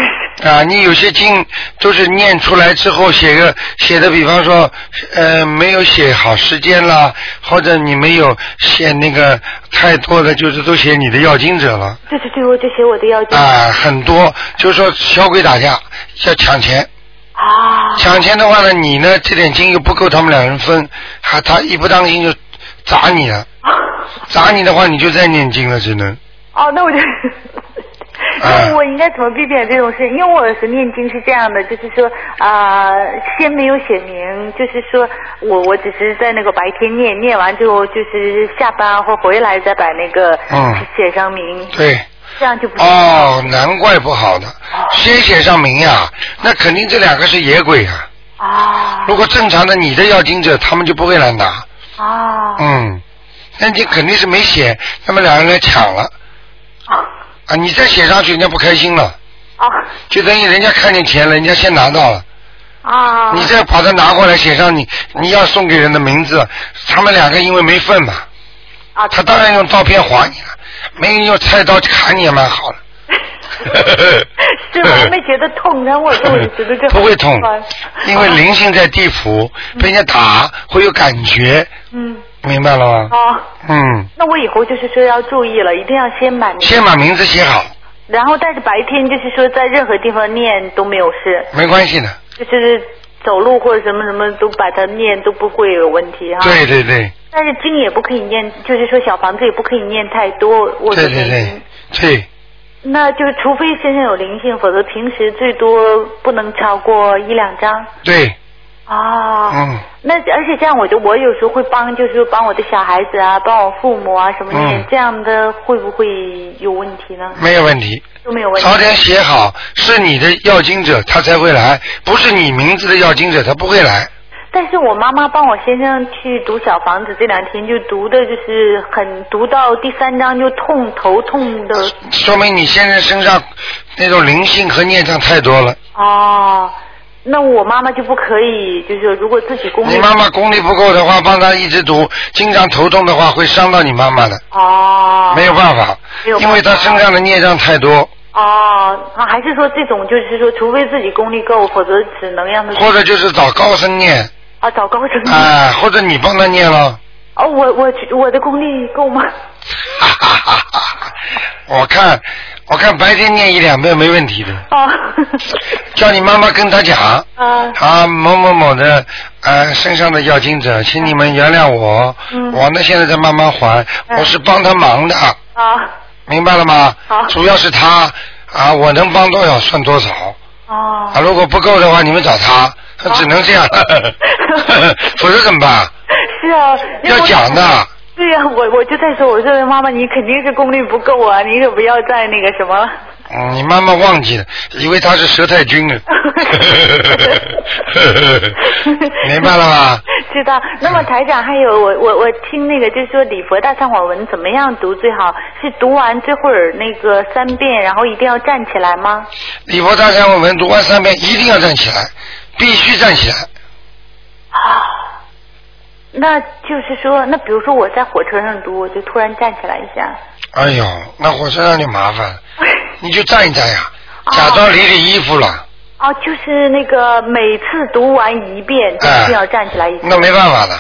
[SPEAKER 2] 啊，你有些经都是念出来之后写个写的，比方说，呃，没有写好时间啦，或者你没有写那个太多的，就是都写你的要经者了
[SPEAKER 6] 对对对，我就写我的要求。
[SPEAKER 2] 啊，很多就是说小鬼打架要抢钱。
[SPEAKER 6] 啊。
[SPEAKER 2] 抢钱的话呢，你呢这点经又不够他们两人分，还他一不当心就砸你了，砸你的话你就再念经了，只能。
[SPEAKER 6] 哦，那我就。
[SPEAKER 2] 哎
[SPEAKER 6] 那我应该怎么避免这种事？因为我有时念经是这样的，就是说啊、先没有写明，就是说我我只是在那个白天念，念完之后就是下班或回来再把那个
[SPEAKER 2] 嗯
[SPEAKER 6] 写上名，
[SPEAKER 2] 对。
[SPEAKER 6] 这样就不
[SPEAKER 2] 哦，难怪不好呢。先写上名呀、那肯定这两个是野鬼啊。
[SPEAKER 6] 啊。
[SPEAKER 2] 如果正常的你的要经者，他们就不会来拿。
[SPEAKER 6] 啊
[SPEAKER 2] 嗯，那你肯定是没写，那么两个人抢了。啊，你再写上去，人家不开心了。
[SPEAKER 6] 啊。
[SPEAKER 2] 就等于人家看见钱了，人家先拿到了。
[SPEAKER 6] 啊。
[SPEAKER 2] 你再把它拿过来，写上你你要送给人的名字，他们两个因为没份嘛。
[SPEAKER 6] 啊。
[SPEAKER 2] 他当然用刀片划你了，没人用菜刀砍你也蛮好了。
[SPEAKER 6] 是我还没觉得痛，然后我就觉得这
[SPEAKER 2] 嗯不会痛
[SPEAKER 6] 很
[SPEAKER 2] 因为灵性在地府被人家打会有感觉，
[SPEAKER 6] 嗯
[SPEAKER 2] 明白了吗？
[SPEAKER 6] 哦，
[SPEAKER 2] 嗯，
[SPEAKER 6] 那我以后就是说要注意了，一定要先把名字
[SPEAKER 2] 先把名字写好，
[SPEAKER 6] 然后但是白天就是说在任何地方念都没有事，
[SPEAKER 2] 没关系
[SPEAKER 6] 啊
[SPEAKER 2] 的。
[SPEAKER 6] 就是走路或者什么什么都把它念都不会有问题哈。
[SPEAKER 2] 对。对对
[SPEAKER 6] 但是经也不可以念，就是说小房子也不可以念太多。我
[SPEAKER 2] 对对对对，
[SPEAKER 6] 那就是除非身上有灵性，否则平时最多不能超过一两张。
[SPEAKER 2] 对，
[SPEAKER 6] 啊。
[SPEAKER 2] 嗯。
[SPEAKER 6] 那而且这样，我就我有时候会帮，就是帮我的小孩子啊，帮我父母啊什么念，
[SPEAKER 2] 嗯
[SPEAKER 6] 这样的会不会有问题呢？
[SPEAKER 2] 没有问题。
[SPEAKER 6] 都没有问题。
[SPEAKER 2] 朝天写好是你的要经者，他才会来；不是你名字的要经者，他不会来。
[SPEAKER 6] 但是我妈妈帮我先生去读小房子，这两天就读的就是很读到第三章就痛头痛的
[SPEAKER 2] 说明你先生身上那种灵性和孽障太多了。
[SPEAKER 6] 哦。那我妈妈就不可以，就是如果自己功力
[SPEAKER 2] 你妈妈功力不够的话，帮他一直读，经常头痛的话，会伤到你妈妈的。
[SPEAKER 6] 哦。
[SPEAKER 2] 没有办法，
[SPEAKER 6] 没有办法
[SPEAKER 2] 因为他身上的孽障太多，
[SPEAKER 6] 哦，啊还是说这种就是说，除非自己功力够，否则只能让他
[SPEAKER 2] 或者就是找高僧念，
[SPEAKER 6] 啊找高僧
[SPEAKER 2] 啊、或者你帮他念了。
[SPEAKER 6] 哦，我我我的功力够吗？
[SPEAKER 2] 我看，我看白天念一两遍没问题的，
[SPEAKER 6] 哦，
[SPEAKER 2] 叫你妈妈跟他讲。
[SPEAKER 6] 啊
[SPEAKER 2] 啊，某某某的呃身上的要经者，请你们原谅我，
[SPEAKER 6] 嗯
[SPEAKER 2] 我呢现在在慢慢还，我是帮他忙的，
[SPEAKER 6] 啊
[SPEAKER 2] 明白了吗？
[SPEAKER 6] 好
[SPEAKER 2] 主要是他啊，我能帮多少算多少
[SPEAKER 6] 哦
[SPEAKER 2] 啊，如果不够的话，你们找他，他只能 这样，否则怎么办？
[SPEAKER 6] 是啊，因为
[SPEAKER 2] 要
[SPEAKER 6] 我
[SPEAKER 2] 讲的，
[SPEAKER 6] 对呀、我我就在说，我说妈妈，你肯定是功力不够啊，你可不要再那个什么了。
[SPEAKER 2] 嗯，你妈妈忘记了，以为他是佘太君 了， 明白了吧？
[SPEAKER 6] 知道。那么台长，还有我我我听那个，就是说礼佛大忏悔文怎么样读最好？是读完这会儿那个三遍，然后一定要站起来吗？
[SPEAKER 2] 李佛大忏悔文读完三遍，一定要站起来，必须站起来。
[SPEAKER 6] 那就是说，那比如说我在火车上读，我就突然站起来一下。
[SPEAKER 2] 哎呦，那火车上就麻烦了，你就站一站呀，假装理理衣服了，
[SPEAKER 6] 哦，就是那个每次读完一遍就一定要站起来一遍。
[SPEAKER 2] 哎那没办法的，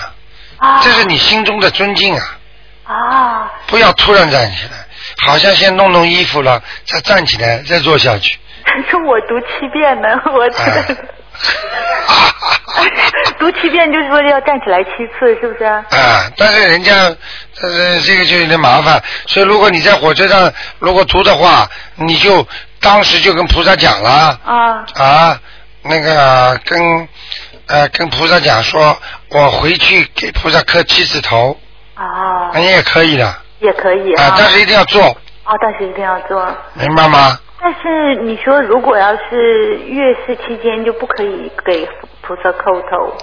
[SPEAKER 6] 啊
[SPEAKER 2] 这是你心中的尊敬啊，
[SPEAKER 6] 啊
[SPEAKER 2] 不要突然站起来，好像先弄弄衣服了，再站起来，再坐下去。
[SPEAKER 6] 但 是我读七遍呢，
[SPEAKER 2] 哎
[SPEAKER 6] 我这个、 读七遍就是说要站起来七次，是不是？
[SPEAKER 2] 啊，但是人家，呃，这个就有点麻烦，所以如果你在火车上如果读的话，你就当时就跟菩萨讲了，
[SPEAKER 6] 啊
[SPEAKER 2] 啊，那个跟呃跟菩萨讲说，我回去给菩萨磕七次头，
[SPEAKER 6] 啊，
[SPEAKER 2] 你也可以的，啊，
[SPEAKER 6] 也可以啊，
[SPEAKER 2] 但是一定要做，
[SPEAKER 6] 啊，但是一定要做。
[SPEAKER 2] 明白吗？
[SPEAKER 6] 但是你说，如果要是月事期间，就不可以给菩萨叩头，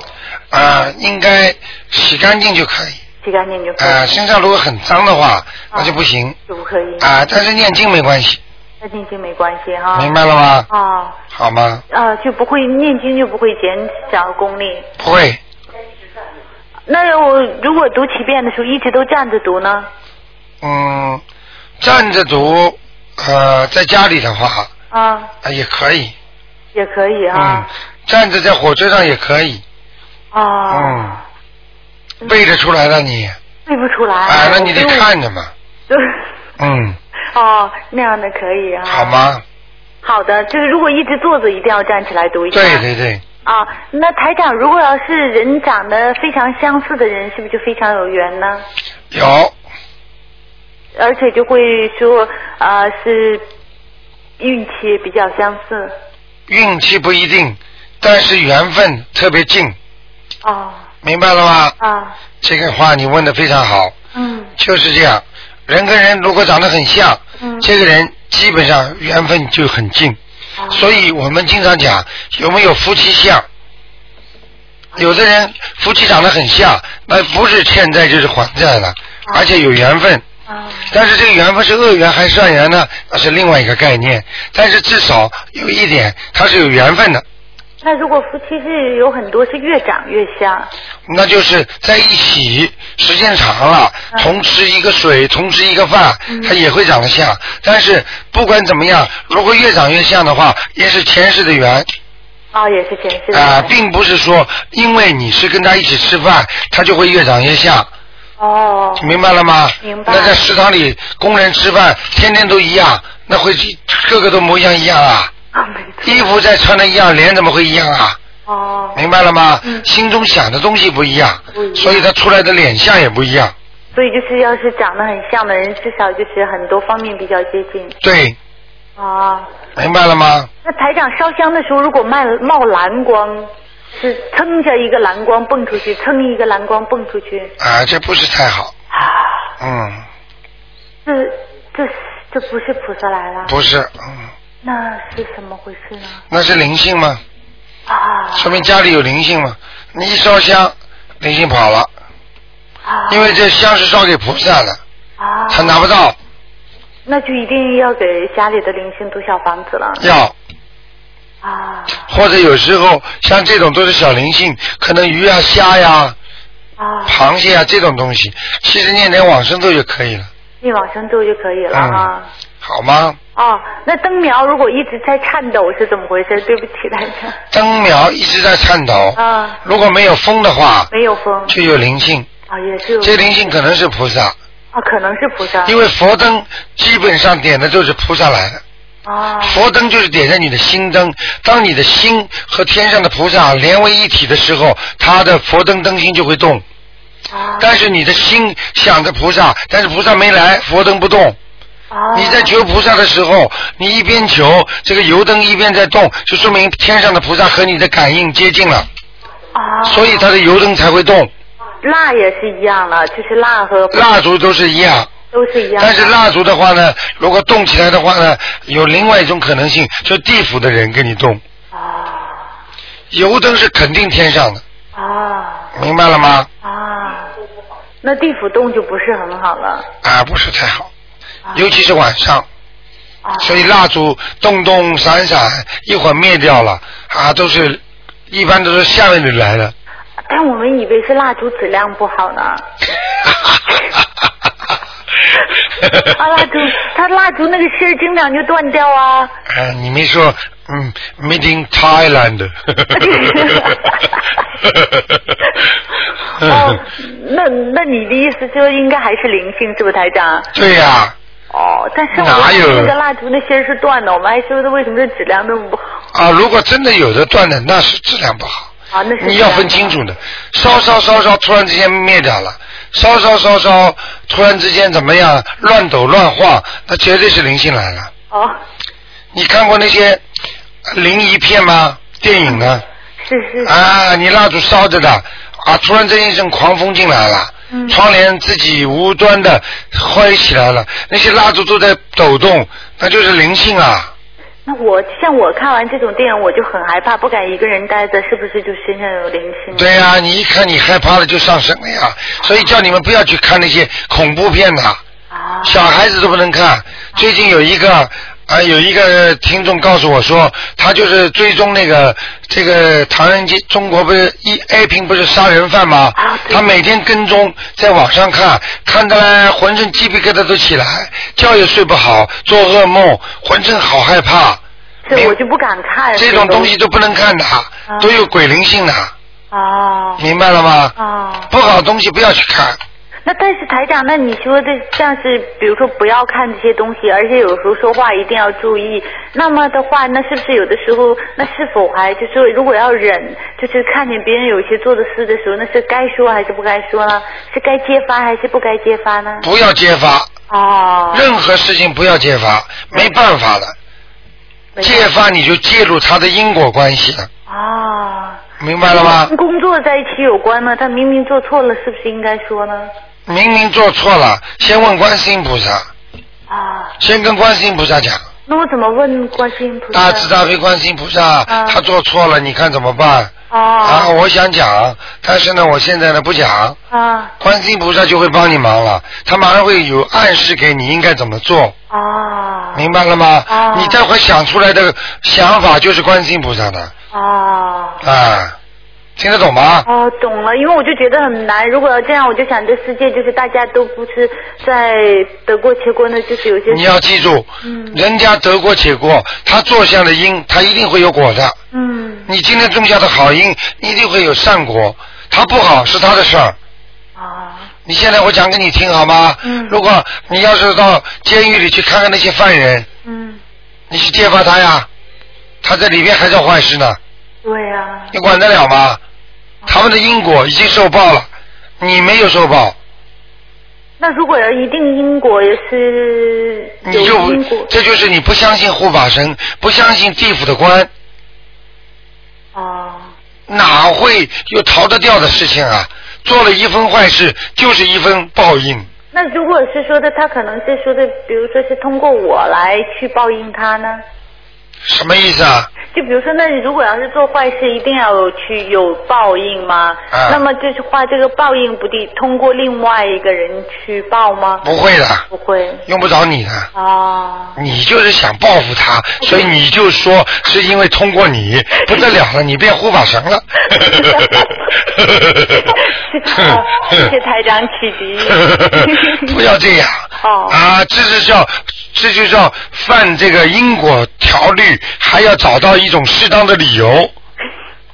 [SPEAKER 2] 啊，应该洗干净就可以，
[SPEAKER 6] 洗干净就可以，
[SPEAKER 2] 啊，身上如果很脏的
[SPEAKER 6] 啊
[SPEAKER 2] 话，那就不行，
[SPEAKER 6] 就不可以。
[SPEAKER 2] 啊，但是念经没关系，
[SPEAKER 6] 跟念经没关系哈。
[SPEAKER 2] 明白了吗
[SPEAKER 6] 啊
[SPEAKER 2] 好吗？
[SPEAKER 6] 啊，就不会念经，就不会减少功力。
[SPEAKER 2] 不会，
[SPEAKER 6] 那我如果读七遍的时候一直都站着读呢？
[SPEAKER 2] 嗯，站着读，呃，在家里的话
[SPEAKER 6] 啊，
[SPEAKER 2] 啊也可以，
[SPEAKER 6] 也可以
[SPEAKER 2] 嗯
[SPEAKER 6] 哈。，
[SPEAKER 2] 站着在火车上也可以，
[SPEAKER 6] 啊，
[SPEAKER 2] 嗯，背得出来了你，
[SPEAKER 6] 背不出来。
[SPEAKER 2] 啊，那你得 看着
[SPEAKER 6] 嘛。
[SPEAKER 2] 嘛，嗯，
[SPEAKER 6] 哦，那样的可以啊。
[SPEAKER 2] 好吗？
[SPEAKER 6] 好的，就是如果一直坐着，一定要站起来读一下。
[SPEAKER 2] 对对对，
[SPEAKER 6] 啊，那台长，如果要是人长得非常相似的人，是不是就非常有缘呢？
[SPEAKER 2] 有，
[SPEAKER 6] 而且就会说，呃，是运气比较相似。
[SPEAKER 2] 运气不一定，但是缘分特别近，
[SPEAKER 6] 哦，
[SPEAKER 2] 明白了吗？
[SPEAKER 6] 啊，
[SPEAKER 2] 这个话你问的非常好，
[SPEAKER 6] 嗯，
[SPEAKER 2] 就是这样，人跟人如果长得很像，
[SPEAKER 6] 嗯
[SPEAKER 2] 这个人基本上缘分就很近，所以我们经常讲有没有夫妻相。有的人夫妻长得很像，那不是欠债就是还债了，而且有缘分。但是这个缘分是恶缘还是善缘呢？那是另外一个概念。但是至少有一点，它是有缘分的，
[SPEAKER 6] 那如果夫妻是有很多是越长越像，
[SPEAKER 2] 那就是在一起时间长了，
[SPEAKER 6] 嗯
[SPEAKER 2] 同吃一个水，同吃一个饭，它也会长得像。但是不管怎么样，如果越长越像的话，也是前世的缘。
[SPEAKER 6] 啊、也是前世的
[SPEAKER 2] 啊、并不是说因为你是跟他一起吃饭，他就会越长越像，
[SPEAKER 6] 哦，
[SPEAKER 2] 明白了吗？
[SPEAKER 6] 明白
[SPEAKER 2] 那在食堂里工人吃饭，天天都一样，那会个个都模样一样啊？衣服再穿的一样，脸怎么会一样啊？
[SPEAKER 6] 哦，
[SPEAKER 2] 明白了吗？心中想的东西嗯不一样，所以他出来的脸相也不一样。
[SPEAKER 6] 所以就是要是长得很像的人，至少就是很多方面比较接近
[SPEAKER 2] 对，
[SPEAKER 6] 啊。
[SPEAKER 2] 明白了吗？
[SPEAKER 6] 那台长烧香的时候，如果冒冒蓝光，是蹭下一个蓝光蹦出去，蹭一个蓝光蹦出去，
[SPEAKER 2] 啊啊、这不是太好。嗯，
[SPEAKER 6] 这这这不是菩萨来了，
[SPEAKER 2] 不是，嗯
[SPEAKER 6] 那是怎么回事呢？
[SPEAKER 2] 那是灵性吗？
[SPEAKER 6] 啊，
[SPEAKER 2] 说明家里有灵性嘛。你一烧香，灵性跑了，因为这香是烧给菩萨的，
[SPEAKER 6] 啊，
[SPEAKER 2] 他拿不到，
[SPEAKER 6] 那就一定要给家里的灵性读小房子了。
[SPEAKER 2] 要。或者有时候像这种都是小灵性，可能鱼啊、虾呀、螃蟹啊这种东西，其实念点往生咒就可以了，
[SPEAKER 6] 念往生咒就可以了
[SPEAKER 2] 嗯
[SPEAKER 6] 啊。
[SPEAKER 2] 好吗？
[SPEAKER 6] 哦，那灯苗如果一直在颤抖是怎么回事？对不起大家。
[SPEAKER 2] 灯苗一直在颤抖，
[SPEAKER 6] 啊，
[SPEAKER 2] 如果没有风的话，
[SPEAKER 6] 没有风
[SPEAKER 2] 就有灵性，
[SPEAKER 6] 啊，也是有
[SPEAKER 2] 这灵性可能是菩萨，
[SPEAKER 6] 啊，可能是菩萨，
[SPEAKER 2] 因为佛灯基本上点的都是菩萨来的。
[SPEAKER 6] 啊，
[SPEAKER 2] 佛灯就是点燃你的心灯，当你的心和天上的菩萨连为一体的时候，它的佛灯灯芯就会动。但是你的心想着菩萨，但是菩萨没来，佛灯不动。你在求菩萨的时候，你一边求这个油灯一边在动，就说明天上的菩萨和你的感应接近了，
[SPEAKER 6] 啊，
[SPEAKER 2] 所以它的油灯才会动，
[SPEAKER 6] 蜡也是一样了，就是蜡和
[SPEAKER 2] 蜡烛都是一样。
[SPEAKER 6] 都是一样的。
[SPEAKER 2] 但是蜡烛的话呢，如果动起来的话呢，有另外一种可能性，就地府的人跟你动。油灯是肯定天上的，
[SPEAKER 6] 啊
[SPEAKER 2] 明白了吗？
[SPEAKER 6] 啊，那地府洞就不是很好了。
[SPEAKER 2] 啊，不是太好，尤其是晚上。所以蜡烛动动闪闪，一会儿灭掉了啊，都是一般都是下面的来的。
[SPEAKER 6] 但哎我们以为是蜡烛质量不 好呢。啊，蜡烛，它蜡烛那个芯儿经常就断掉啊。
[SPEAKER 2] 哎，你没说，嗯，made in Thailand。 嗯
[SPEAKER 6] 哦，那那你的意思就应该还是灵性是不是，台长？
[SPEAKER 2] 对呀、
[SPEAKER 6] 哦，但是我
[SPEAKER 2] 哪有
[SPEAKER 6] 们那个蜡烛那芯儿是断的，我们还说它为什么这质量那么不好
[SPEAKER 2] 啊如果真的有的断的，那是质量不好。
[SPEAKER 6] 啊？那是
[SPEAKER 2] 你要分
[SPEAKER 6] 质量
[SPEAKER 2] 清楚的，烧烧烧烧，突然之间灭掉了，烧烧烧烧，突然之间怎么样，乱抖乱晃，那绝对是灵性来了。
[SPEAKER 6] 哦，
[SPEAKER 2] 你看过那些呃灵异片吗？电影啊？
[SPEAKER 6] 是是
[SPEAKER 2] 啊，你蜡烛烧着的，啊，突然之间一阵狂风进来了，
[SPEAKER 6] 嗯
[SPEAKER 2] 窗帘自己无端的挥起来了，那些蜡烛都在抖动，那就是灵性啊。
[SPEAKER 6] 那我像我看完这种电影，我就很害怕，不敢一个人待着，是不是就身上有灵性？
[SPEAKER 2] 对呀、你一看你害怕了就上身了呀，所以叫你们不要去看那些恐怖片呐、小孩子都不能看。最近有一个啊、有一个听众告诉我说，他就是追踪那个这个唐人街，中国不是一 A 平不是杀人犯吗？
[SPEAKER 6] 啊
[SPEAKER 2] 他每天跟踪，在网上看，看得来浑身鸡皮疙瘩都起来，觉也睡不好，做噩梦，浑身好害怕。
[SPEAKER 6] 这我就不敢看。啊
[SPEAKER 2] 这种东西都不能看的，都有鬼灵性的。
[SPEAKER 6] 哦。
[SPEAKER 2] 明白了吗？
[SPEAKER 6] 哦。
[SPEAKER 2] 不好的东西不要去看，
[SPEAKER 6] 那但是台长，那你说的像是，比如说不要看这些东西，而且有时候说话一定要注意。那么的话，那是不是有的时候，那是否还就是说如果要忍，就是看见别人有一些做的事的时候，那是该说还是不该说呢？是该揭发还是不该揭发呢？
[SPEAKER 2] 不要揭发，
[SPEAKER 6] 哦，
[SPEAKER 2] 任何事情不要揭发，没办法的，揭发你就介入他的因果关系了，
[SPEAKER 6] 哦，
[SPEAKER 2] 明白了吗？
[SPEAKER 6] 跟工作在一起有关吗？他明明做错了，是不是应该说呢？
[SPEAKER 2] 明明做错了，先问观世音菩萨，
[SPEAKER 6] 啊，
[SPEAKER 2] 先跟观世音菩萨讲，
[SPEAKER 6] 那我怎么问观世音菩萨？
[SPEAKER 2] 大慈大悲观世音菩萨，
[SPEAKER 6] 嗯
[SPEAKER 2] 他做错了，你看怎么办？啊，
[SPEAKER 6] 哦，
[SPEAKER 2] 我想讲，但是呢，我现在呢不讲，
[SPEAKER 6] 啊
[SPEAKER 2] 观世音菩萨就会帮你忙了，他马上会有暗示给你应该怎么做。
[SPEAKER 6] 哦
[SPEAKER 2] 明白了吗？
[SPEAKER 6] 哦
[SPEAKER 2] 你待会儿想出来的想法就是观世音菩萨的
[SPEAKER 6] 哦。
[SPEAKER 2] 啊，听得懂吗？
[SPEAKER 6] 哦，懂了，因为我就觉得很难。如果要这样，我就想这世界就是大家都不是在得过且过呢，就是有些
[SPEAKER 2] 你要记住，
[SPEAKER 6] 嗯
[SPEAKER 2] 人家得过且过，他做下的因，他一定会有果的。
[SPEAKER 6] 嗯，
[SPEAKER 2] 你今天种下的好因，你一定会有善果。他不好是他的事儿。你现在我讲给你听好吗？
[SPEAKER 6] 啊嗯
[SPEAKER 2] 如果你要是到监狱里去看看那些犯人，
[SPEAKER 6] 嗯，
[SPEAKER 2] 你去揭发他呀，他在里面还做坏事呢。
[SPEAKER 6] 对呀、
[SPEAKER 2] 你管得了吗？他们的因果已经受报了，你没有受报，
[SPEAKER 6] 那如果要一定因果也是
[SPEAKER 2] 你就
[SPEAKER 6] 有因果
[SPEAKER 2] 这就是你不相信护法神，不相信地府的官，
[SPEAKER 6] 哦
[SPEAKER 2] 哪啊会有逃得掉的事情啊？做了一分坏事，就是一分报应。
[SPEAKER 6] 那那如果是说的，他可能是说的，比如说是通过我来去报应他呢？
[SPEAKER 2] 什么意思啊？
[SPEAKER 6] 就比如说，那你如果要是做坏事，一定要有去有报应吗？
[SPEAKER 2] 啊
[SPEAKER 6] 那么就是话，这个报应不得通过另外一个人去报吗？
[SPEAKER 2] 不会的
[SPEAKER 6] 不会。
[SPEAKER 2] 用不着你的。
[SPEAKER 6] 啊。
[SPEAKER 2] 你就是想报复他，所以你就说是因为通过你不得了了，你变护法神了。。
[SPEAKER 6] 啊谢谢台长启迪
[SPEAKER 2] 嗯 不要这样。
[SPEAKER 6] 哦。
[SPEAKER 2] 啊，这就叫这就叫犯这个因果条律，还要找到一种适当的理由，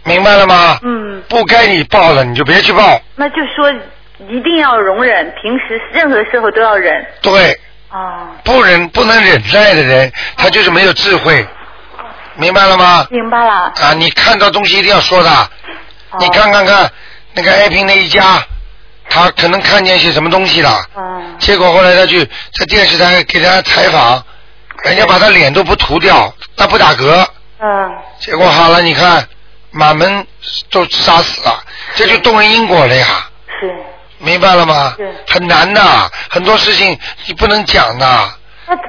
[SPEAKER 2] 明白了吗？
[SPEAKER 6] 嗯。
[SPEAKER 2] 啊不该你报了，你就别去报。
[SPEAKER 6] 那就说一定要容忍，平时任何时候都要忍。
[SPEAKER 2] 对，
[SPEAKER 6] 啊。
[SPEAKER 2] 不忍不能忍耐的人，他就是没有智慧，明白了吗？
[SPEAKER 6] 明白了。
[SPEAKER 2] 啊，你看到东西一定要说的。你看看看，那个爱萍那一家，他可能看见些什么东西了。结果后来他去在电视台给人家采访，人家把他脸都不涂掉，他不打嗝。
[SPEAKER 6] 嗯。
[SPEAKER 2] 结果好了，你看满门都杀死了，这就动人因果了呀。
[SPEAKER 6] 是。
[SPEAKER 2] 明白了吗
[SPEAKER 6] 是？
[SPEAKER 2] 很难的，很多事情你不能讲的。
[SPEAKER 6] 那啊，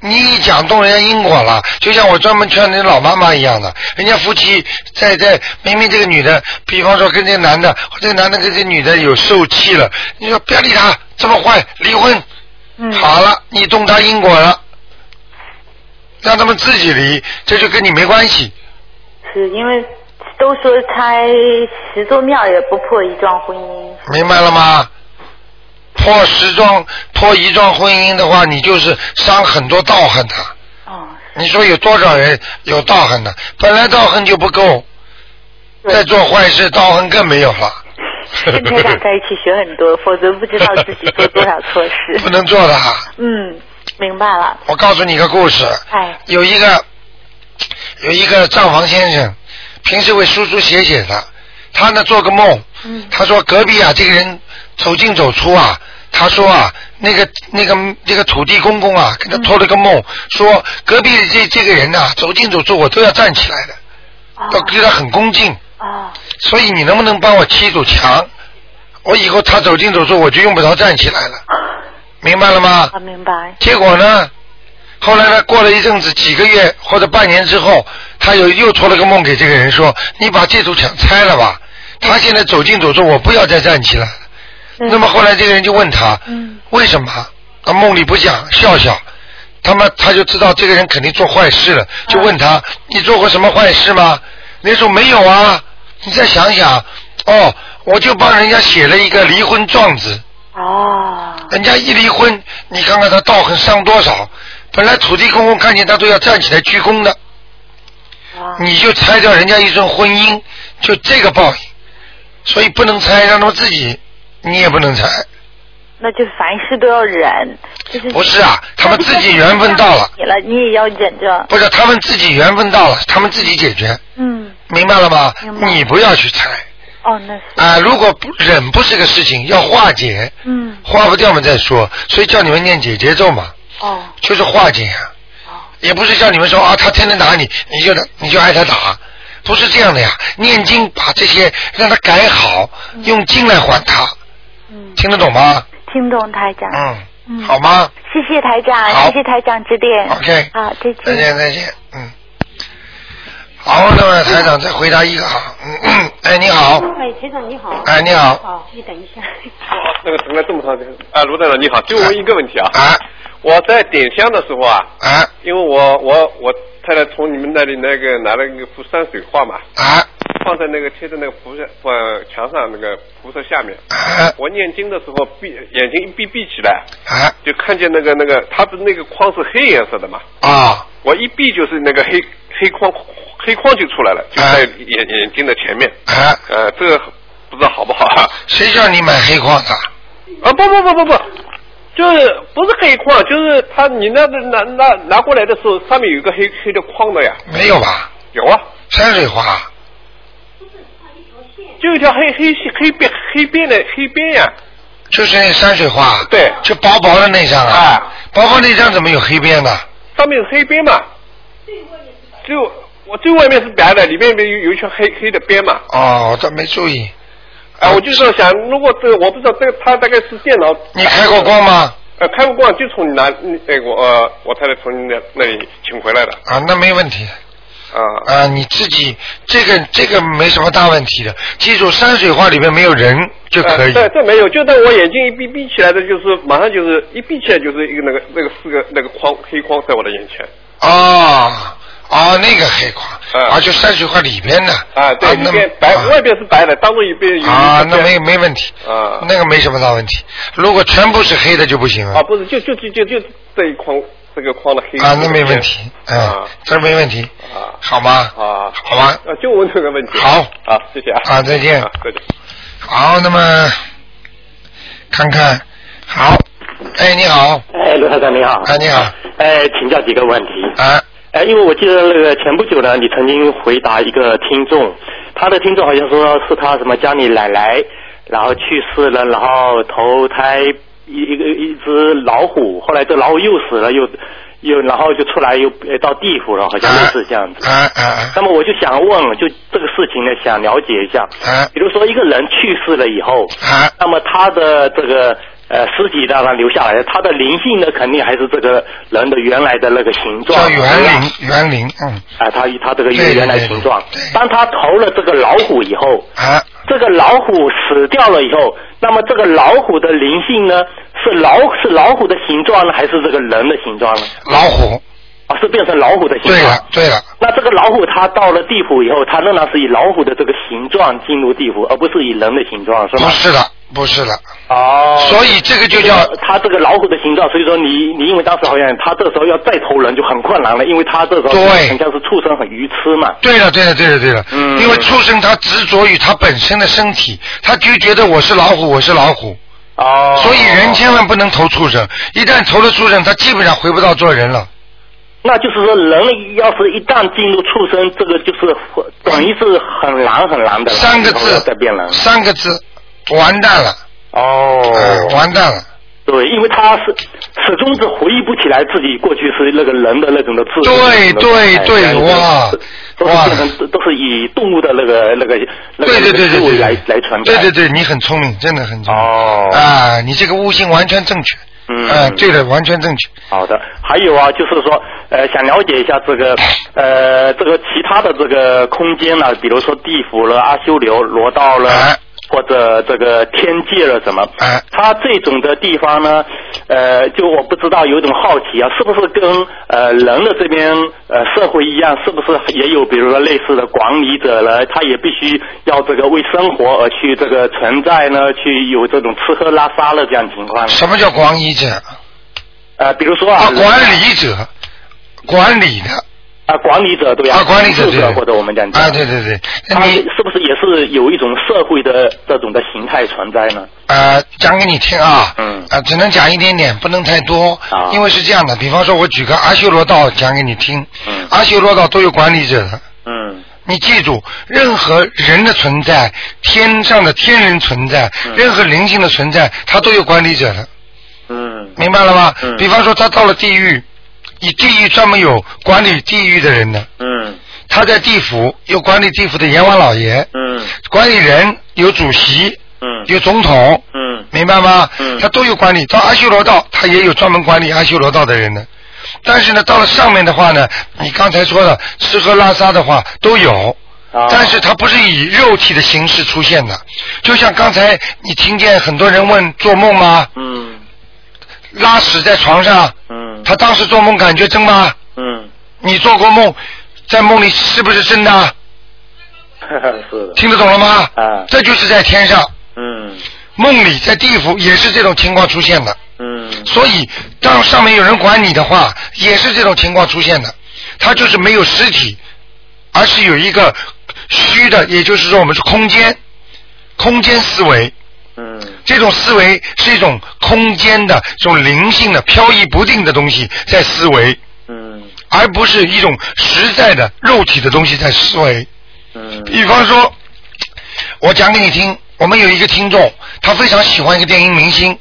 [SPEAKER 2] 你一讲动人家因果了，就像我专门劝那老妈妈一样的，人家夫妻在在明明这个女的，比方说跟这个男的，或这个男的跟这个女的有受气了，你说不要理他，这么坏，离婚。
[SPEAKER 6] 嗯
[SPEAKER 2] 好了，你动他因果了，让他们自己离，这就跟你没关系。
[SPEAKER 6] 是因为都说拆十座庙也不破一桩 婚姻。
[SPEAKER 2] 明白了吗？破十桩、破一桩婚姻的话，你就是伤很多道行的。你说有多少人有道行的？本来道行就不够，再做坏事，道行更没有了。
[SPEAKER 6] 跟台长在一起学很多，否则不知道自己做多少错 事。
[SPEAKER 2] 不能做的。啊
[SPEAKER 6] 嗯，明白了。
[SPEAKER 2] 我告诉你个故事，
[SPEAKER 6] 哎，
[SPEAKER 2] 有一个有一个账房先生，平时会书书写写的，他呢做个梦，他说隔壁啊这个人走进走出啊，他说啊那个那个那个土地公公啊跟他托了个梦，说隔壁的这这个人呐、走进走出我都要站起来的，要对他很恭敬。所以你能不能帮我砌堵墙？我以后他走进走出我就用不着站起来了，明白了吗？
[SPEAKER 6] 啊，明白。
[SPEAKER 2] 结果呢，后来呢，过了一阵子，几个月或者半年之后，他有又托了个梦给这个人说：“你把这堵墙拆了吧。”他现在走进走出，我不要再站起来了。
[SPEAKER 6] 嗯
[SPEAKER 2] 那么后来这个人就问他：“为什么？”他梦里不讲，笑笑。他妈他就知道这个人肯定做坏事
[SPEAKER 6] 啊
[SPEAKER 2] 了，就问他：“你做过什么坏事吗？”那时候没有啊。你再想想，哦，我就帮人家写了一个离婚状子。人家一离婚，你看看他道行伤多少。本来土地公公看见他都要站起来鞠躬的，
[SPEAKER 6] 啊
[SPEAKER 2] 你就拆掉人家一桩婚姻，就这个报应。所以不能拆，让他们自己，你也不能拆。
[SPEAKER 6] 那就凡事都要忍，就是
[SPEAKER 2] 不是啊他们自己缘分到了
[SPEAKER 6] 你了，你也要忍着。
[SPEAKER 2] 不是他们自己缘分到了，他们自己解决，
[SPEAKER 6] 嗯，
[SPEAKER 2] 明白了吗？
[SPEAKER 6] 明白
[SPEAKER 2] 你不要去拆
[SPEAKER 6] 哦，那是
[SPEAKER 2] 啊、如果不忍不是个事情，要化解，
[SPEAKER 6] 嗯
[SPEAKER 2] 化不掉嘛再说。所以叫你们念解结咒嘛。
[SPEAKER 6] 哦，
[SPEAKER 2] 就是化解啊，也不是叫你们说啊，他天天打你，你就你就挨他打，不是这样的呀。念经把这些让他改好，用经来还他，听得懂吗？
[SPEAKER 6] 听懂台长。
[SPEAKER 2] 嗯，
[SPEAKER 6] 嗯，
[SPEAKER 2] 好吗
[SPEAKER 6] 谢谢台长，
[SPEAKER 2] 好
[SPEAKER 6] 谢谢台长指点。
[SPEAKER 2] ？OK，
[SPEAKER 6] 好，再见。
[SPEAKER 2] 再见再见，嗯。好，那么台长再回答一个啊，嗯嗯，哎你好，
[SPEAKER 12] 哎，台长你好。
[SPEAKER 2] 哎你好
[SPEAKER 12] 好，你等一下。
[SPEAKER 13] 那个等了这么长时间啊，卢站长你好，就问一个问题啊。
[SPEAKER 2] 啊。
[SPEAKER 13] 我在点香的时候啊。
[SPEAKER 2] 啊。
[SPEAKER 13] 因为我我我太太从你们那里那个拿了一个幅山水画嘛。
[SPEAKER 2] 啊。
[SPEAKER 13] 放在那个贴在那个菩萨呃墙上那个菩萨下面。
[SPEAKER 2] 啊。
[SPEAKER 13] 我念经的时候闭眼睛一闭闭起来。
[SPEAKER 2] 啊。
[SPEAKER 13] 就看见那个那个，它不是那个框是黑颜色的嘛？
[SPEAKER 2] 啊
[SPEAKER 13] 我一闭就是那个黑黑框黑框就出来了，就在眼眼睛的前面。
[SPEAKER 2] 啊。
[SPEAKER 13] 呃，这个不知道好不好啊？
[SPEAKER 2] 谁叫你买黑框的？
[SPEAKER 13] 啊不不不不不，就是不是黑框，就是他你那个拿拿拿过来的时候，上面有一个黑黑的框的呀。
[SPEAKER 2] 没有吧？
[SPEAKER 13] 有啊，
[SPEAKER 2] 嗯山水画
[SPEAKER 13] 就一条黑黑黑边黑边的黑边呀。
[SPEAKER 2] 就是那山水画，
[SPEAKER 13] 对，
[SPEAKER 2] 就薄薄的那张
[SPEAKER 13] 哎
[SPEAKER 2] 啊，薄薄那张怎么有黑边呢？
[SPEAKER 13] 上面有黑边嘛。最我最外面是白的，里面有有一圈黑黑的边嘛。
[SPEAKER 2] 哦，我倒没注意。
[SPEAKER 13] 哎、我就是想，如果这我不知道这个他大概是电脑。
[SPEAKER 2] 你开过光吗？
[SPEAKER 13] 呃，开过光，就从你那那个呃，我太太从你那那里请回来的。
[SPEAKER 2] 啊，那没问题。
[SPEAKER 13] 啊
[SPEAKER 2] 啊，你自己这个这个没什么大问题的，记住山水画里面没有人就可以。
[SPEAKER 13] 呃对，这没有，就当我眼睛一闭闭起来的，就是马上就是一闭起来就是一个那个那个四个那个框黑框在我的眼前。呃
[SPEAKER 2] 哦哦，那个黑框，啊，就山水画里边的。
[SPEAKER 13] 啊，对，里
[SPEAKER 2] 那
[SPEAKER 13] 边白，外边是白的，当中一边有。
[SPEAKER 2] 啊，那没没问题，
[SPEAKER 13] 啊
[SPEAKER 2] 那个没什么大问题。如果全部是黑的就不行了。
[SPEAKER 13] 啊，不是，就就就就就这一框这个框的黑。
[SPEAKER 2] 啊，那没问题，嗯，这没问题，好吗？
[SPEAKER 13] 啊，
[SPEAKER 2] 好吧。
[SPEAKER 13] 啊，就问这个问题。
[SPEAKER 2] 好，
[SPEAKER 13] 好，谢谢啊。
[SPEAKER 2] 啊再见
[SPEAKER 13] 啊再见。
[SPEAKER 2] 好，那么看看，好，哎，你好，
[SPEAKER 4] 嗯哎，卢台长你好。
[SPEAKER 2] 哎，你好。
[SPEAKER 4] 哎，请教几个问题。
[SPEAKER 2] 啊。
[SPEAKER 4] 哎，因为我记得那个前不久呢，你曾经回答一个听众，他的听众好像说是他什么家里奶奶，然后去世了，然后投胎一一个一只老虎，后来这老虎又死了，又又然后就出来又呃到地府了，好像类似这样子。
[SPEAKER 2] 啊啊
[SPEAKER 4] 那么我就想问，就这个事情呢，想了解一下。
[SPEAKER 2] 啊
[SPEAKER 4] 比如说一个人去世了以后，
[SPEAKER 2] 啊，
[SPEAKER 4] 那么他的这个呃尸体当然留下来了，他的灵性呢，肯定还是这个人的原来的那个形状。
[SPEAKER 2] 叫
[SPEAKER 13] 哎
[SPEAKER 2] 园林，园林，嗯，
[SPEAKER 4] 啊，他他这个
[SPEAKER 2] 对
[SPEAKER 4] 原原来
[SPEAKER 2] 对
[SPEAKER 4] 形状。当他投了这个老虎以后，
[SPEAKER 2] 啊，
[SPEAKER 4] 这个老虎死掉了以后，那么这个老虎的灵性呢，是老是老虎的形状呢，还是这个人的形状呢？
[SPEAKER 2] 老虎。
[SPEAKER 4] 啊，是变成老虎的形状。对了，
[SPEAKER 2] 对了。
[SPEAKER 4] 那这个老虎它到了地府以后，它仍然是以老虎的这个形状进入地府，而不是以人的形状，是吗？
[SPEAKER 2] 不是的，不是的，
[SPEAKER 4] 哦。
[SPEAKER 2] 所以这个就叫
[SPEAKER 4] 它这个老虎的形状，所以说你你因为当时好像它这时候要再投人就很困难了，因为它这时候
[SPEAKER 2] 对
[SPEAKER 4] 很像是畜生很愚痴嘛。
[SPEAKER 2] 对了，对了，对了，对了，
[SPEAKER 4] 嗯
[SPEAKER 2] 因为畜生它执着于它本身的身体，它就觉得我是老虎，我是老虎。
[SPEAKER 4] 哦。
[SPEAKER 2] 所以人千万不能投畜生，一旦投了畜生，他基本上回不到做人了。
[SPEAKER 4] 那就是说，人要是一旦进入畜生，这个就是等于是很难很难的了。
[SPEAKER 2] 三个字
[SPEAKER 4] 以后要再变人。
[SPEAKER 2] 三个字，完蛋了。哎
[SPEAKER 4] 哦、
[SPEAKER 2] 完蛋了。
[SPEAKER 4] 对，因为他是始终是回忆不起来自己过去是那个人的那种的自哎
[SPEAKER 2] 对对对，哇！
[SPEAKER 4] 都是变成都是以动物的那个那个那个
[SPEAKER 2] 对对对对
[SPEAKER 4] 思维
[SPEAKER 2] 对，
[SPEAKER 4] 来来存在。
[SPEAKER 2] 对对对，你很聪明，真的很聪明。
[SPEAKER 4] 哦。
[SPEAKER 2] 啊，你这个悟性完全正确。
[SPEAKER 4] 嗯
[SPEAKER 2] 啊，对的，完全正确。
[SPEAKER 4] 好的，还有啊，就是说，呃，想了解一下这个，呃，这个其他的这个空间呢、比如说地府了、阿修罗、罗道了，
[SPEAKER 2] 哎
[SPEAKER 4] 或者这个天界了什么，它这种的地方呢，呃，就我不知道有一种好奇啊，是不是跟呃人的这边呃社会一样，是不是也有比如说类似的管理者了，他也必须要这个为生活而去这个存在呢，去有这种吃喝拉撒了这样情况呢？
[SPEAKER 2] 什么叫管理者？
[SPEAKER 4] 呃，比如说啊，
[SPEAKER 2] 啊，管理者，管理的。
[SPEAKER 4] 啊，管理者对吧？
[SPEAKER 2] 啊管理者
[SPEAKER 4] 统治
[SPEAKER 2] 对
[SPEAKER 4] 或者我们讲
[SPEAKER 2] 啊，对对对，
[SPEAKER 4] 他是不是也是有一种社会的这种的形态存在呢？
[SPEAKER 2] 呃，讲给你听啊，嗯，啊呃，只能讲一点点，不能太多，因为是这样的，比方说，我举个阿修罗道讲给你听，嗯，阿修罗道都有管理者的，
[SPEAKER 4] 嗯，
[SPEAKER 2] 你记住，任何人的存在，天上的天人存在，任何灵性的存在，它都有管理者的，
[SPEAKER 4] 嗯，
[SPEAKER 2] 明白了吗？
[SPEAKER 4] 嗯
[SPEAKER 2] 比方说，他到了地狱，以地狱专门有管理地狱的人的，
[SPEAKER 4] 嗯
[SPEAKER 2] 他在地府有管理地府的阎王老爷，
[SPEAKER 4] 嗯
[SPEAKER 2] 管理人有主席，
[SPEAKER 4] 嗯
[SPEAKER 2] 有总统，
[SPEAKER 4] 嗯
[SPEAKER 2] 明白吗？
[SPEAKER 4] 嗯
[SPEAKER 2] 他都有管理。到阿修罗道，他也有专门管理阿修罗道的人呢。但是呢，到了上面的话呢，你刚才说的吃喝拉撒的话都有，
[SPEAKER 4] 啊
[SPEAKER 2] 但是它不是以肉体的形式出现的。就像刚才你听见很多人问做梦吗？
[SPEAKER 4] 嗯
[SPEAKER 2] 拉屎在床上，
[SPEAKER 4] 嗯
[SPEAKER 2] 他当时做梦感觉真吗？
[SPEAKER 4] 嗯，
[SPEAKER 2] 你做过梦，在梦里是不是真的？啊
[SPEAKER 4] 是的。
[SPEAKER 2] 听得懂了吗？
[SPEAKER 4] 啊，
[SPEAKER 2] 这就是在天上，
[SPEAKER 4] 嗯
[SPEAKER 2] 梦里在地府也是这种情况出现的。
[SPEAKER 4] 嗯
[SPEAKER 2] 所以，当上面有人管你的话，也是这种情况出现的。它就是没有实体，而是有一个虚的，也就是说我们是空间，空间思维。
[SPEAKER 4] 嗯。
[SPEAKER 2] 这种思维是一种空间的、这种灵性的、飘逸不定的东西在思维，
[SPEAKER 4] 嗯
[SPEAKER 2] 而不是一种实在的肉体的东西在思维。
[SPEAKER 4] 嗯
[SPEAKER 2] 比方说，我讲给你听，我们有一个听众，他非常喜欢一个电影明星，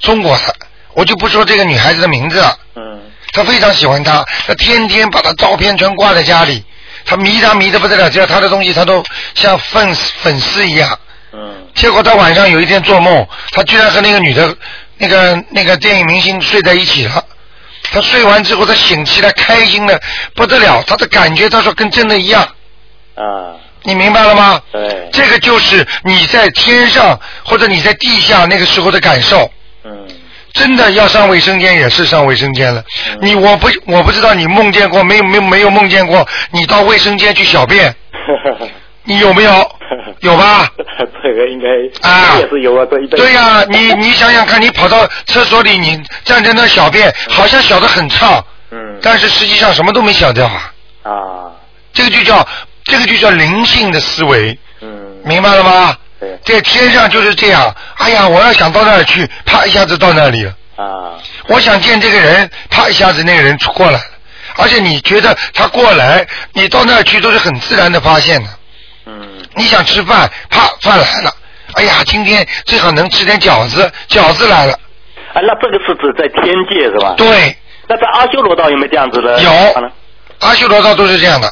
[SPEAKER 2] 中国的，我就不说这个女孩子的名字了，
[SPEAKER 4] 嗯
[SPEAKER 2] 他非常喜欢她，他天天把她照片全挂在家里，他迷她迷得不得了，只要她的东西他都像粉丝粉丝一样，嗯。结果他晚上有一天做梦，他居然和那个女的，那个那个电影明星睡在一起了。他睡完之后，他醒起来开心的不得了，他的感觉他说跟真的一样。
[SPEAKER 4] 啊，
[SPEAKER 2] 你明白了吗？
[SPEAKER 4] 对，
[SPEAKER 2] 这个就是你在天上或者你在地下那个时候的感受。
[SPEAKER 4] 嗯。
[SPEAKER 2] 真的要上卫生间也是上卫生间了。
[SPEAKER 4] 嗯
[SPEAKER 2] 你我不我不知道你梦见过没有没有没有梦见过你到卫生间去小 便，你有没有？有吧？
[SPEAKER 4] 这个应该啊也是有啊，这一辈子
[SPEAKER 2] 对呀、你你想想看，你跑到厕所里，你站在那儿小便，好像小得很畅，
[SPEAKER 4] 嗯
[SPEAKER 2] 但是实际上什么都没小掉啊。
[SPEAKER 4] 啊，
[SPEAKER 2] 这个就叫这个就叫灵性的思维，
[SPEAKER 4] 嗯，
[SPEAKER 2] 明白了吗？
[SPEAKER 4] 对
[SPEAKER 2] 在天上就是这样，哎呀，我要想到那儿去，啪一下子到那里了。
[SPEAKER 4] 啊，
[SPEAKER 2] 我想见这个人，啪一下子那个人出过来了，而且你觉得他过来，你到那儿去都是很自然的发现的。
[SPEAKER 4] 嗯。
[SPEAKER 2] 你想吃饭，啪饭来了，哎呀，今天最好能吃点饺子，饺子来了，
[SPEAKER 4] 啊，那这个是指在天界是吧？
[SPEAKER 2] 对。
[SPEAKER 4] 那在阿修罗道有没有这样子的？
[SPEAKER 2] 有
[SPEAKER 4] 啊那
[SPEAKER 2] 阿修罗道都是这样的，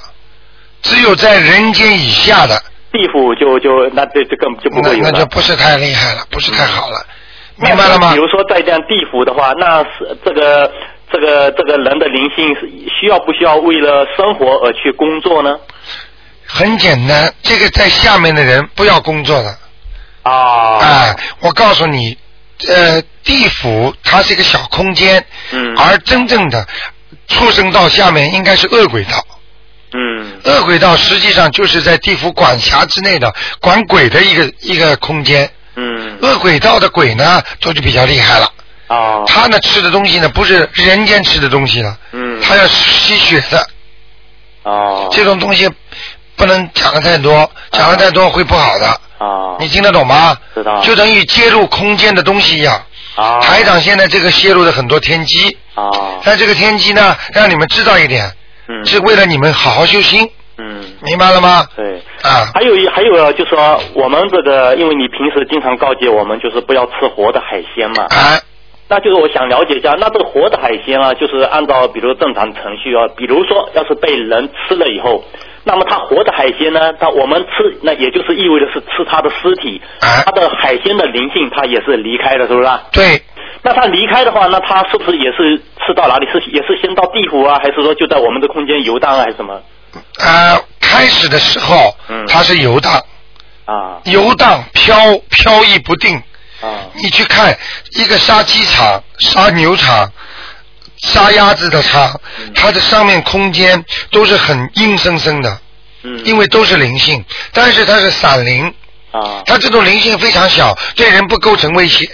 [SPEAKER 2] 只有在人间以下的，
[SPEAKER 4] 地府就就那这这更就不
[SPEAKER 2] 那
[SPEAKER 4] 会有
[SPEAKER 2] 那
[SPEAKER 4] 了。
[SPEAKER 2] 就不是太厉害了，不是太好了。明
[SPEAKER 4] 白了嗯吗？比如说在这样地府的话，那是这个这个这个人的灵性是需要不需要为了生活而去工作呢？
[SPEAKER 2] 很简单，这个在下面的人不要工作的。
[SPEAKER 4] 啊。
[SPEAKER 2] 哎，我告诉你，呃，地府它是一个小空间，
[SPEAKER 4] 嗯
[SPEAKER 2] 而真正的畜生道下面应该是恶鬼道，
[SPEAKER 4] 嗯
[SPEAKER 2] 恶鬼道实际上就是在地府管辖之内的管鬼的一个一个空间。
[SPEAKER 4] 嗯
[SPEAKER 2] 恶鬼道的鬼呢，都就比较厉害了。
[SPEAKER 4] 啊，
[SPEAKER 2] 他呢吃的东西呢，不是人间吃的东西了，
[SPEAKER 4] 嗯
[SPEAKER 2] 他要吸血的，
[SPEAKER 4] 啊
[SPEAKER 2] 这种东西不能讲的太多，讲的太多会不好的。
[SPEAKER 4] 啊，
[SPEAKER 2] 你听得懂吗？
[SPEAKER 4] 知道
[SPEAKER 2] 就等于揭露空间的东西一样。
[SPEAKER 4] 啊
[SPEAKER 2] 台长现在这个泄露了很多天机，
[SPEAKER 4] 啊，
[SPEAKER 2] 但这个天机呢，让你们知道一点，
[SPEAKER 4] 嗯
[SPEAKER 2] 是为了你们好好修心，
[SPEAKER 4] 嗯
[SPEAKER 2] 明白了吗？
[SPEAKER 4] 对。
[SPEAKER 2] 啊，
[SPEAKER 4] 还有一还有就是说，我们这个，因为你平时经常告诫我们，就是不要吃活的海鲜嘛。
[SPEAKER 2] 啊。
[SPEAKER 4] 那就是我想了解一下，那这个活的海鲜啊，就是按照比如正常程序啊，比如说要是被人吃了以后，那么它活的海鲜呢，它我们吃，那也就是意味着是吃它的尸体，它的海鲜的灵性它也是离开了，是不是啊？
[SPEAKER 2] 啊对，
[SPEAKER 4] 那它离开的话，那它是不是也是吃到哪里？是也是先到地府啊，还是说就在我们的空间游荡啊，还是什么？
[SPEAKER 2] 呃，开始的时候，它是游荡，
[SPEAKER 4] 嗯啊
[SPEAKER 2] 游荡飘飘逸不定。
[SPEAKER 4] 啊
[SPEAKER 2] 你去看一个杀鸡场、杀牛场、杀鸭子的场，
[SPEAKER 4] 嗯
[SPEAKER 2] 它的上面空间都是很硬生生的，
[SPEAKER 4] 嗯
[SPEAKER 2] 因为都是灵性，但是它是散灵，
[SPEAKER 4] 啊
[SPEAKER 2] 它这种灵性非常小，对人不构成威胁，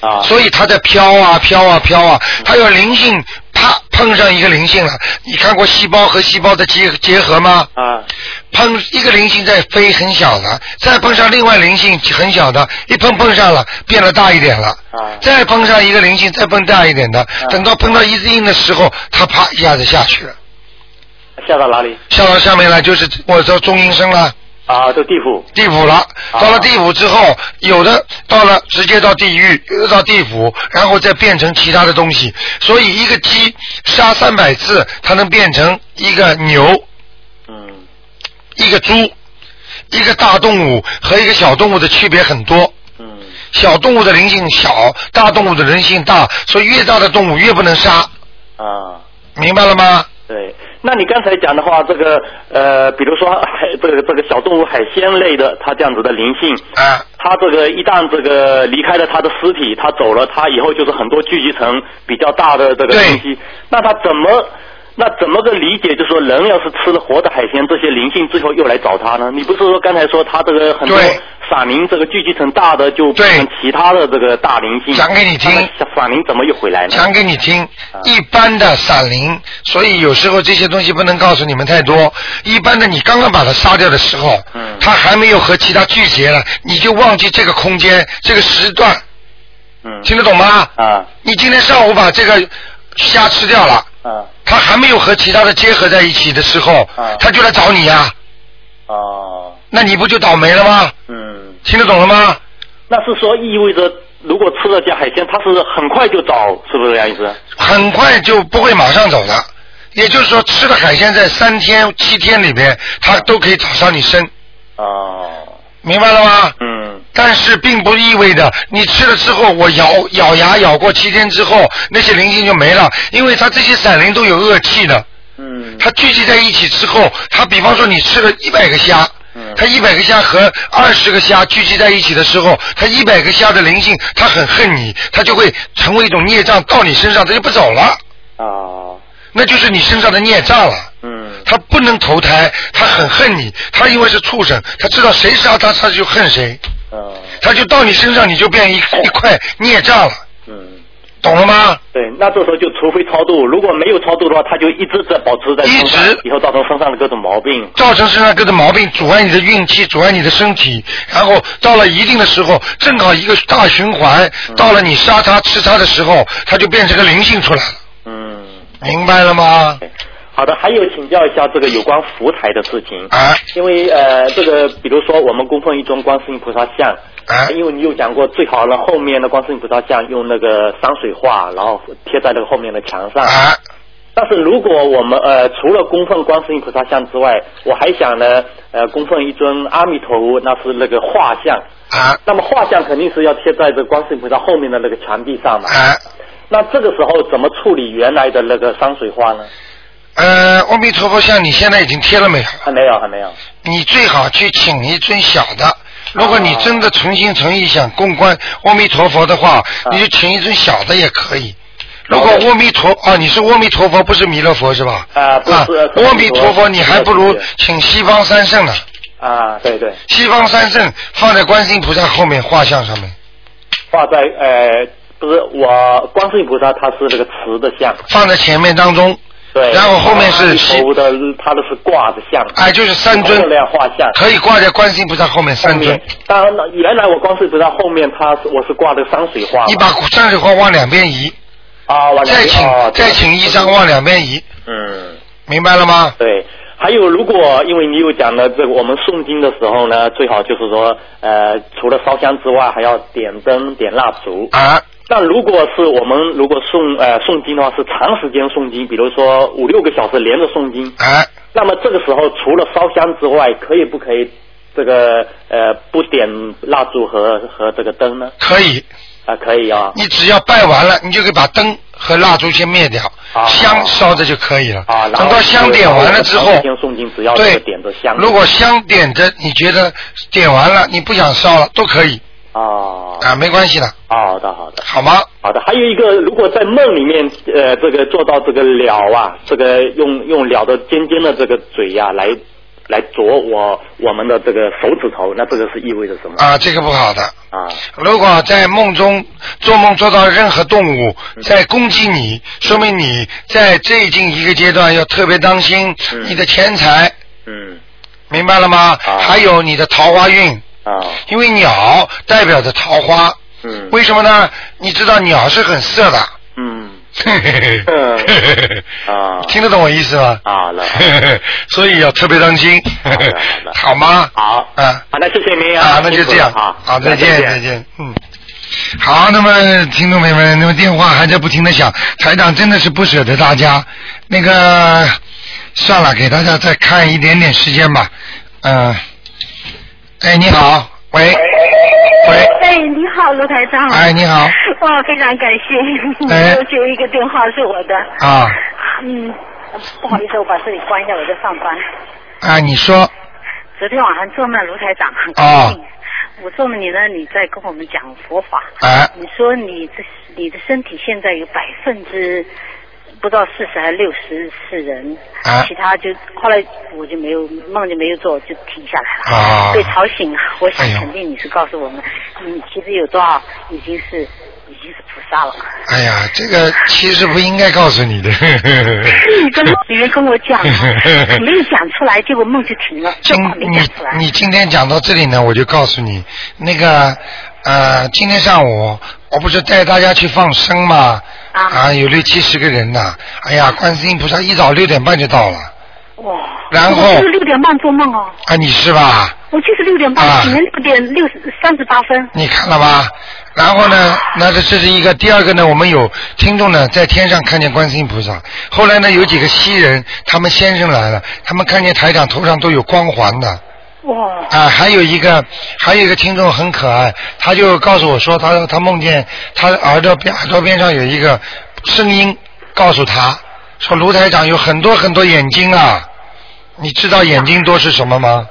[SPEAKER 4] 啊，嗯
[SPEAKER 2] 所以它在飘啊飘啊飘啊，它有灵性，啪碰上一个灵性了。你看过细胞和细胞的结结合吗？
[SPEAKER 4] 啊，
[SPEAKER 2] 碰一个灵性在飞很小的，再碰上另外灵性很小的，一碰碰上了变得大一点了，
[SPEAKER 4] 啊
[SPEAKER 2] 再碰上一个灵性再碰大一点的，等到碰到一字印的时候，它啪一下子下去了，
[SPEAKER 4] 下到哪里？
[SPEAKER 2] 下到下面来就是我说中阴身了。
[SPEAKER 4] 啊，这地府。
[SPEAKER 2] 地府了，
[SPEAKER 4] 啊
[SPEAKER 2] 到了地府之后，有的到了直接到地狱，有的到地府，然后再变成其他的东西。所以一个鸡杀三百次，它能变成一个牛，
[SPEAKER 4] 嗯，
[SPEAKER 2] 一个猪，一个大动物和一个小动物的区别很多。
[SPEAKER 4] 嗯，
[SPEAKER 2] 小动物的灵性小，大动物的人性大，所以越大的动物越不能杀，
[SPEAKER 4] 啊，
[SPEAKER 2] 明白了吗？
[SPEAKER 4] 对。那你刚才讲的话，这个呃，比如说 海这个这个小动物海鲜类的，它这样子的灵性，
[SPEAKER 2] 啊，
[SPEAKER 4] 它这个一旦这个离开了它的尸体，它走了，它以后就是很多聚集成比较大的这个东西。那它怎么？那怎么个理解？就是说，人要是吃了活的海鲜，这些灵性最后又来找他呢？你不是说刚才说他这个很多散灵，这个聚集成大的就变成其他的这个大灵性？
[SPEAKER 2] 讲给你听，
[SPEAKER 4] 散灵怎么又回来呢？啊
[SPEAKER 2] 讲给你听，一般的闪灵，所以有时候这些东西不能告诉你们太多。一般的，你刚刚把它杀掉的时候，
[SPEAKER 4] 嗯
[SPEAKER 2] 它还没有和其他拒绝了，你就忘记这个空间、这个时段，
[SPEAKER 4] 嗯
[SPEAKER 2] 听得懂吗？
[SPEAKER 4] 啊
[SPEAKER 2] 你今天上午把这个虾吃掉了，
[SPEAKER 4] 啊
[SPEAKER 2] 它还没有和其他的结合在一起的时候，它就来找你呀、
[SPEAKER 4] 哦，
[SPEAKER 2] 那你不就倒霉了吗？
[SPEAKER 4] 嗯，
[SPEAKER 2] 听得懂了吗？
[SPEAKER 4] 那是说意味着，如果吃了这海鲜，它是很快就找，是不是这样意思？
[SPEAKER 2] 很快就不会马上走的。也就是说，吃的海鲜在三天、七天里边，它都可以找上你身，
[SPEAKER 4] 哦，
[SPEAKER 2] 明白了吗？
[SPEAKER 4] 嗯。
[SPEAKER 2] 但是并不意味着你吃了之后，我咬咬牙咬过七天之后，那些灵性就没了，因为它这些散灵都有恶气的。嗯。它聚集在一起之后，它比方说你吃了一百个虾。
[SPEAKER 3] 嗯
[SPEAKER 2] 它一百个虾和二十个虾聚集在一起的时候，它一百个虾的灵性，它很恨你，它就会成为一种孽障到你身上，它就不走了。
[SPEAKER 3] 啊，
[SPEAKER 2] 那就是你身上的孽障了。
[SPEAKER 3] 嗯，
[SPEAKER 2] 他不能投胎，他很恨你，他因为是畜生，他知道谁杀他，他就恨谁。
[SPEAKER 3] 嗯，
[SPEAKER 2] 他就到你身上，你就变一一块孽障了。
[SPEAKER 3] 嗯，
[SPEAKER 2] 懂了吗？
[SPEAKER 4] 对，那这时候就除非超度，如果没有超度的话，他就一直在保持在一直，以后造成身上的各种毛病。
[SPEAKER 2] 造成身上各种毛病，阻碍你的运气，阻碍你的身体，然后到了一定的时候，正好一个大循环，到了你杀他吃他的时候，他就变成个灵性出来了。
[SPEAKER 4] 嗯，
[SPEAKER 2] 明白了吗？
[SPEAKER 4] 好的，还有请教一下这个有关福台的事情，
[SPEAKER 2] 啊、
[SPEAKER 4] 因为呃，这个比如说我们供奉一尊观世音菩萨像，
[SPEAKER 2] 啊、
[SPEAKER 4] 因为你有讲过最好呢，后面的观世音菩萨像用那个山水画，然后贴在那个后面的墙上。
[SPEAKER 2] 啊、
[SPEAKER 4] 但是如果我们呃除了供奉观世音菩萨像之外，我还想呢呃供奉一尊阿弥陀佛，那是那个画像。
[SPEAKER 2] 啊、
[SPEAKER 4] 那么画像肯定是要贴在这观世音菩萨后面的那个墙壁上嘛。
[SPEAKER 2] 啊、
[SPEAKER 4] 那这个时候怎么处理原来的那个山水画呢？
[SPEAKER 2] 呃，阿弥陀佛像你现在已经贴了没有？
[SPEAKER 4] 还没有，还没有。
[SPEAKER 2] 你最好去请一尊小的。如果你真的诚心诚意想供观阿弥陀佛的话，你就请一尊小的也可以。如果阿弥陀啊，你是阿弥陀佛，不是弥勒佛是吧？
[SPEAKER 4] 啊，不
[SPEAKER 2] 啊
[SPEAKER 4] 是，
[SPEAKER 2] 阿弥陀佛，你还不如请西方三圣呢。
[SPEAKER 4] 啊，对对，
[SPEAKER 2] 西方三圣放在观世音菩萨后面画像上面，
[SPEAKER 4] 画在呃，不是我观世音菩萨，它是那个瓷的像，
[SPEAKER 2] 放在前面当中。
[SPEAKER 4] 对，啊
[SPEAKER 2] 然后后面是西
[SPEAKER 4] 头的，它的是挂的像，
[SPEAKER 2] 哎就是三尊
[SPEAKER 4] 漂亮画像，
[SPEAKER 2] 可以挂在观世音菩萨后面三
[SPEAKER 4] 后
[SPEAKER 2] 尊
[SPEAKER 4] 面。。当然了，原来我观世音菩萨后面，它是我是挂的山水画嘛，
[SPEAKER 2] 你把山水画往两边移，
[SPEAKER 4] 啊，往两
[SPEAKER 2] 再
[SPEAKER 4] 边
[SPEAKER 2] 请、
[SPEAKER 4] 哦
[SPEAKER 2] 再请一张往两边移，
[SPEAKER 4] 嗯，
[SPEAKER 2] 明白了吗？
[SPEAKER 4] 对。还有，如果因为你有讲了这个，我们诵经的时候呢，最好就是说，呃，除了烧香之外，还要点灯、点蜡烛。
[SPEAKER 2] 啊。
[SPEAKER 4] 那如果是我们如果诵呃诵经的话，是长时间诵经，比如说五六个小时连着诵经。
[SPEAKER 2] 啊。
[SPEAKER 4] 那么这个时候，除了烧香之外，可以不可以这个呃不点蜡烛和和这个灯呢？
[SPEAKER 2] 可以。
[SPEAKER 4] 啊、可以啊、
[SPEAKER 2] 你只要拜完了，你就可以把灯和蜡烛先灭掉，香烧着就可以了。
[SPEAKER 4] 啊，然
[SPEAKER 2] 等
[SPEAKER 4] 后
[SPEAKER 2] 到香点完了之后
[SPEAKER 4] 长时，间诵经只要这
[SPEAKER 2] 对
[SPEAKER 4] 个点着香。
[SPEAKER 2] 如果香点着，你觉得点完了，你不想烧了，都可以
[SPEAKER 4] 啊
[SPEAKER 2] 啊，没关系的，
[SPEAKER 4] 好的，好的，
[SPEAKER 2] 好吗？
[SPEAKER 4] 好的，还有一个，如果在梦里面，呃，这个做到这个了啊，这个用用了的尖尖的这个嘴呀、来来啄我我们的这个手指头，那这个是意味着什么？
[SPEAKER 2] 啊，这个不好的。
[SPEAKER 4] 啊
[SPEAKER 2] 如果在梦中做梦做到任何动物在攻击你，说明你在最近一个阶段要特别当心你的钱财，
[SPEAKER 4] 嗯
[SPEAKER 2] 明白了吗？还有你的桃花运，
[SPEAKER 4] 啊
[SPEAKER 2] 因为鸟代表着桃花。
[SPEAKER 4] 嗯
[SPEAKER 2] 为什么呢？你知道鸟是很色 的。
[SPEAKER 4] 嗯。
[SPEAKER 2] 啊听得懂我意思吗？
[SPEAKER 4] 啊，了。
[SPEAKER 2] 所以要特别当心， 好吗？
[SPEAKER 4] 好，
[SPEAKER 2] 啊，
[SPEAKER 4] 好，那谢谢您
[SPEAKER 2] 啊，那就这样，
[SPEAKER 4] 啊，
[SPEAKER 2] 好，再见，再见。
[SPEAKER 4] 嗯，
[SPEAKER 2] 好，那么听众朋友们，那么电话还在不停的响，台长真的是不舍得大家。那个算了，给大家再看一点点时间吧。嗯、哎，你好，喂，喂，
[SPEAKER 14] 哎，你好，卢台长。
[SPEAKER 2] 哎你好。
[SPEAKER 14] 哇，非常感谢，
[SPEAKER 2] 哎
[SPEAKER 14] 又只有一个电话是我的。
[SPEAKER 2] 啊
[SPEAKER 14] 嗯，不好意思，我把这里关一下，我在上班。
[SPEAKER 2] 啊，你说
[SPEAKER 14] 昨天晚上做梦，卢台长很高
[SPEAKER 2] 啊
[SPEAKER 14] 兴。我做梦你呢，你在跟我们讲佛法。
[SPEAKER 2] 哎
[SPEAKER 14] 你说你这你的身体现在有百分之不知道四十还是六十是人，
[SPEAKER 2] 啊
[SPEAKER 14] 其他就后来我就没有梦就没有做，就停下来了。
[SPEAKER 2] 啊
[SPEAKER 14] 被吵醒了，我想
[SPEAKER 2] 哎呦
[SPEAKER 14] 肯定你是告诉我们，你其实有多少已经是已经是菩萨了。
[SPEAKER 2] 哎呀，这个其实不应该告诉 你的。
[SPEAKER 14] 你在梦里面跟我讲，没有讲出来，结果梦就停了，这话没
[SPEAKER 2] 你
[SPEAKER 14] 讲出来。
[SPEAKER 2] 你今天讲到这里呢，我就告诉你，那个呃，今天上午我不是带大家去放生嘛，啊，有六七十个人呐、哎呀，观世音菩萨一早六点半就到了，
[SPEAKER 14] 啊哇！
[SPEAKER 2] 然后
[SPEAKER 14] 我就是六点半做梦哦，
[SPEAKER 2] 啊，你是吧？
[SPEAKER 14] 我就是六点半
[SPEAKER 2] 啊
[SPEAKER 14] 醒了，六点六三十八分。
[SPEAKER 2] 你看了吧？然后呢，那这这是一个，第二个呢，我们有听众呢在天上看见观世音菩萨，后来呢有几个西人，他们先生来了，他们看见台长头上都有光环的，
[SPEAKER 14] 哇，
[SPEAKER 2] 啊，还有一个，还有一个听众很可爱，他就告诉我说，他他梦见他耳朵边耳朵边上有一个声音告诉他说，卢台长有很多很多眼睛啊，你知道眼睛多是什么吗？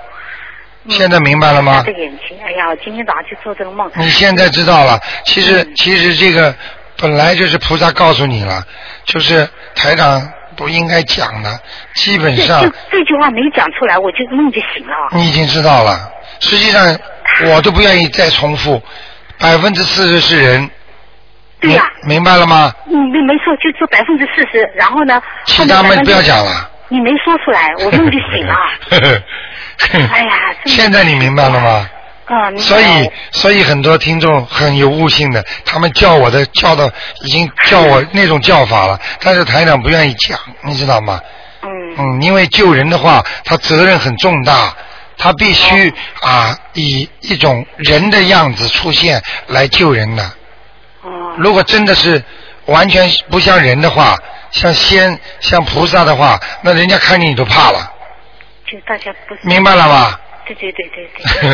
[SPEAKER 2] 现在明白了吗
[SPEAKER 14] 他的？眼睛，哎呀，我今天早上去做这个梦。
[SPEAKER 2] 你现在知道了，其
[SPEAKER 14] 嗯
[SPEAKER 2] 实其实这个本来就是菩萨告诉你了，就是台长不应该讲的，基本上
[SPEAKER 14] 这这这句话没讲出来，我就梦就醒了。
[SPEAKER 2] 你已经知道了，实际上我都不愿意再重复，百分之四十是人。
[SPEAKER 14] 对呀
[SPEAKER 2] 明明白了吗？
[SPEAKER 14] 嗯，没 没错，就做百分之四十，然后呢？
[SPEAKER 2] 其他
[SPEAKER 14] 们
[SPEAKER 2] 们不要讲了。
[SPEAKER 14] 你没说出来，我梦就 醒了。哎呀，这么
[SPEAKER 2] 现在你明白了吗？
[SPEAKER 14] 啊，明白
[SPEAKER 2] 所以
[SPEAKER 14] 了，
[SPEAKER 2] 所以很多听众很有悟性的，他们叫我的叫的已经叫我那种叫法了，但是台长不愿意讲，你知道吗？嗯。嗯，因为救人的话，他责任很重大，他必须、啊以一种人的样子出现来救人的。哦。如果真的是完全不像人的话，像仙像菩萨的话，那人家看见你都怕了。
[SPEAKER 14] 就大家不是
[SPEAKER 2] 明白了吧？
[SPEAKER 14] 对对对 对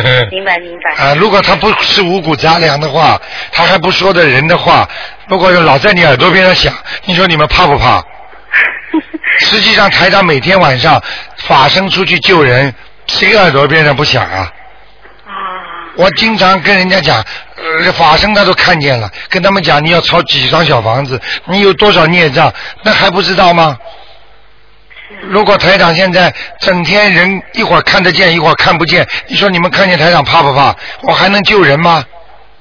[SPEAKER 14] 对，明白明白。
[SPEAKER 2] 啊，如果他不吃五谷杂粮的话，他还不说的人的话，如果老在你耳朵边上响，你说你们怕不 怕？实际上，台长每天晚上法身出去救人，谁耳朵边上不响啊？我经常跟人家讲，呃，法身他都看见了，跟他们讲你要抄几张小房子，你有多少孽障，那还不知道吗？如果台长现在整天人一会儿看得见，一会儿看不见，你说你们看见台长怕不怕？我还能救人吗？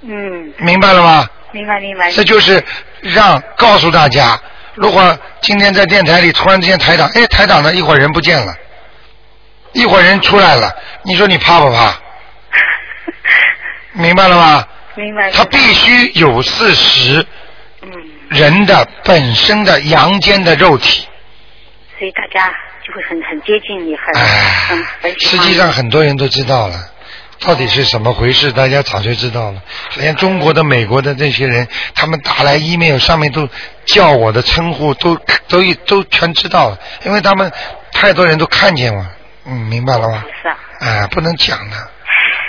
[SPEAKER 14] 嗯，
[SPEAKER 2] 明白了吗？
[SPEAKER 14] 明白明白。
[SPEAKER 2] 这就是让告诉大家，如果今天在电台里突然之间台长，哎，台长呢？一会儿人不见了，一会儿人出来了，你说你怕不怕？明白了吗？
[SPEAKER 14] 明白。
[SPEAKER 2] 他必须有事实，人的本身的阳间的肉体。
[SPEAKER 14] 所以大家就会很很接近你，很
[SPEAKER 2] 哎
[SPEAKER 14] 很很喜
[SPEAKER 2] 实
[SPEAKER 14] 欢你
[SPEAKER 2] 际上很多人都知道了，到底是什么回事，大家早就知道了。连中国的、美国的这些人，他们打来 email 上面都叫我的称呼都都都全知道了，因为他们太多人都看见我了，嗯，明白了吗？
[SPEAKER 14] 是啊。
[SPEAKER 2] 哎，不能讲的，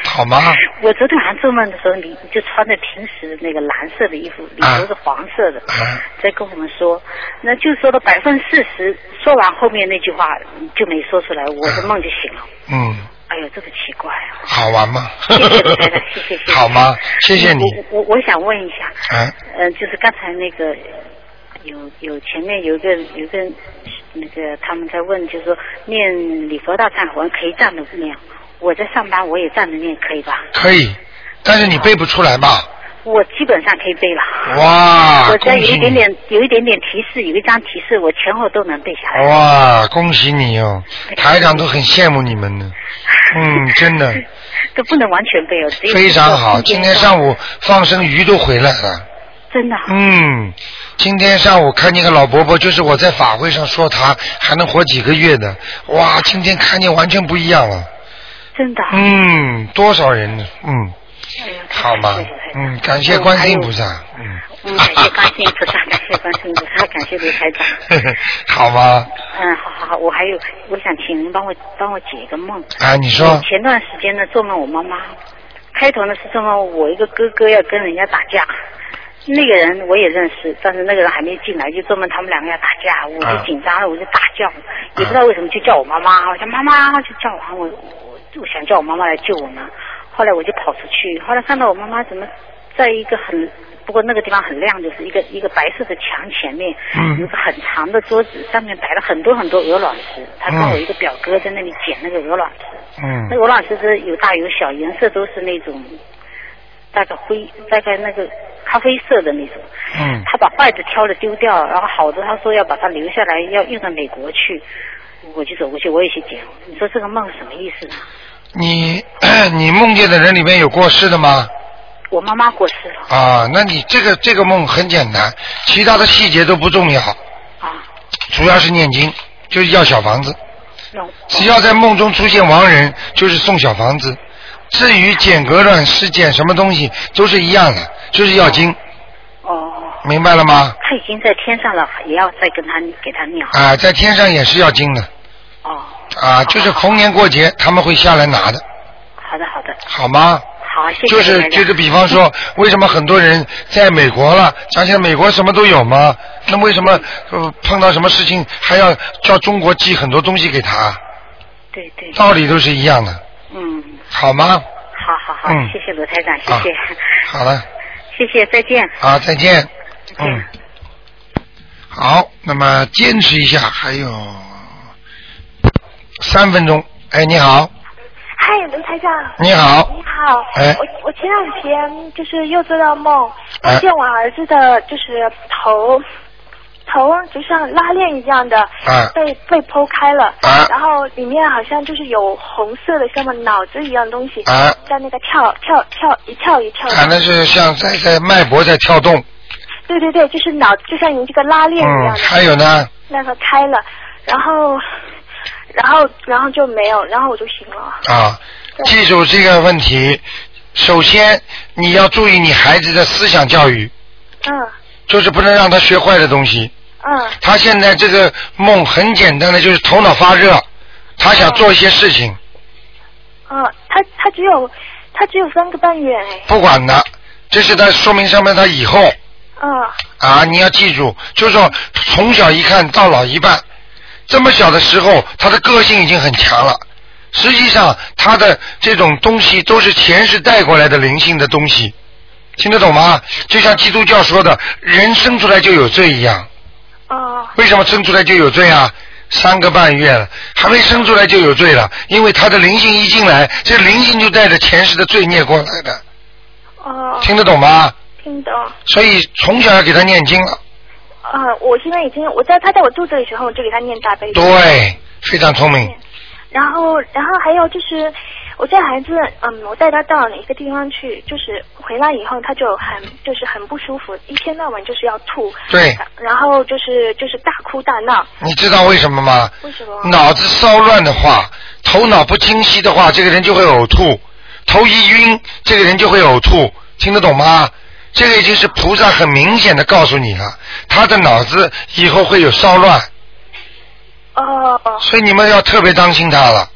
[SPEAKER 2] 好吗？
[SPEAKER 14] 我昨天晚上做梦的时候，你你就穿着平时那个蓝色的衣服，里头是黄色的，
[SPEAKER 2] 啊
[SPEAKER 14] 在跟我们说，那就说了百分之四十，说完后面那句话就没说出来，我的梦就醒了。
[SPEAKER 2] 嗯，
[SPEAKER 14] 哎呦，这个奇怪啊！
[SPEAKER 2] 好玩吗？
[SPEAKER 14] 谢谢台长，谢谢谢谢。
[SPEAKER 2] 好吗？谢谢你。
[SPEAKER 14] 我我我想问一下，
[SPEAKER 2] 啊，
[SPEAKER 14] 嗯、就是刚才那个有有前面有一个有一个那个他们在问，就是说念礼佛大忏悔文可以站着念，我在上班我也站着念可以吧？
[SPEAKER 2] 可以，但是你背不出来吧？
[SPEAKER 14] 我基本上可以背了。
[SPEAKER 2] 哇
[SPEAKER 14] 我在有一
[SPEAKER 2] 啊恭
[SPEAKER 14] 点
[SPEAKER 2] 喜
[SPEAKER 14] 点有一点点提示，有一张提示，我前后都能背下来。
[SPEAKER 2] 哇，恭喜你哦！
[SPEAKER 14] 哎
[SPEAKER 2] 台长都很羡慕你们呢。嗯，真 的
[SPEAKER 14] 都不能完全背哦，只有
[SPEAKER 2] 非常好。
[SPEAKER 14] 一点
[SPEAKER 2] 今
[SPEAKER 14] 点
[SPEAKER 2] 天上午放生鱼都回来了。
[SPEAKER 14] 哦真的啊，
[SPEAKER 2] 嗯，今天上午看见个老伯伯，就是我在法会上说他还能活几个月的。哇，今天看见完全不一样了。
[SPEAKER 14] 真的啊。哎
[SPEAKER 2] 嗯，多少人呢？嗯，好吗？嗯，感谢观世音菩萨。
[SPEAKER 14] 嗯，感谢观世音菩萨，感谢观世音菩萨，感谢卢台长。
[SPEAKER 2] 呵呵 好吗？
[SPEAKER 14] 嗯，好好好，我还有，我想请您帮我帮我解一个梦。
[SPEAKER 2] 啊你说
[SPEAKER 14] 我前段时间呢，做梦我妈妈，开头呢是做梦我一个哥哥要跟人家打架，那个人我也认识，但是那个人还没进来，就做梦他们两个要打架，我
[SPEAKER 15] 啊
[SPEAKER 14] 就紧张了，我就大叫，也不知道为什么就叫我妈妈，我叫妈妈就叫我，我我就想叫我妈妈来救我嘛。后来我就跑出去，后来看到我妈妈怎么在一个很。不过那个地方很亮，就是一个一个白色的墙前面，
[SPEAKER 15] 嗯
[SPEAKER 14] 有一个很长的桌子，上面摆了很多很多鹅卵石。他跟我一个表哥在那里捡那个鹅卵石，
[SPEAKER 2] 嗯
[SPEAKER 14] 那鹅卵石是有大有小，颜色都是那种大概灰，大概那个咖啡色的那种。
[SPEAKER 15] 嗯
[SPEAKER 14] 他把坏的挑了丢掉，然后好的他说要把它留下来，要运到美国去。我就走过去，我也去捡。你说这个梦什么意思呢？
[SPEAKER 2] 你 你梦见的人里面有过世的吗？
[SPEAKER 14] 我妈妈过世了，
[SPEAKER 2] 啊，那你这个这个梦很简单，其他的细节都不重要。啊。主要是念经，就是要小房子。只要在梦中出现亡人，就是送小房子。至于捡鹅卵石、捡什么东西，都是一样的，就是要经。哦。明白了吗？
[SPEAKER 14] 他已经在天上了，也要再跟他给他念好。
[SPEAKER 2] 啊，在天上也是要经的。哦。啊，就是逢年过节他们会下来拿的。
[SPEAKER 14] 好的，好的，
[SPEAKER 2] 好吗？
[SPEAKER 14] 好，啊谢谢
[SPEAKER 2] 就
[SPEAKER 14] 台
[SPEAKER 2] 是
[SPEAKER 14] 长
[SPEAKER 2] 就是，比方 说，为什么很多人在美国了，想想美国什么都有吗？那为什么、呃、碰到什么事情还要叫中国寄很多东西给他？
[SPEAKER 14] 对对，
[SPEAKER 2] 道理都是一样的，
[SPEAKER 14] 嗯，
[SPEAKER 2] 好吗？
[SPEAKER 14] 好好好，
[SPEAKER 2] 嗯
[SPEAKER 14] 谢谢罗台长，谢谢，
[SPEAKER 2] 好了，
[SPEAKER 14] 谢谢，再见。
[SPEAKER 2] 好，再见。嗯，好，那么坚持一下，还有三分钟。哎，你好，
[SPEAKER 15] 嗨，卢台长。
[SPEAKER 2] 你好
[SPEAKER 15] 你好。
[SPEAKER 2] 哎
[SPEAKER 15] 我我前两天就是又做到梦，
[SPEAKER 2] 哎
[SPEAKER 15] 梦见我儿子的就是头。头就像拉链一样的
[SPEAKER 2] 哎
[SPEAKER 15] 被、被剖开了、然后里面好像就是有红色的像个脑子一样东西、
[SPEAKER 2] 哎
[SPEAKER 15] 在那个跳跳跳一跳一跳的，
[SPEAKER 2] 反正是像在在脉搏在跳动。
[SPEAKER 15] 对对对，就是脑就像你这个拉链一样
[SPEAKER 14] 啊
[SPEAKER 2] 嗯，
[SPEAKER 15] 的，
[SPEAKER 2] 还有呢，
[SPEAKER 15] 那个开了，然后然后然后就没有，然后我就醒了。
[SPEAKER 2] 啊，记住这个问题。首先，你要注意你孩子的思想教育，
[SPEAKER 15] 嗯
[SPEAKER 2] 就是不能让他学坏的东西。
[SPEAKER 15] 嗯
[SPEAKER 2] 他现在这个梦很简单的，就是头脑发热，他想做一些事情，
[SPEAKER 15] 嗯，他他只有他只有三个半月哎，
[SPEAKER 2] 不管的，这是他说明上面他以后
[SPEAKER 15] 嗯
[SPEAKER 2] 啊，你要记住，就是说从小一看到老一半，这么小的时候，他的个性已经很强了。实际上，他的这种东西都是前世带过来的灵性的东西，听得懂吗？就像基督教说的，人生出来就有罪一样。
[SPEAKER 15] 哦。
[SPEAKER 2] 为什么生出来就有罪啊？三个半月了，还没生出来就有罪了，因为他的灵性一进来，这灵性就带着前世的罪孽过来的，
[SPEAKER 15] 哦，
[SPEAKER 2] 听得懂吗？
[SPEAKER 15] 听懂。
[SPEAKER 2] 所以从小要给他念经了。
[SPEAKER 15] 呃，我现在已经我在他在我肚子里时候，我就给他念大悲咒。。
[SPEAKER 2] 对，非常聪明。
[SPEAKER 15] 然后，然后还有就是，我这孩子，嗯，我带他到哪个地方去，就是回来以后他就很就是很不舒服，一天到晚就是要吐。
[SPEAKER 2] 对。
[SPEAKER 15] 然后就是就是大哭大闹。
[SPEAKER 2] 你知道为什么吗？
[SPEAKER 15] 为什么？
[SPEAKER 2] 脑子骚乱的话，头脑不清晰的话，这个人就会呕吐；头一晕，这个人就会呕吐。听得懂吗？这个已经是菩萨很明显的告诉你了，他的脑子以后会有骚乱，
[SPEAKER 15] 哦、
[SPEAKER 2] 所以你们要特别当心他了，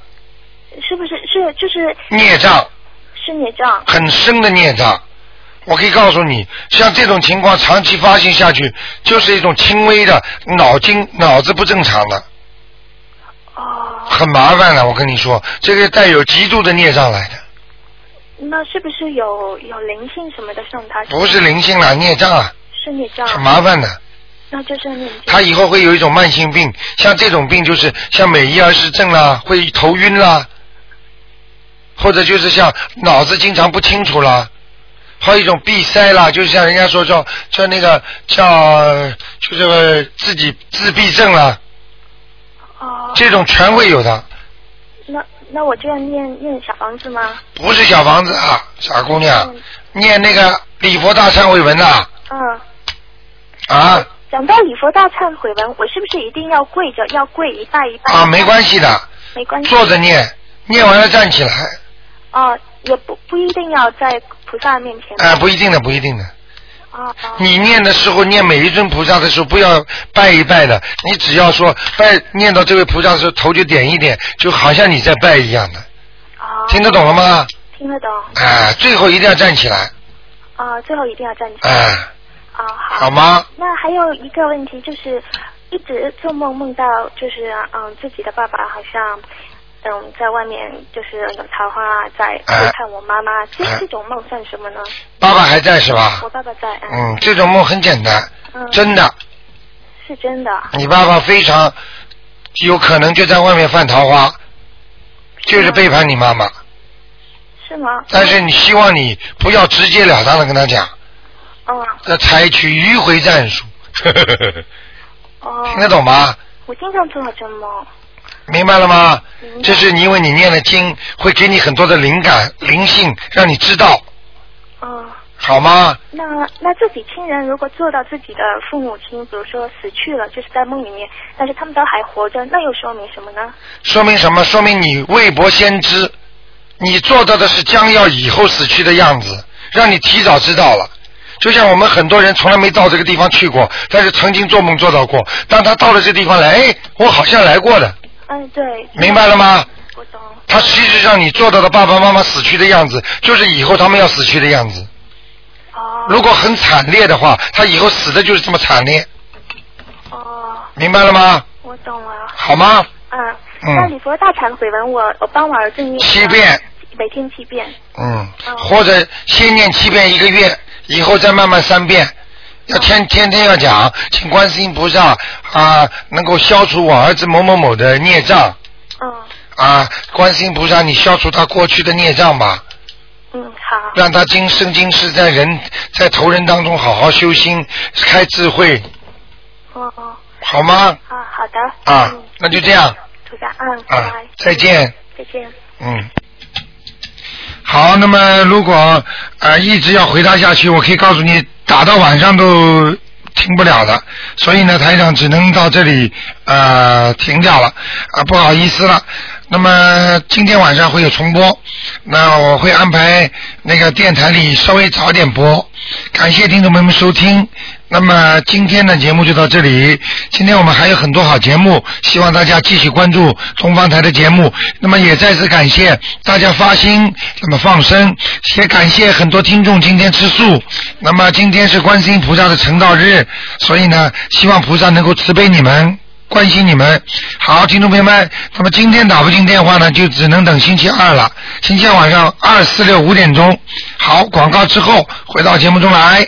[SPEAKER 15] 是不是是就是
[SPEAKER 2] 孽障
[SPEAKER 15] 是孽障？
[SPEAKER 2] 很深的孽障。我可以告诉你，像这种情况长期发性下去，就是一种轻微的脑筋脑子不正常的，很麻烦了。我跟你说，这个带有极度的孽障来的。
[SPEAKER 15] 那是不是有有灵性什么的上他？
[SPEAKER 2] 不是灵性啦，孽障啊，
[SPEAKER 15] 是孽障。
[SPEAKER 2] 很麻烦。的。
[SPEAKER 15] 那就是孽障。
[SPEAKER 2] 他以后会有一种慢性病，像这种病就是像美伊尔氏症啦，会头晕啦，或者就是像脑子经常不清楚啦，还有一种闭塞啦，就是像人家说叫叫那个叫就是自己自闭症啦，这种全会有的，
[SPEAKER 15] 哦那那我这样念念小房子吗？
[SPEAKER 2] 不是小房子啊，傻姑娘，念那个礼佛大忏悔文呐
[SPEAKER 15] 嗯，
[SPEAKER 2] 啊
[SPEAKER 15] 讲到礼佛大忏悔文，我是不是一定要跪着，要跪一拜一拜？
[SPEAKER 2] 啊，没关系的，
[SPEAKER 15] 没关系。
[SPEAKER 2] 坐着念，念完了站起来，
[SPEAKER 15] 啊、也不不一定要在菩萨面前。
[SPEAKER 2] 哎、不一定的，不一定的。
[SPEAKER 15] 啊、
[SPEAKER 2] 你念的时候，念每一尊菩萨的时候，不要拜一拜的，你只要说拜，念到这位菩萨的时候，头就点一点，就好像你在拜一样的。听得懂了吗？
[SPEAKER 15] 听得懂。
[SPEAKER 2] 哎、最后一定要站起来，
[SPEAKER 15] 啊、最后一定要站起来。
[SPEAKER 2] 哎、
[SPEAKER 15] 啊、
[SPEAKER 2] 好吗？
[SPEAKER 15] 那还有一个问题就是，一直做梦梦到就是嗯自己的爸爸好像嗯在外面就是有桃花啊在
[SPEAKER 2] 哎
[SPEAKER 15] 看我妈妈，这、
[SPEAKER 2] 哎
[SPEAKER 15] 这种梦算什么呢？
[SPEAKER 2] 爸爸还在是吧
[SPEAKER 15] 我爸爸在，嗯，
[SPEAKER 2] 嗯，这种梦很简单，
[SPEAKER 15] 嗯
[SPEAKER 2] 真的，
[SPEAKER 15] 是真的。
[SPEAKER 2] 你爸爸非常有可能就在外面犯桃花，就是背叛你妈妈。
[SPEAKER 15] 是吗？
[SPEAKER 2] 但是你希望你不要直截了当的跟他讲，
[SPEAKER 15] 嗯，
[SPEAKER 2] 要采取迂回战术，
[SPEAKER 15] 哦，
[SPEAKER 2] 听得懂吗？
[SPEAKER 15] 我经常做到这梦，
[SPEAKER 2] 明白了吗？这是你因为你念了经，会给你很多的灵感、灵性，让你知道，哦
[SPEAKER 15] 嗯。
[SPEAKER 2] 好吗？
[SPEAKER 15] 那那自己亲人如果做到自己的父母亲，比如说死去了，就是在梦里面，但是他们都还活着，那又说明什么呢？
[SPEAKER 2] 说明什么？说明你未卜先知，你做到的是将要以后死去的样子，让你提早知道了。就像我们很多人从来没到这个地方去过，但是曾经做梦做到过。当他到了这地方来，哎，我好像来过的，
[SPEAKER 15] 嗯，对。
[SPEAKER 2] 明白了吗？
[SPEAKER 15] 我懂。
[SPEAKER 2] 他实际上你做到的爸爸妈妈死去的样子，就是以后他们要死去的样子。
[SPEAKER 15] 哦
[SPEAKER 2] 如果很惨烈的话，他以后死的就是这么惨烈。哦。明白了吗？
[SPEAKER 15] 我懂了。
[SPEAKER 2] 好吗？
[SPEAKER 15] 嗯，
[SPEAKER 2] 嗯
[SPEAKER 15] 那礼佛大忏悔文我我帮我儿子念啊
[SPEAKER 2] 七遍，
[SPEAKER 15] 每天七遍。哦
[SPEAKER 2] 嗯，或者先念七遍一个月，以后再慢慢三遍，要
[SPEAKER 15] 哦
[SPEAKER 2] 天天天要讲，请观世音菩萨啊、能够消除我儿子某某某的孽障。
[SPEAKER 15] 哦
[SPEAKER 2] 嗯。啊，观世音菩萨，你消除他过去的孽障吧。嗯，好。让他今生今世在人在头人当中好好修心，开智慧，
[SPEAKER 15] 哦哦，
[SPEAKER 2] 好吗？
[SPEAKER 15] 啊，好的。
[SPEAKER 2] 啊
[SPEAKER 15] 嗯，
[SPEAKER 2] 那就这样。
[SPEAKER 15] 菩萨，嗯，拜
[SPEAKER 2] 啊
[SPEAKER 15] 拜。
[SPEAKER 2] 再见。
[SPEAKER 15] 再见。
[SPEAKER 2] 嗯，好，那么如果呃一直要回答下去，我可以告诉你，打到晚上都停不了的，所以呢，台长只能到这里呃停掉了，啊、不好意思了。那么今天晚上会有重播，那我会安排那个电台里稍微早点播。感谢听众朋友们收听。那么今天的节目就到这里，今天我们还有很多好节目，希望大家继续关注东方台的节目。那么也再次感谢大家发心，那么放生，也感谢很多听众今天吃素。那么今天是观世音菩萨的成道日，所以呢，希望菩萨能够慈悲你们。关心你们，好，听众朋友们，那么今天打不进电话呢，就只能等星期二了。星期二晚上二四六五点钟，好，广告之后回到节目中来。